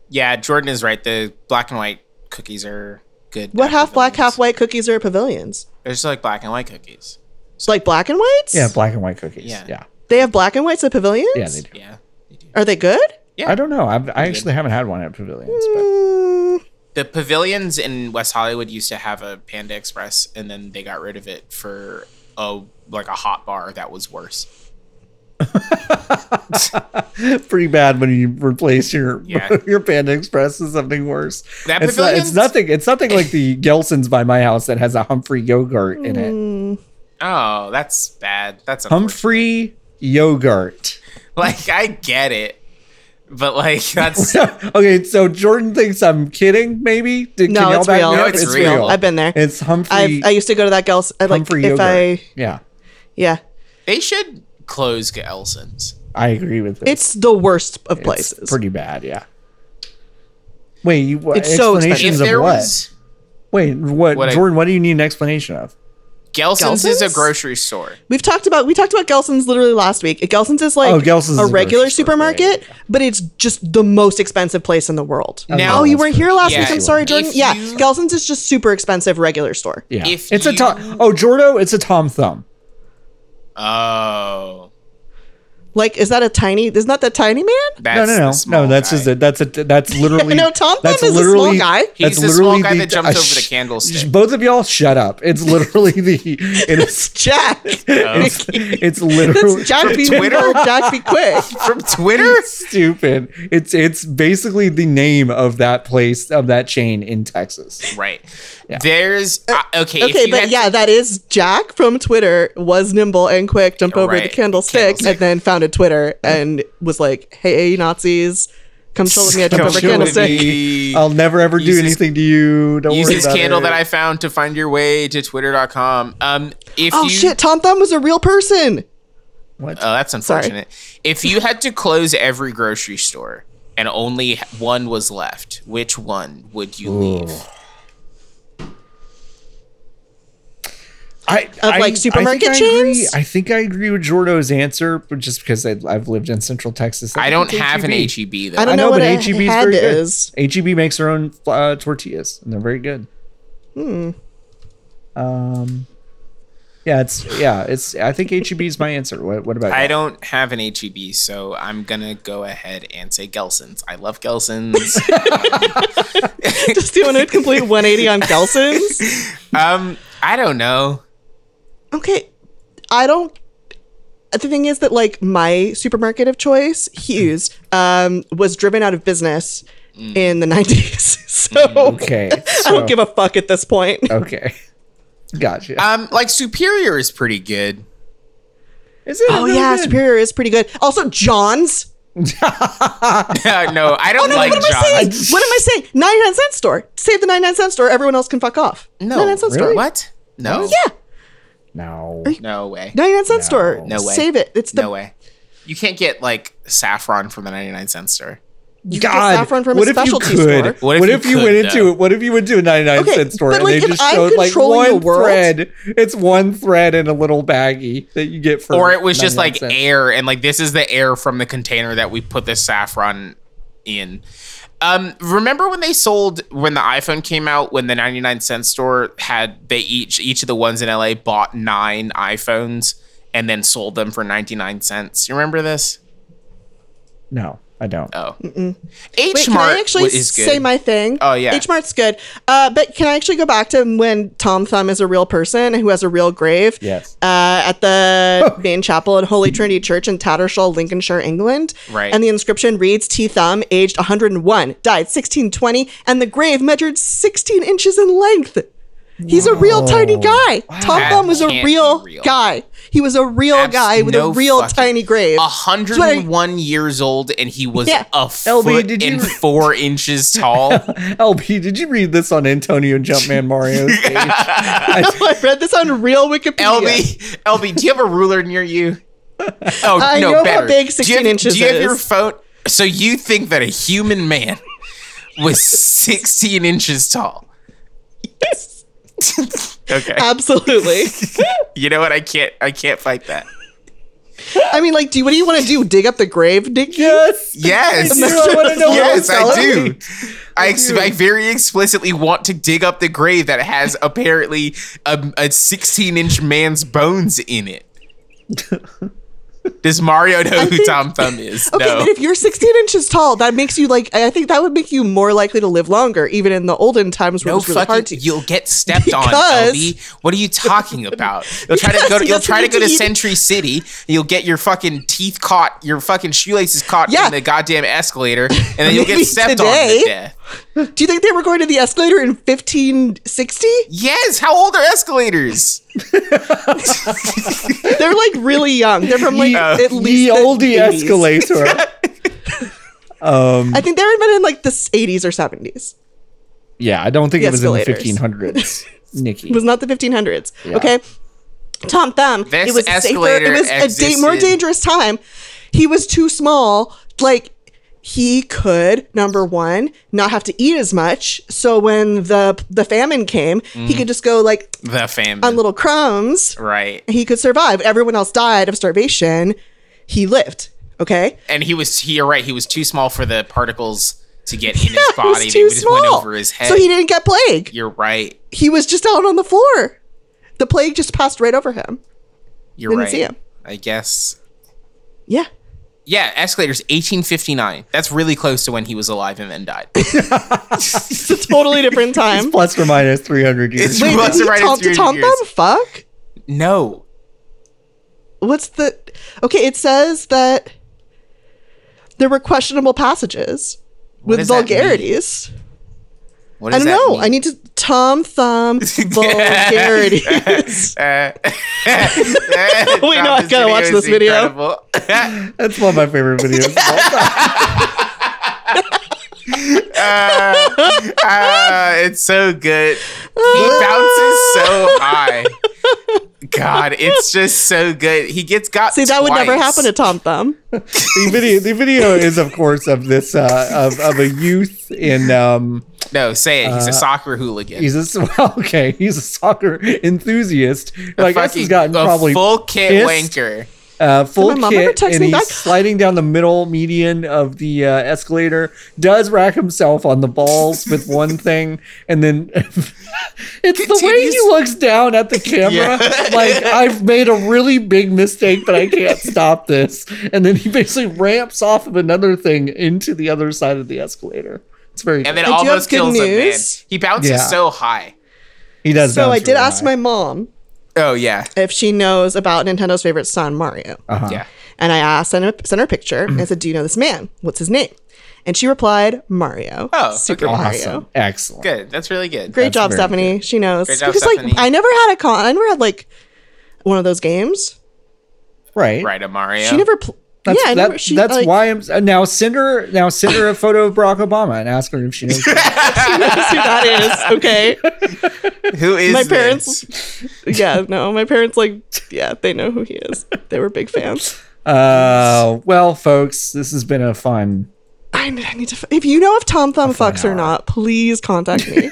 [SPEAKER 3] Yeah, Jordan is right. The black and white cookies are good.
[SPEAKER 4] What
[SPEAKER 3] at
[SPEAKER 4] half black,
[SPEAKER 3] pavilions.
[SPEAKER 4] half white cookies are at pavilions?
[SPEAKER 3] They're just like black and white cookies.
[SPEAKER 4] It's like black and whites.
[SPEAKER 2] Yeah, black and white cookies. Yeah,
[SPEAKER 3] Yeah.
[SPEAKER 2] yeah,
[SPEAKER 4] they have black and whites at pavilions.
[SPEAKER 2] they do.
[SPEAKER 3] Yeah, they do.
[SPEAKER 4] Are they good?
[SPEAKER 3] Yeah.
[SPEAKER 2] I don't know. I've, I actually haven't had one at Pavilions, but
[SPEAKER 4] Mm,
[SPEAKER 3] The pavilions in West Hollywood used to have a Panda Express, and then they got rid of it for a like a hot bar that was worse.
[SPEAKER 2] Mm, pretty bad when you replace your
[SPEAKER 3] Yeah.
[SPEAKER 2] your Panda Express with something worse.
[SPEAKER 3] That
[SPEAKER 2] it's, not, it's
[SPEAKER 3] Pavilions-
[SPEAKER 2] nothing. It's nothing like the Gelson's by my house that has a Humphrey yogurt in it.
[SPEAKER 3] Mm. Oh, that's bad. That's unfortunate.
[SPEAKER 2] Humphrey yogurt.
[SPEAKER 3] like I get it, but like that's
[SPEAKER 2] okay, so Jordan thinks I'm kidding. Maybe Did,
[SPEAKER 4] No,
[SPEAKER 2] y'all
[SPEAKER 4] it's
[SPEAKER 2] back
[SPEAKER 4] real.
[SPEAKER 2] me
[SPEAKER 3] No,
[SPEAKER 2] up?
[SPEAKER 3] it's real.
[SPEAKER 4] I've been there.
[SPEAKER 2] It's Humphrey.
[SPEAKER 4] I've, I used to go to that girl's. I like
[SPEAKER 2] Humphrey
[SPEAKER 4] if
[SPEAKER 2] yogurt.
[SPEAKER 4] I
[SPEAKER 2] yeah,
[SPEAKER 4] yeah.
[SPEAKER 3] they should close Gelson's.
[SPEAKER 2] I agree with this.
[SPEAKER 4] It's the worst of
[SPEAKER 2] It's
[SPEAKER 4] places.
[SPEAKER 2] pretty bad. Yeah. Wait, you, what,
[SPEAKER 4] It's so
[SPEAKER 2] explanations
[SPEAKER 3] If
[SPEAKER 2] of
[SPEAKER 3] there
[SPEAKER 2] what?
[SPEAKER 3] was
[SPEAKER 2] Wait, what,
[SPEAKER 3] What I-
[SPEAKER 2] Jordan? what do you need an explanation of?
[SPEAKER 3] Gelson's, is a
[SPEAKER 4] Gelson's?
[SPEAKER 3] grocery store.
[SPEAKER 4] We've talked about we talked about Gelson's literally last week. Gelson's is like
[SPEAKER 2] Oh, Gelson's
[SPEAKER 4] a
[SPEAKER 2] is a
[SPEAKER 4] regular
[SPEAKER 2] grocery store. Yeah,
[SPEAKER 4] supermarket, but it's just the most expensive place in the world.
[SPEAKER 3] Now-
[SPEAKER 4] oh, you
[SPEAKER 2] that's
[SPEAKER 4] weren't here
[SPEAKER 2] grocery
[SPEAKER 4] last
[SPEAKER 3] Yeah,
[SPEAKER 4] week. I'm
[SPEAKER 3] if
[SPEAKER 4] sorry, Jordan. Yeah,
[SPEAKER 3] you-
[SPEAKER 4] Gelson's is just super expensive regular store.
[SPEAKER 2] Yeah,
[SPEAKER 3] If
[SPEAKER 2] it's a
[SPEAKER 3] you-
[SPEAKER 2] Tom. Oh, Jordo, it's a Tom Thumb.
[SPEAKER 3] Oh,
[SPEAKER 4] Like, is that a tiny? Isn't that the tiny man?
[SPEAKER 3] that's
[SPEAKER 2] No, no,
[SPEAKER 3] the
[SPEAKER 2] no,
[SPEAKER 3] small
[SPEAKER 2] no. That's
[SPEAKER 3] guy.
[SPEAKER 2] just it. That's a. That's literally.
[SPEAKER 4] No, Tom
[SPEAKER 2] that's
[SPEAKER 4] Thumb is a small
[SPEAKER 2] literally-
[SPEAKER 4] guy.
[SPEAKER 3] He's
[SPEAKER 2] that's
[SPEAKER 3] the small
[SPEAKER 2] literally
[SPEAKER 3] guy that jumped
[SPEAKER 2] uh,
[SPEAKER 3] over the
[SPEAKER 2] sh-
[SPEAKER 3] candlestick.
[SPEAKER 2] sh- Both of y'all, shut up! It's literally the. It is.
[SPEAKER 4] Jack.
[SPEAKER 2] It's, it's literally
[SPEAKER 4] That's Jack be Twitter. Jack be quick.
[SPEAKER 3] from Twitter.
[SPEAKER 2] stupid. It's it's basically the name of that place of that chain in Texas.
[SPEAKER 3] Right. There's uh, okay. if
[SPEAKER 4] Okay,
[SPEAKER 3] you
[SPEAKER 4] but
[SPEAKER 3] had-
[SPEAKER 4] yeah, that is Jack from Twitter was nimble and quick, jumped over the
[SPEAKER 3] Right.
[SPEAKER 4] candlestick,
[SPEAKER 3] Candlestick.
[SPEAKER 4] and then founded Twitter and was like, "Hey, Nazis, come chill with me. I
[SPEAKER 3] Come
[SPEAKER 4] jumped over a
[SPEAKER 3] chill with
[SPEAKER 4] candlestick."
[SPEAKER 3] me.
[SPEAKER 2] I'll never ever do
[SPEAKER 3] Use this-
[SPEAKER 2] anything to you. Don't
[SPEAKER 3] Use
[SPEAKER 2] worry
[SPEAKER 3] this
[SPEAKER 2] about
[SPEAKER 3] candle
[SPEAKER 2] it.
[SPEAKER 3] that I found to find your way to twitter.com. Um, if
[SPEAKER 4] Oh
[SPEAKER 3] you,
[SPEAKER 4] shit, Tom Thumb was a real person.
[SPEAKER 3] Oh, that's unfortunate. If you had to close every grocery store and only one was left, which one would you leave?
[SPEAKER 2] I,
[SPEAKER 4] Of,
[SPEAKER 2] I-
[SPEAKER 4] like,
[SPEAKER 2] I think
[SPEAKER 4] supermarket
[SPEAKER 2] I agree-
[SPEAKER 4] chains?
[SPEAKER 2] I think I agree with Jordo's answer, but just because I, I've lived in Central Texas,
[SPEAKER 3] I
[SPEAKER 2] think
[SPEAKER 3] don't
[SPEAKER 2] it's E
[SPEAKER 3] have an
[SPEAKER 2] H-E-B.
[SPEAKER 3] HEB though.
[SPEAKER 4] I don't know what
[SPEAKER 2] but
[SPEAKER 4] a
[SPEAKER 2] H E B is
[SPEAKER 4] head
[SPEAKER 2] very good.
[SPEAKER 4] is.
[SPEAKER 2] H E B makes their own uh, tortillas, and they're very good. Hmm. Um. Yeah, it's yeah, it's. I think H E B is my answer. What, what about?
[SPEAKER 3] I
[SPEAKER 2] you?
[SPEAKER 3] don't have an HEB, so I'm gonna go ahead and say Gelson's. I love Gelson's.
[SPEAKER 4] Just doing a complete 180 on Gelson's.
[SPEAKER 3] um, I don't know.
[SPEAKER 4] Okay, I don't. The thing is that like my supermarket of choice, Hughes, um, was driven out of business in the 90s, so
[SPEAKER 2] Okay. Oh,
[SPEAKER 4] I don't give a fuck at this point.
[SPEAKER 2] Okay. Gotcha.
[SPEAKER 3] Um, like Superior is pretty good.
[SPEAKER 2] is it?
[SPEAKER 4] Oh
[SPEAKER 2] really
[SPEAKER 4] yeah,
[SPEAKER 2] good?
[SPEAKER 4] Superior is pretty good. Also, John's.
[SPEAKER 3] Uh, no, I don't
[SPEAKER 4] Oh, No,
[SPEAKER 3] like
[SPEAKER 4] what am
[SPEAKER 3] John.
[SPEAKER 4] I saying? What am I saying? Ninety nine cent store. Save the ninety nine cent store. Everyone else can fuck off.
[SPEAKER 3] No,
[SPEAKER 4] 99 cent store.
[SPEAKER 3] What? No.
[SPEAKER 4] Yeah,
[SPEAKER 2] No.
[SPEAKER 3] No way.
[SPEAKER 4] ninety nine cent store.
[SPEAKER 3] No way.
[SPEAKER 4] Save it. It's the
[SPEAKER 3] no way. You can't get like saffron from the 99 cent store.
[SPEAKER 4] You can get
[SPEAKER 2] God,
[SPEAKER 4] saffron from a
[SPEAKER 2] what if you
[SPEAKER 4] specialty
[SPEAKER 2] could?
[SPEAKER 4] store.
[SPEAKER 2] What if, you,
[SPEAKER 3] could,
[SPEAKER 2] went into
[SPEAKER 3] though?
[SPEAKER 2] it? What if you went to a 99 cent
[SPEAKER 4] Okay,
[SPEAKER 2] store
[SPEAKER 4] but,
[SPEAKER 2] and
[SPEAKER 4] like,
[SPEAKER 2] they
[SPEAKER 4] if
[SPEAKER 2] just
[SPEAKER 4] I'm
[SPEAKER 2] showed like
[SPEAKER 4] controlling the
[SPEAKER 2] one
[SPEAKER 4] world-
[SPEAKER 2] thread? It's one thread in a little baggie that you get for.
[SPEAKER 3] Or it was just like
[SPEAKER 2] 99 cents.
[SPEAKER 3] air, and like this is the air from the container that we put the saffron in. Um, remember when they sold when the iPhone came out when the 99 cent store had they each each of the ones in LA bought 9 iPhones and then sold them for 99 cents. You remember this?
[SPEAKER 2] No, I don't.
[SPEAKER 3] Oh.
[SPEAKER 4] Wait,
[SPEAKER 3] H
[SPEAKER 4] can I
[SPEAKER 3] Mart
[SPEAKER 4] actually
[SPEAKER 3] is good.
[SPEAKER 4] say my thing?
[SPEAKER 3] Oh, yeah.
[SPEAKER 4] H Mart's good. Uh, but can I actually go back to when Tom Thumb is a real person who has a real grave?
[SPEAKER 2] Yes.
[SPEAKER 4] Uh, at the
[SPEAKER 3] Oh.
[SPEAKER 4] main chapel at Holy Trinity Church in Tattershall, Lincolnshire, England.
[SPEAKER 3] Right.
[SPEAKER 4] And the inscription reads T Thumb, aged 101, died 1620, and the grave measured 16 inches in length. He's a real tiny guy. Tom
[SPEAKER 3] That
[SPEAKER 4] Thumb was a
[SPEAKER 3] can't
[SPEAKER 4] real,
[SPEAKER 3] be real.
[SPEAKER 4] guy. He was a real
[SPEAKER 3] Abs-
[SPEAKER 4] guy with
[SPEAKER 3] no
[SPEAKER 4] a real
[SPEAKER 3] fucking-
[SPEAKER 4] tiny grave.
[SPEAKER 3] 101 years old and he was
[SPEAKER 4] Yeah.
[SPEAKER 3] a
[SPEAKER 2] LB,
[SPEAKER 3] foot
[SPEAKER 2] did you
[SPEAKER 3] and
[SPEAKER 2] re-
[SPEAKER 3] 4 inches tall.
[SPEAKER 2] LP, did you read this on Antonio Jumpman Mario's page? I-
[SPEAKER 4] I read this on real Wikipedia.
[SPEAKER 3] LB, LB, do you have a ruler near you? Oh
[SPEAKER 4] I
[SPEAKER 3] no,
[SPEAKER 4] know how
[SPEAKER 3] better.
[SPEAKER 4] big
[SPEAKER 3] Do you
[SPEAKER 4] 16
[SPEAKER 3] have-
[SPEAKER 4] inches
[SPEAKER 3] Do you have
[SPEAKER 4] is.
[SPEAKER 3] your phone? So you think that a human man was 16 inches tall? okay,
[SPEAKER 4] Uh, Absolutely.
[SPEAKER 3] you know what? I can't. I can't fight that.
[SPEAKER 4] I mean, like, do you, what do you want to do? Dig up the grave, Nick?
[SPEAKER 2] yes.
[SPEAKER 3] Yes,
[SPEAKER 2] I do. I wanna know what
[SPEAKER 3] yes,
[SPEAKER 2] it's called.
[SPEAKER 3] I do. I, ex- I very explicitly want to dig up the grave that has apparently a, a 16 inch man's bones in it. Does Mario know who
[SPEAKER 4] think-
[SPEAKER 3] Tom Thumb is?
[SPEAKER 4] Okay,
[SPEAKER 3] no.
[SPEAKER 4] but if you're 16 inches tall, that makes you like I think that would make you more likely to live longer, even in the olden times where
[SPEAKER 3] no
[SPEAKER 4] it was really
[SPEAKER 3] fucking.
[SPEAKER 4] hard to.
[SPEAKER 3] You'll get stepped on,
[SPEAKER 4] Because-
[SPEAKER 3] LB. What are you talking about? You'll try to
[SPEAKER 4] Because
[SPEAKER 3] go. To,
[SPEAKER 4] he
[SPEAKER 3] you'll
[SPEAKER 4] doesn't
[SPEAKER 3] try to
[SPEAKER 4] get
[SPEAKER 3] go
[SPEAKER 4] to
[SPEAKER 3] to
[SPEAKER 4] eat-
[SPEAKER 3] Century City. You'll get your fucking teeth caught. Your fucking shoelaces caught
[SPEAKER 4] Yeah.
[SPEAKER 3] in the goddamn escalator, and then you'll get
[SPEAKER 4] Maybe
[SPEAKER 3] stepped on
[SPEAKER 4] today.
[SPEAKER 3] to death.
[SPEAKER 4] do you think they were going to the escalator in 1560?
[SPEAKER 3] Yes. How old are escalators?
[SPEAKER 4] They're like really young. They're from like
[SPEAKER 3] Yeah.
[SPEAKER 4] at least
[SPEAKER 2] The oldie
[SPEAKER 4] 80s.
[SPEAKER 2] escalator. um,
[SPEAKER 4] I think they were invented in like the 80s or 70s.
[SPEAKER 2] yeah, I don't think it was in the
[SPEAKER 4] Escalators.
[SPEAKER 2] 1500s, Nikki.
[SPEAKER 4] It was not the 1500s.
[SPEAKER 2] Yeah.
[SPEAKER 4] Okay. Tom Thumb.
[SPEAKER 3] This
[SPEAKER 4] it was a safer.
[SPEAKER 3] escalator
[SPEAKER 4] It was a da- more
[SPEAKER 3] existed.
[SPEAKER 4] dangerous time. He was too small. Like he could number one not have to eat as much. So when the the famine came, he could just go like
[SPEAKER 3] The famine.
[SPEAKER 4] on little crumbs.
[SPEAKER 3] Mm-hmm. right.
[SPEAKER 4] He could survive. Everyone else died of starvation. He lived. Okay.
[SPEAKER 3] And he was. He, you're right. He was too small for the particles to get in his
[SPEAKER 4] He
[SPEAKER 3] body.
[SPEAKER 4] was
[SPEAKER 3] They
[SPEAKER 4] too
[SPEAKER 3] just went
[SPEAKER 4] small.
[SPEAKER 3] over his head.
[SPEAKER 4] So he didn't get plague.
[SPEAKER 3] you're right.
[SPEAKER 4] He was just out on the floor. The plague just passed right over him.
[SPEAKER 3] You're
[SPEAKER 4] Didn't
[SPEAKER 3] right.
[SPEAKER 4] see him.
[SPEAKER 3] I guess.
[SPEAKER 4] Yeah.
[SPEAKER 3] Yeah, escalators 1859. That's really close to when he was alive and then died.
[SPEAKER 4] It's a totally different time.
[SPEAKER 2] plus or minus 300
[SPEAKER 3] It's
[SPEAKER 2] years.
[SPEAKER 4] Wait,
[SPEAKER 3] Lots of
[SPEAKER 4] did he
[SPEAKER 3] writers
[SPEAKER 4] Tom,
[SPEAKER 3] through
[SPEAKER 4] did Tom
[SPEAKER 3] the years.
[SPEAKER 4] Thumb fuck?
[SPEAKER 3] No.
[SPEAKER 4] What's the okay? It says that there were questionable passages with
[SPEAKER 3] does that
[SPEAKER 4] vulgarities.
[SPEAKER 3] What
[SPEAKER 4] I
[SPEAKER 3] does
[SPEAKER 4] don't
[SPEAKER 3] that
[SPEAKER 4] know.
[SPEAKER 3] mean?
[SPEAKER 4] I need to Tom Thumb vulgarities.
[SPEAKER 3] Wait, Uh,
[SPEAKER 4] no, I gotta watch this video.
[SPEAKER 2] That's one of my favorite videos. of all time.
[SPEAKER 3] Ah, it's so good. He bounces
[SPEAKER 4] Ah.
[SPEAKER 3] so high. God, it's just so good. He gets got.
[SPEAKER 4] See, that would never
[SPEAKER 3] twice.
[SPEAKER 4] happen to Tom Thumb.
[SPEAKER 2] the video, the video is, of course, of this uh, of, of a youth in. Um,
[SPEAKER 3] No, say it. He's a soccer hooligan.
[SPEAKER 2] Uh, he's a s- well, okay. He's a soccer enthusiast. Who I guess he's gotten
[SPEAKER 3] a
[SPEAKER 2] probably
[SPEAKER 3] full kit
[SPEAKER 2] pissed.
[SPEAKER 3] wanker.
[SPEAKER 2] uh, full
[SPEAKER 4] My mom never
[SPEAKER 2] kit,
[SPEAKER 4] texts
[SPEAKER 2] and
[SPEAKER 4] me
[SPEAKER 2] he's
[SPEAKER 4] back.
[SPEAKER 2] sliding down the middle median of the uh, escalator. Does rack himself on the balls with one thing, and then it's the way he
[SPEAKER 3] Continues-
[SPEAKER 2] looks down at the camera, like I've made a really big mistake, but I can't stop this. And then he basically ramps off of another thing into the other side of the escalator. It's very.
[SPEAKER 3] And then
[SPEAKER 4] I do have
[SPEAKER 3] almost
[SPEAKER 4] good
[SPEAKER 3] kills him, man.
[SPEAKER 4] news.
[SPEAKER 3] He bounces
[SPEAKER 2] Yeah.
[SPEAKER 3] so high.
[SPEAKER 2] he does.
[SPEAKER 4] So I
[SPEAKER 2] bounce
[SPEAKER 4] did
[SPEAKER 2] really
[SPEAKER 4] ask
[SPEAKER 2] high.
[SPEAKER 4] my mom
[SPEAKER 3] Oh, yeah.
[SPEAKER 4] if she knows about Nintendo's favorite son, Mario.
[SPEAKER 2] Uh-huh.
[SPEAKER 3] Yeah.
[SPEAKER 4] And I asked, sent her, sent her a picture, and I said, Do you know this man? What's his name? And she replied, Mario.
[SPEAKER 3] Oh,
[SPEAKER 4] Super
[SPEAKER 3] okay.
[SPEAKER 4] Mario.
[SPEAKER 2] Awesome. Excellent.
[SPEAKER 3] Good. That's really good.
[SPEAKER 4] Great
[SPEAKER 2] That's
[SPEAKER 4] job,
[SPEAKER 2] very
[SPEAKER 4] Stephanie. She knows.
[SPEAKER 3] Great job,
[SPEAKER 4] because
[SPEAKER 3] Stephanie.
[SPEAKER 4] like I never had a con I never had like one of those games.
[SPEAKER 2] Right.
[SPEAKER 3] Right, a Mario.
[SPEAKER 4] She never pl-
[SPEAKER 2] That's,
[SPEAKER 4] Yeah, I
[SPEAKER 2] that-
[SPEAKER 4] never she
[SPEAKER 2] that's
[SPEAKER 4] like,
[SPEAKER 2] why I'm now send her now send her a photo of Barack Obama and ask her if she knows.
[SPEAKER 4] that's who that is. Okay.
[SPEAKER 3] Who is
[SPEAKER 4] My
[SPEAKER 3] this?
[SPEAKER 4] parents- yeah, no, my parents like yeah, they know who he is. They were big fans.
[SPEAKER 2] uh, well, folks, this has been a fun.
[SPEAKER 4] I, n- I need to f- if you know if Tom Thumb fucks or
[SPEAKER 2] hour.
[SPEAKER 4] not, please contact me.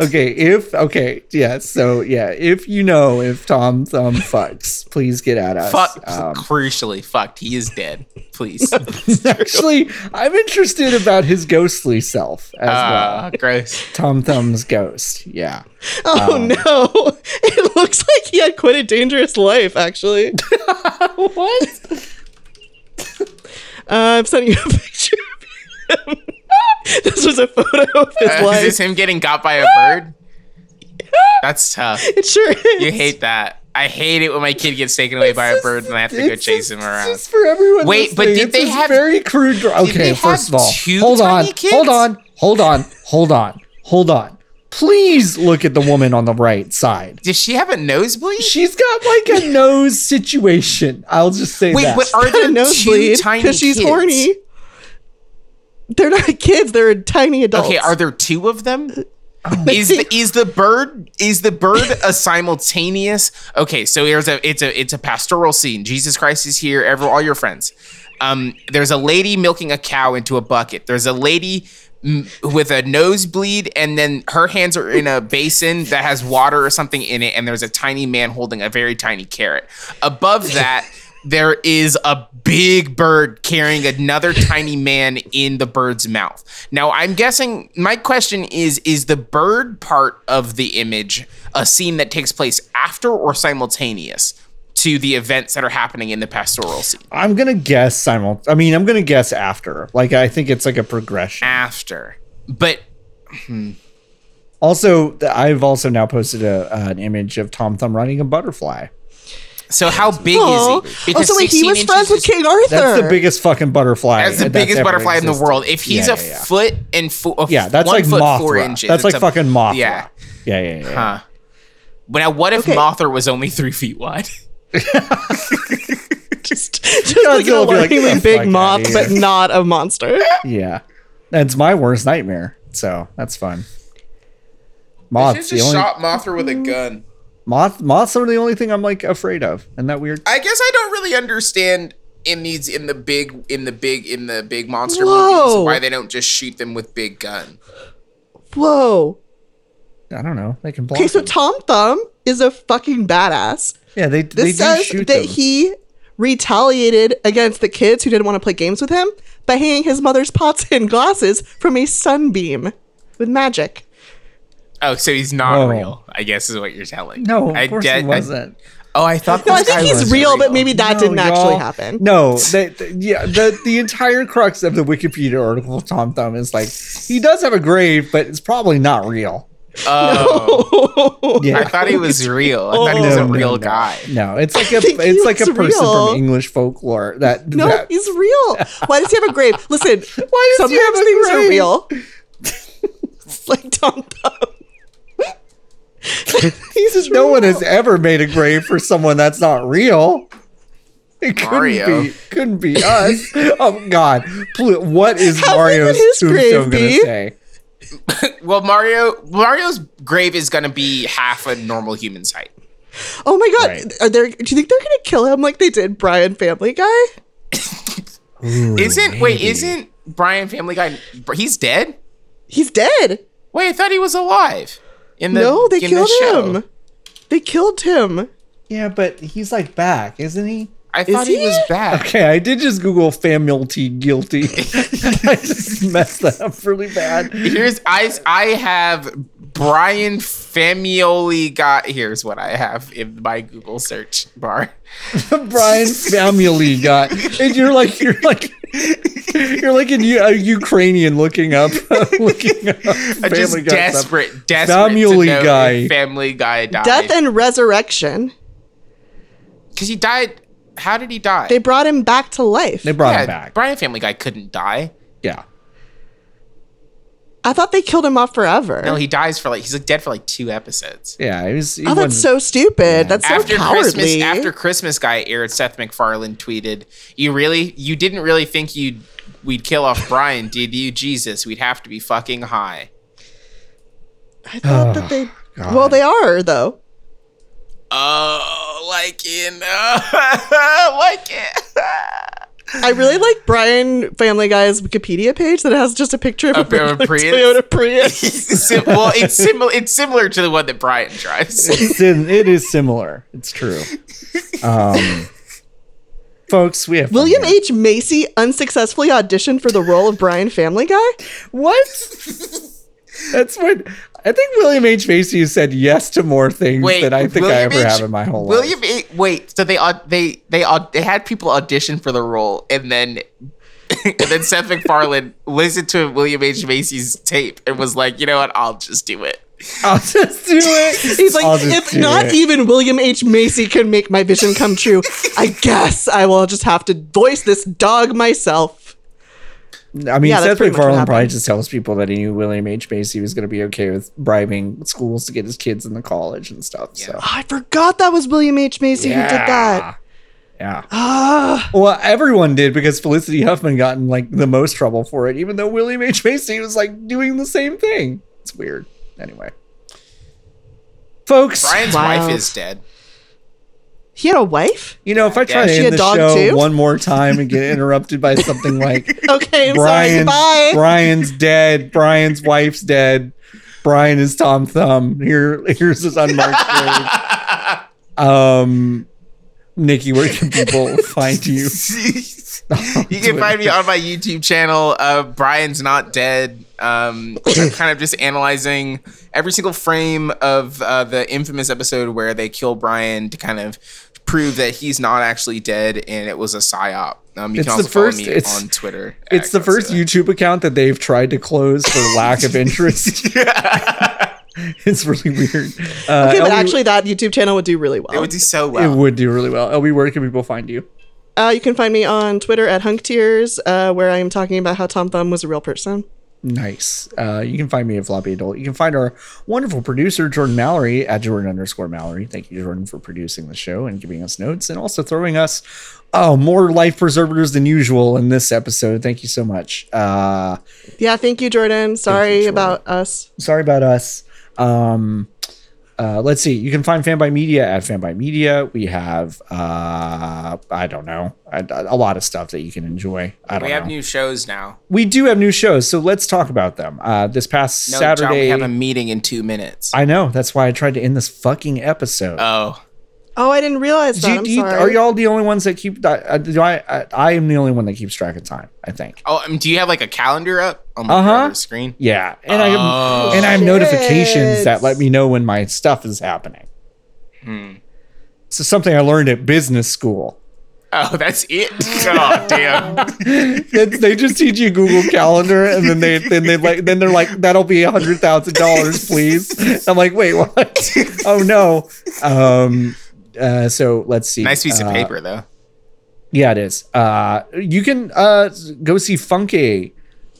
[SPEAKER 2] Okay, if okay, yeah. So yeah, if you know if Tom Thumb fucks, please get at us.
[SPEAKER 3] Fucked,
[SPEAKER 2] Um,
[SPEAKER 3] crucially fucked. He is dead. Please.
[SPEAKER 2] actually, I'm interested about his ghostly self as well.
[SPEAKER 3] Ah, gross.
[SPEAKER 2] Tom Thumb's ghost. Yeah.
[SPEAKER 4] Oh no. It looks like he had quite a dangerous life, actually.
[SPEAKER 2] What?
[SPEAKER 4] Uh, I'm sending you a picture of him. this was a photo of his
[SPEAKER 3] Uh, is
[SPEAKER 4] life.
[SPEAKER 3] this him getting got by a bird? That's tough.
[SPEAKER 4] It sure is.
[SPEAKER 3] You hate that. I hate it when my kid gets taken away by a bird and I have to go
[SPEAKER 2] It's
[SPEAKER 3] chase
[SPEAKER 2] just-
[SPEAKER 3] him
[SPEAKER 2] it's
[SPEAKER 3] around.
[SPEAKER 2] Just for everyone.
[SPEAKER 3] Wait, but
[SPEAKER 2] listening,
[SPEAKER 3] did
[SPEAKER 2] it's
[SPEAKER 3] they
[SPEAKER 2] just
[SPEAKER 3] have-
[SPEAKER 2] very crude? Dr-
[SPEAKER 3] did
[SPEAKER 2] okay,
[SPEAKER 3] they
[SPEAKER 2] first
[SPEAKER 3] have
[SPEAKER 2] of all,
[SPEAKER 3] two
[SPEAKER 2] hold on,
[SPEAKER 3] tiny kids?
[SPEAKER 2] hold on, hold on, hold on, hold on. Please look at the woman on the right side.
[SPEAKER 3] Does she have a nosebleed?
[SPEAKER 2] She's got like a nose situation. I'll just say
[SPEAKER 3] Wait,
[SPEAKER 2] that.
[SPEAKER 3] but are
[SPEAKER 4] a
[SPEAKER 3] there two
[SPEAKER 4] nosebleed
[SPEAKER 3] tiny
[SPEAKER 4] because she's
[SPEAKER 3] kids?
[SPEAKER 4] horny. They're not kids; they're tiny adults.
[SPEAKER 3] Okay, are there two of them? is the is the bird is the bird a simultaneous? Okay, so here's a it's a it's a pastoral scene. Jesus Christ is here. Ever all your friends. Um, there's a lady milking a cow into a bucket. There's a lady mm, with a nosebleed, and then her hands are in a basin that has water or something in it, and there's a tiny man holding a very tiny carrot. Above that. there is a big bird carrying another tiny man in the bird's mouth. Now, I'm guessing my question is is the bird part of the image a scene that takes place after or simultaneous to the events that are happening in the pastoral scene?
[SPEAKER 2] I'm gonna guess simul. I mean, I'm gonna guess after. Like, I think it's like a progression.
[SPEAKER 3] After. But
[SPEAKER 2] Also, th- I've also now posted a, uh, an image of Tom Thumb riding a butterfly.
[SPEAKER 3] so how big
[SPEAKER 4] Aw.
[SPEAKER 3] is he?
[SPEAKER 4] Also, Oh. wait, he
[SPEAKER 3] 16
[SPEAKER 4] was
[SPEAKER 3] inches
[SPEAKER 4] friends with
[SPEAKER 3] is-
[SPEAKER 4] King Arthur.
[SPEAKER 2] That's the biggest fucking butterfly.
[SPEAKER 3] That's the
[SPEAKER 2] that's
[SPEAKER 3] biggest
[SPEAKER 2] ever
[SPEAKER 3] butterfly in the
[SPEAKER 2] existed.
[SPEAKER 3] world. If he's
[SPEAKER 2] Yeah,
[SPEAKER 3] a
[SPEAKER 2] yeah, yeah.
[SPEAKER 3] foot and foot,
[SPEAKER 2] Yeah, that's
[SPEAKER 3] one
[SPEAKER 2] like
[SPEAKER 3] foot
[SPEAKER 2] Mothra.
[SPEAKER 3] four inches.
[SPEAKER 2] That's like
[SPEAKER 3] it's a-
[SPEAKER 2] fucking Mothra.
[SPEAKER 3] Yeah.
[SPEAKER 2] Yeah, yeah, yeah. yeah.
[SPEAKER 3] Huh. But now, what if
[SPEAKER 4] Okay.
[SPEAKER 3] Mothra was only three feet wide?
[SPEAKER 4] just, just
[SPEAKER 2] Godzilla
[SPEAKER 4] like an
[SPEAKER 2] will be like,
[SPEAKER 4] alarmingly
[SPEAKER 2] "Get the fuck
[SPEAKER 4] big
[SPEAKER 2] outta
[SPEAKER 4] moth,
[SPEAKER 2] here."
[SPEAKER 4] but not a monster.
[SPEAKER 2] Yeah. That's my worst nightmare. So that's fun. Moths, the only,
[SPEAKER 3] Mothra with a
[SPEAKER 4] Mm.
[SPEAKER 3] gun.
[SPEAKER 2] moth, moths are the only thing I'm like afraid of. Isn't that weird?
[SPEAKER 3] I guess I don't really understand in these in the big in the big in the big monster
[SPEAKER 4] Whoa.
[SPEAKER 3] movies why they don't just shoot them with big gun.
[SPEAKER 4] Whoa.
[SPEAKER 2] I don't know. They can block.
[SPEAKER 4] Okay, so
[SPEAKER 2] them.
[SPEAKER 4] Tom Thumb is a fucking badass.
[SPEAKER 2] yeah, they they do
[SPEAKER 4] This says
[SPEAKER 2] shoot
[SPEAKER 4] that
[SPEAKER 2] them.
[SPEAKER 4] he retaliated against the kids who didn't want to play games with him by hanging his mother's pots and glasses from a sunbeam with magic.
[SPEAKER 3] Oh, so he's not
[SPEAKER 2] Whoa.
[SPEAKER 3] real. I guess is what you're telling.
[SPEAKER 2] no, of
[SPEAKER 3] I
[SPEAKER 2] course
[SPEAKER 3] get-
[SPEAKER 2] he
[SPEAKER 3] I-
[SPEAKER 2] wasn't.
[SPEAKER 3] oh, I thought.
[SPEAKER 4] No, I
[SPEAKER 3] this
[SPEAKER 4] think
[SPEAKER 3] guy was
[SPEAKER 4] he's real, but maybe that
[SPEAKER 2] No,
[SPEAKER 4] didn't
[SPEAKER 2] y'all-
[SPEAKER 4] actually happen.
[SPEAKER 2] No, they, they- yeah, the the entire crux of the Wikipedia article of Tom Thumb is like he does have a grave, but it's probably not real.
[SPEAKER 3] Oh,
[SPEAKER 2] Yeah,
[SPEAKER 3] I thought he was real. I thought he was a real guy.
[SPEAKER 2] No, it's like a
[SPEAKER 4] think he
[SPEAKER 2] it's like a
[SPEAKER 4] was
[SPEAKER 2] person
[SPEAKER 4] real.
[SPEAKER 2] from English folklore that
[SPEAKER 4] No,
[SPEAKER 2] that-
[SPEAKER 4] he's real. Why does he have a grave? Listen,
[SPEAKER 2] Why does he
[SPEAKER 4] sometimes
[SPEAKER 2] have a
[SPEAKER 4] things
[SPEAKER 2] grave?
[SPEAKER 4] are real. It's like Tom Thumb. he's just
[SPEAKER 2] no one
[SPEAKER 4] real.
[SPEAKER 2] has ever made a grave for someone that's not real. It couldn't
[SPEAKER 3] Mario.
[SPEAKER 2] be couldn't be us. oh God, Pl- what is
[SPEAKER 4] How big
[SPEAKER 2] Mario's
[SPEAKER 4] would his
[SPEAKER 2] tombstone
[SPEAKER 4] grave
[SPEAKER 2] gonna
[SPEAKER 4] be?
[SPEAKER 2] say?
[SPEAKER 3] Well, Mario, Mario's grave is gonna be half a normal human's height.
[SPEAKER 4] Oh my god,
[SPEAKER 2] Right.
[SPEAKER 4] are there? Do you think they're gonna kill him like they did Brian Family Guy?
[SPEAKER 3] Isn't wait? Isn't Brian Family Guy? He's dead.
[SPEAKER 4] He's dead.
[SPEAKER 3] Wait, I thought he was alive. In the
[SPEAKER 4] no, they
[SPEAKER 3] in the
[SPEAKER 4] killed
[SPEAKER 3] show.
[SPEAKER 4] him. They killed him.
[SPEAKER 2] Yeah, but he's like back, isn't he?
[SPEAKER 3] I thought he?
[SPEAKER 4] he?
[SPEAKER 3] was back.
[SPEAKER 2] Okay, I did just Google family guilty. I just messed that up really bad.
[SPEAKER 3] Here's I I have Brian Famioli got here's what I have in my Google search bar.
[SPEAKER 2] Brian family guy, and you're like you're like you're like an, U- a Ukrainian looking up looking up
[SPEAKER 3] I'm just
[SPEAKER 2] Family Guy stuff.
[SPEAKER 3] desperate, desperate
[SPEAKER 2] Family
[SPEAKER 3] to know
[SPEAKER 2] Guy.
[SPEAKER 3] if Family Guy
[SPEAKER 4] Death
[SPEAKER 3] died
[SPEAKER 4] and resurrection.
[SPEAKER 3] because he died. How did he die?
[SPEAKER 4] They brought him back to life.
[SPEAKER 2] They brought
[SPEAKER 3] yeah,
[SPEAKER 2] him back.
[SPEAKER 3] Brian Family Guy couldn't die.
[SPEAKER 2] yeah.
[SPEAKER 4] I thought they killed him off forever.
[SPEAKER 3] No, he dies for like he's like dead for like two episodes.
[SPEAKER 2] Yeah, he was. He
[SPEAKER 4] oh, that's
[SPEAKER 2] wasn't-
[SPEAKER 4] so stupid. That's so
[SPEAKER 3] after
[SPEAKER 4] cowardly.
[SPEAKER 3] Christmas, after Christmas, guy Eric Seth MacFarlane tweeted, "You really, you didn't really think you would we'd kill off Brian, did you? Jesus, we'd have to be fucking high."
[SPEAKER 4] I thought
[SPEAKER 2] Oh,
[SPEAKER 4] that they.
[SPEAKER 2] God.
[SPEAKER 4] Well, they are though.
[SPEAKER 3] Oh, like in, uh, like in.
[SPEAKER 4] I really like Brian Family Guy's Wikipedia page that has just a picture of a,
[SPEAKER 3] A pair of Prius.
[SPEAKER 4] regular Toyota Prius.
[SPEAKER 3] Sim- well, it's similar. It's similar to the one that Brian drives.
[SPEAKER 2] Sim- it is similar. It's true. Um, folks, we have fun
[SPEAKER 4] William
[SPEAKER 2] here.
[SPEAKER 4] H. Macy unsuccessfully auditioned for the role of Brian Family Guy.
[SPEAKER 2] What? That's what I think. William H Macy said yes to more things than I think I
[SPEAKER 3] William
[SPEAKER 2] ever
[SPEAKER 3] H-
[SPEAKER 2] have in my whole life.
[SPEAKER 3] William H- wait, so they au- they they au- they had people audition for the role, and then and then Seth MacFarlane listened to William H Macy's tape and was like, you know what, I'll just do it.
[SPEAKER 2] I'll just do it.
[SPEAKER 4] He's like,
[SPEAKER 2] I'll just
[SPEAKER 4] if
[SPEAKER 2] do
[SPEAKER 4] not
[SPEAKER 2] it."
[SPEAKER 4] even William H. Macy can make my vision come true, I guess I will just have to voice this dog myself.
[SPEAKER 2] I mean,
[SPEAKER 4] Yeah, that's
[SPEAKER 2] Seth
[SPEAKER 4] pretty much what
[SPEAKER 2] MacFarlane probably
[SPEAKER 4] happened.
[SPEAKER 2] just tells people that he knew William H Macy was going to be okay with bribing schools to get his kids into college and stuff. So
[SPEAKER 4] Oh, I forgot that was William H. Macy who did that.
[SPEAKER 2] Yeah.
[SPEAKER 4] Ah,
[SPEAKER 2] Well, everyone did because Felicity Huffman got in like the most trouble for it, even though William H. Macy was like doing the same thing. It's weird. Anyway. Folks,
[SPEAKER 3] Brian's
[SPEAKER 4] Wild.
[SPEAKER 3] wife is dead.
[SPEAKER 4] he had a wife?
[SPEAKER 2] you know, if I try
[SPEAKER 3] Yeah,
[SPEAKER 2] to
[SPEAKER 4] she a
[SPEAKER 2] end the
[SPEAKER 4] dog
[SPEAKER 2] show
[SPEAKER 4] too?
[SPEAKER 2] one more time and get interrupted by something like
[SPEAKER 4] Okay, I'm sorry.
[SPEAKER 2] Brian,
[SPEAKER 4] Bye.
[SPEAKER 2] Brian's dead, Brian's wife's dead, Brian is Tom Thumb. Here here's his unmarked grave. Um Nikki, where can people find you?
[SPEAKER 3] you can find me on my YouTube channel. Uh, Brian's not dead. Um, I'm kind of just analyzing every single frame of uh, the infamous episode where they kill Brian to kind of prove that he's not actually dead and it was a psyop. Um, you
[SPEAKER 2] It's
[SPEAKER 3] can
[SPEAKER 2] the
[SPEAKER 3] also follow
[SPEAKER 2] first-
[SPEAKER 3] me
[SPEAKER 2] it's-
[SPEAKER 3] on Twitter.
[SPEAKER 2] It's
[SPEAKER 3] at
[SPEAKER 2] the first
[SPEAKER 3] Godzilla.
[SPEAKER 2] YouTube account that they've tried to close for lack of interest. it's really weird. Uh,
[SPEAKER 4] Okay, but
[SPEAKER 2] LB
[SPEAKER 4] actually, that YouTube channel would do really
[SPEAKER 3] It
[SPEAKER 4] well.
[SPEAKER 3] would do so
[SPEAKER 2] it
[SPEAKER 3] well.
[SPEAKER 2] would do really well. LB, where can people find you?
[SPEAKER 4] Uh, you can find me on Twitter at Hunk Tears, uh, where I am talking about how Tom Thumb was a real person.
[SPEAKER 2] Nice. Uh, you can find me at Floppy Adult. You can find our wonderful producer, Jordan Mallory, at Jordan underscore Mallory. Thank you, Jordan, for producing the show and giving us notes and also throwing us oh, more life preservatives than usual in this episode. Thank you so much. Uh,
[SPEAKER 4] Yeah, thank you, Jordan. Sorry
[SPEAKER 2] Jordan.
[SPEAKER 4] about us.
[SPEAKER 2] sorry about us. Um, uh, let's see. You can find Fan by Media at Fan by Media. We have uh, I don't know I- a lot of stuff that you can enjoy. I don't
[SPEAKER 3] We have
[SPEAKER 2] know.
[SPEAKER 3] new shows now.
[SPEAKER 2] we do have new shows, so let's talk about them. Uh, this past
[SPEAKER 3] No,
[SPEAKER 2] Saturday,
[SPEAKER 3] John, we have a meeting in two minutes.
[SPEAKER 2] I know that's why I tried to end this fucking episode.
[SPEAKER 3] oh.
[SPEAKER 4] Oh, I didn't realize
[SPEAKER 2] Do
[SPEAKER 4] that.
[SPEAKER 2] you-
[SPEAKER 4] I'm
[SPEAKER 2] do you-
[SPEAKER 4] sorry.
[SPEAKER 2] are y'all the only ones that keep? Uh, do I, I? I am the only one that keeps track of time. I think.
[SPEAKER 3] Oh, um, do you have like a calendar up on my
[SPEAKER 2] Uh-huh.
[SPEAKER 3] brother's screen?
[SPEAKER 2] Yeah, and I
[SPEAKER 3] Oh.
[SPEAKER 2] have, and I have
[SPEAKER 4] Shit.
[SPEAKER 2] notifications that let me know when my stuff is happening.
[SPEAKER 3] Hmm.
[SPEAKER 2] So something I learned at business school.
[SPEAKER 3] Oh, that's it. oh, damn.
[SPEAKER 2] It's- they just teach you Google Calendar, and then they then they like then they're like that'll be a hundred thousand dollars, please. I'm like, wait, what? oh no. Um. Uh. So let's see.
[SPEAKER 3] Nice piece
[SPEAKER 2] Uh,
[SPEAKER 3] of paper, though.
[SPEAKER 2] Yeah, it is. Uh, you can uh, go see Funke,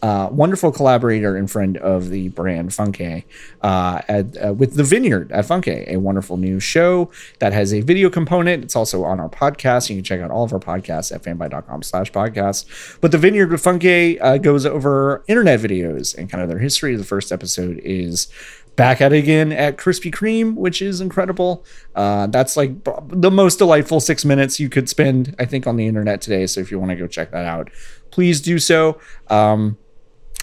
[SPEAKER 2] uh, wonderful collaborator and friend of the brand Funke, uh, at, uh, with The Vineyard at Funke, a wonderful new show that has a video component. It's also on our podcast. You can check out all of our podcasts at fanby.com slash podcast. But The Vineyard with Funke uh, goes over internet videos and kind of their history. The first episode is back at it again at Krispy Kreme, which is incredible. Uh, that's like b- the most delightful six minutes you could spend, I think, on the internet today. So if you want to go check that out, please do so. Um,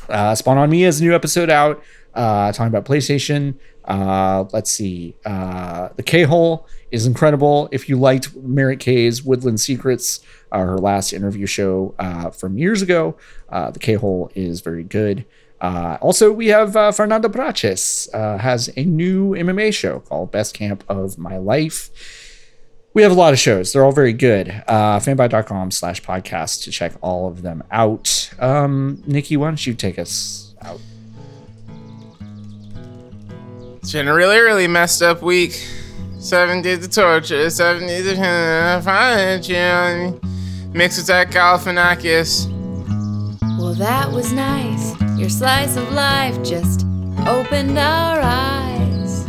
[SPEAKER 2] uh, Spawn on Me has a new episode out uh, talking about PlayStation. Uh, let's see. Uh, the K Hole is incredible. If you liked Merritt Kay's Woodland Secrets, uh, her last interview show uh, from years ago, uh, the K Hole is very good. Uh, also, we have uh, Fernando Praches uh, has a new MMA show called Best Camp of My Life we have a lot of shows. They're all very good. Uh, fanby.com slash podcast to check all of them out. Um, Nikki, why don't you take us out?
[SPEAKER 3] It's been a really, really messed up week. Seven days of torture, seven days of fine mixed with that Galifianakis.
[SPEAKER 1] Well, that was nice. Your slice of life just opened our eyes.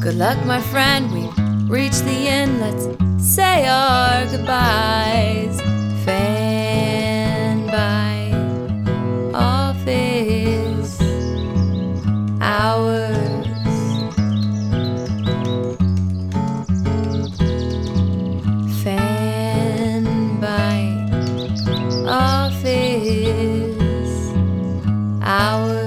[SPEAKER 1] Good luck, my friend. We've reached the end. Let's say our goodbyes. Fan by office hours. Fan by hour.